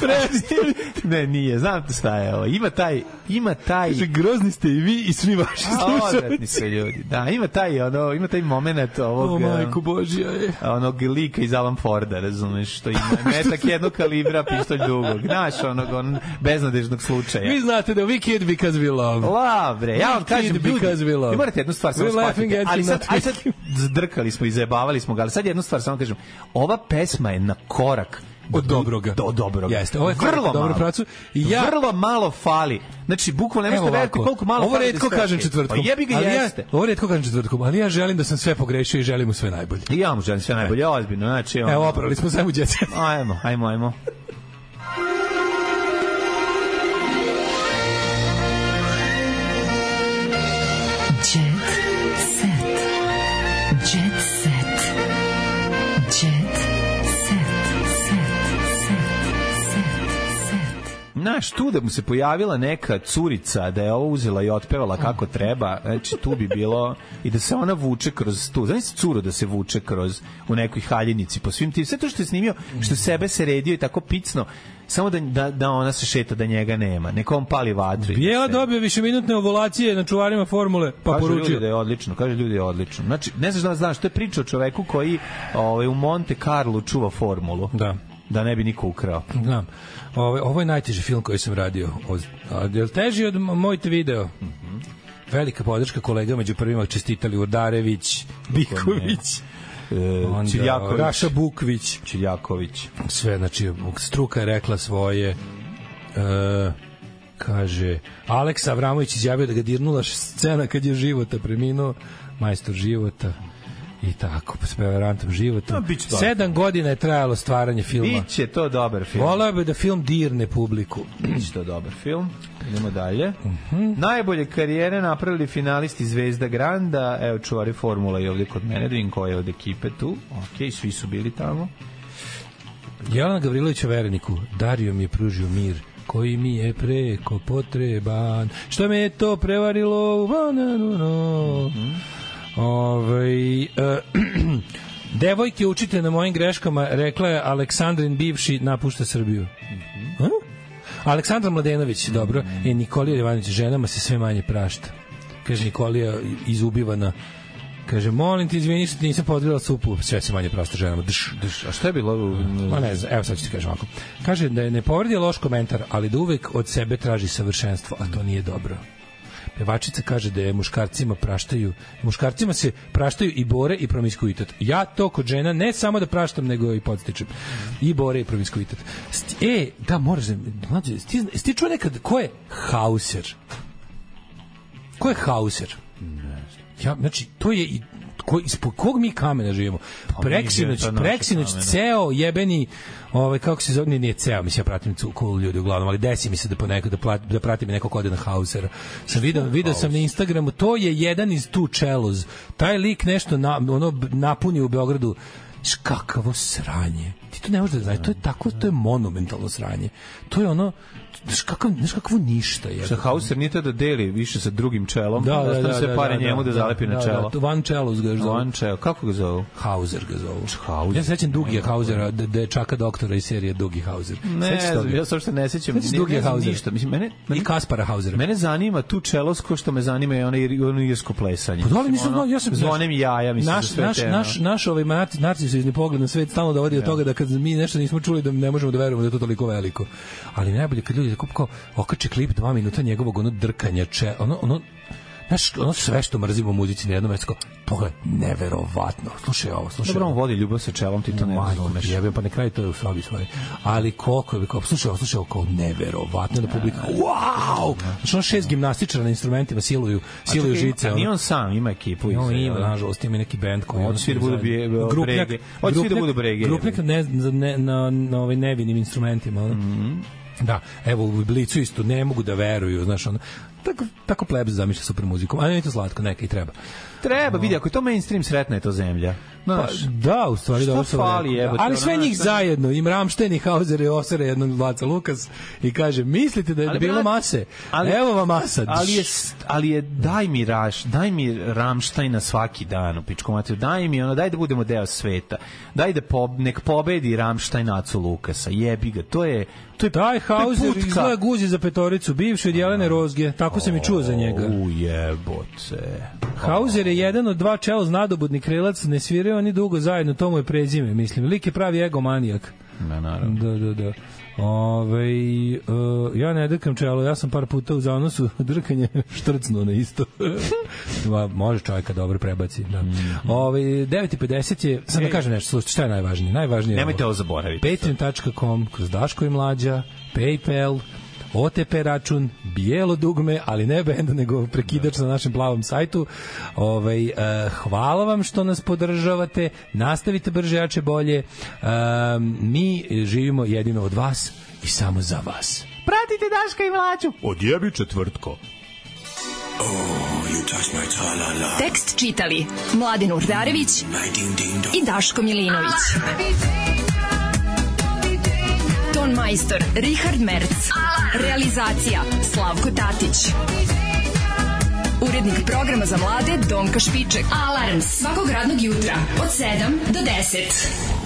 S6: Prestani.
S7: Ne, nije, znam te šta je ovo. Ima taj, ima taj...
S6: Kaže, grozni ste i vi i svi vaši
S7: A, Odvratni
S6: slušalci.
S7: su ljudi. Da, ima taj, ono, ima taj moment
S6: O,
S7: ovog...
S6: majko e. Božija je.
S7: a, onog lika iz Alan Forda, razumeš, što ima metak jednog kalibra, pištolj dugog. Znaš, onog on, beznadežnog
S6: Vi
S7: slučaja.
S6: znate da we kid because we love.
S7: La, bre, ja vam
S6: We kid
S7: kažem, ljudi,
S6: because we love.
S7: vi morate jednu stvar samo
S6: We're laughing
S7: shvatiti,
S6: at
S7: ali
S6: you,
S7: sad,
S6: not
S7: aj sad,
S6: with you.
S7: zdrkali smo i zajebavali smo ga, ali sad jednu stvar samo kažem, ova pesma je na korak
S6: od dobroga.
S7: Do dobroga.
S6: Jeste, ovo je
S7: vrlo
S6: vrlo dobro
S7: malo.
S6: pracu. I ja
S7: Vrlo malo fali. Znači, bukvalno ne
S6: Evo
S7: možete veriti
S6: ovako,
S7: koliko malo
S6: ovo
S7: fali. da
S6: retko
S7: se
S6: kažem
S7: okej.
S6: četvrtkom.
S7: Pa jebi ga
S6: ali ja,
S7: jeste.
S6: ovo retko kažem četvrtkom, ali ja želim da sam sve pogrešio i želim mu sve najbolje.
S7: I ja mu želim sve najbolje, ozbiljno. Znači, ono-
S6: Evo, oprali smo sve u djece.
S7: Ajmo, ajmo, ajmo.
S5: Jet set. Jet set. Jet set.
S7: Znaš, tu da mu se pojavila neka curica, da je ovo uzela i otpevala kako treba, znači tu bi bilo i da se ona vuče kroz tu. Znaš se curu da se vuče kroz u nekoj haljinici po svim tim. Sve to što je snimio, što sebe se redio i tako picno, samo da, da, da ona se šeta da njega nema. Neka on pali vatru. i da
S6: Bijela
S7: se-
S6: dobio višeminutne ovulacije na čuvarima formule, pa
S7: Kažu ljudi
S6: poručio.
S7: da je odlično, kaže ljudi da je odlično. Znači, ne znaš da li znaš, to je priča o čoveku koji ovaj, u Monte Carlo čuva formulu.
S6: Da.
S7: Da ne bi niko ukrao.
S6: Znam. Ovo, ovo je najteži film koji sam radio. Od, a, je li teži od mo- moj te video?
S7: Mhm.
S6: Velika podrška kolega među prvima čestitali Urdarević, Biković,
S7: E,
S6: onda
S7: Čiljaković.
S6: Raša Bukvić,
S7: Čiljaković.
S6: sve, znači, struka je rekla svoje. E, kaže, Aleks Avramović izjavio da ga dirnula scena kad je života preminuo, majstor života i tako, pa s prevarantom života.
S7: No, bit će dobro.
S6: Sedam godina je trajalo stvaranje filma.
S7: Biće to dobar film.
S6: Volao bi da film dirne publiku.
S7: Biće to dobar film. Idemo dalje. Najbolje karijere napravili finalisti Zvezda Granda. Evo, čuvari formula je ovde kod mene. Drinko je ovde ekipe tu. Ok, svi su bili tamo.
S6: Jelena Gavrilović o vereniku, Dario mi je pružio mir, koji mi je preko potreban. Što me je to prevarilo? Bananano. Ovaj, e, devojke učite na mojim greškama, rekla je Aleksandrin bivši napušta Srbiju. A? Aleksandar Eh? Mladenović, dobro. E, Nikolija Jovanović, ženama se sve manje prašta. Kaže, Nikolija izubivana. Kaže, molim ti, izvini što ti nisam podgrila supu. Sve se manje prašta ženama. Drš.
S7: Drš. A šta je bilo?
S6: Ma ne znam, evo sad ću ti kažem ovako. Kaže da je ne povredi loš komentar, ali da uvek od sebe traži savršenstvo, a to nije dobro. Pevačica kaže da je muškarcima praštaju, muškarcima se praštaju i bore i promiskuitet. Ja to kod žena ne samo da praštam, nego i podstičem. I bore i promiskuitet. Sti- E, da, moraš da... Mlađe, sti, sti čuo nekad ko je hauser? Ko je hauser? Ja, znači, to je i ko, ispod kog mi kamena živimo?
S7: Pa mi
S6: Preksinoć,
S7: živimo na
S6: preksinoć,
S7: našem kamenu.
S6: ceo jebeni ovaj kako se zove nije, nije ceo mislim ja pratim cu- cool ljudi uglavnom ali desi mi se da ponekad da, plat, da pratim i nekog odena hausera sam video video sam na Instagramu to je jedan iz tu čeloz taj lik nešto na, ono b- napuni u Beogradu Znaš, kakavo sranje ti to ne možeš da znaš to je tako to je monumentalno sranje to je ono znaš kakav znaš kakvo ništa je
S7: Šta Hauser nije to da deli više sa drugim čelom, da, da, da, se pare njemu da, zalepi na čelo.
S6: Da, van čelo ga još zovu.
S7: One čelo. Kako ga zovu?
S6: Hauser ga zovu.
S7: Hauser.
S6: Ja se sećam Dugija Hausera, da da je čaka doktora iz serije Dugi Hauser.
S7: Ne,
S6: Sećaš se toga?
S7: znam, ja se uopšte ne sećam.
S6: Sećaš
S7: ni-
S6: Dugija
S7: ne znam
S6: Hausera?
S7: Ništa. Mislim, mene,
S6: I Kaspara Hausera.
S7: Mene zanima tu čelosko što me zanima je ono, ir- ono irsko plesanje.
S6: Pa da, ali
S7: Mislim,
S6: nisam
S7: ono,
S6: znao, ja sam...
S7: Zvonem jaja, mislim,
S6: naš,
S7: za sve
S6: naš,
S7: te,
S6: naš,
S7: ono.
S6: naš ovaj narci, narcisoidni pogled na svet stalno dovodi do toga da kad mi nešto nismo čuli da ne možemo da verujemo da je to toliko veliko. Ali najbolje kad ljudi tako kao okače klip dva minuta njegovog ono drkanja, če, ono, ono, Znaš, ono sve što mrzimo u muzici na jednom mestu, kao, pogledaj, neverovatno, slušaj ovo, slušaj
S7: Dobro,
S6: ovo.
S7: on vodi ljubav sa čelom, ti to ne
S6: Majko
S7: razumeš.
S6: ti Jebe, pa na kraju to je u sobi svoje. Ali koliko je, kao, slušaj, ovo, slušaj, ovo, kao neverovatno da publika, wow! Znači, ono šest gimnastičara na instrumentima siluju, siluju
S7: A čekaj,
S6: žice.
S7: a nije
S6: ono.
S7: on sam, ima ekipu.
S6: No,
S7: iza,
S6: ima,
S7: jel?
S6: nažalost, ima neki bend koji...
S7: Hoće
S6: ono
S7: svi da budu bije-
S6: zajedno.
S7: brege. Hoće svi da budu brege,
S6: Grupnjak ne, ne, na, na ovaj nevinim instrumentima. Mm
S7: Mhm.
S6: Da, evo u Blicu isto ne mogu da veruju, znaš, ono, tako, tako plebs zamišlja super muzikom, ali nije to slatko, neka i treba.
S7: Treba, vidi, ako je to mainstream, sretna je to zemlja.
S6: Pa,
S7: Znaš,
S6: da, u stvari,
S7: Šta
S6: dobro sam
S7: fali,
S6: rekao, da.
S7: jebote,
S6: Ali sve
S7: ono,
S6: njih
S7: šta-
S6: zajedno, im Ramštajn i Hauser i Osara jednog Vlaca Lukas i kaže, mislite da je
S7: Ali,
S6: bilo
S7: brate,
S6: mase? Evo vam masa.
S7: Ali je, s- ali je daj mi Raš, daj mi Ramštajna svaki dan u pičku materiju, daj mi ono, daj da budemo deo sveta, daj da po, nek pobedi Ramštajn Acu Lukasa, jebi ga, to je, to je,
S6: Taj
S7: to je
S6: Hauser
S7: putka.
S6: izgleda guzi za petoricu, bivši od Jelene Rozge, tako sam i čuo za njega.
S7: U jebote.
S6: Hauser je jedan od dva čelo znadobudni krilac, ne sviraju oni dugo zajedno, to mu je prezime, mislim. Lik je pravi egomanijak.
S7: Ne, naravno.
S6: Da, da, da. Ove, uh, ja ne drkam čelo, ja sam par puta u zanosu drkanje štrcnuo na isto. Ma, može čovjeka dobro prebaci. Da.
S7: Mhm.
S6: Ove, 9.50 je, sad da
S7: Ej.
S6: kažem nešto, slušajte, šta je najvažnije? Najvažnije je
S7: E. Nemojte
S6: ovo.
S7: ovo zaboraviti.
S6: Patreon.com, kroz Daško i Mlađa, Paypal, OTP račun, bijelo dugme, ali ne bend, nego prekidač na našem plavom sajtu. Ovaj, eh, hvala vam što nas podržavate, nastavite brže, jače, bolje. Em, mi živimo jedino od vas i samo za vas.
S7: Pratite Daška i Mlađu.
S9: Odjebi četvrtko.
S5: Tekst čitali Mladin Urdarević i Daško Milinović. Ton majstor Richard Merc. Realizacija Slavko Tatić. Urednik programa za mlade Donka Špiček. Alarms svakog radnog jutra od 7 do 10.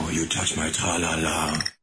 S17: Oh, you touch my tra-la-la.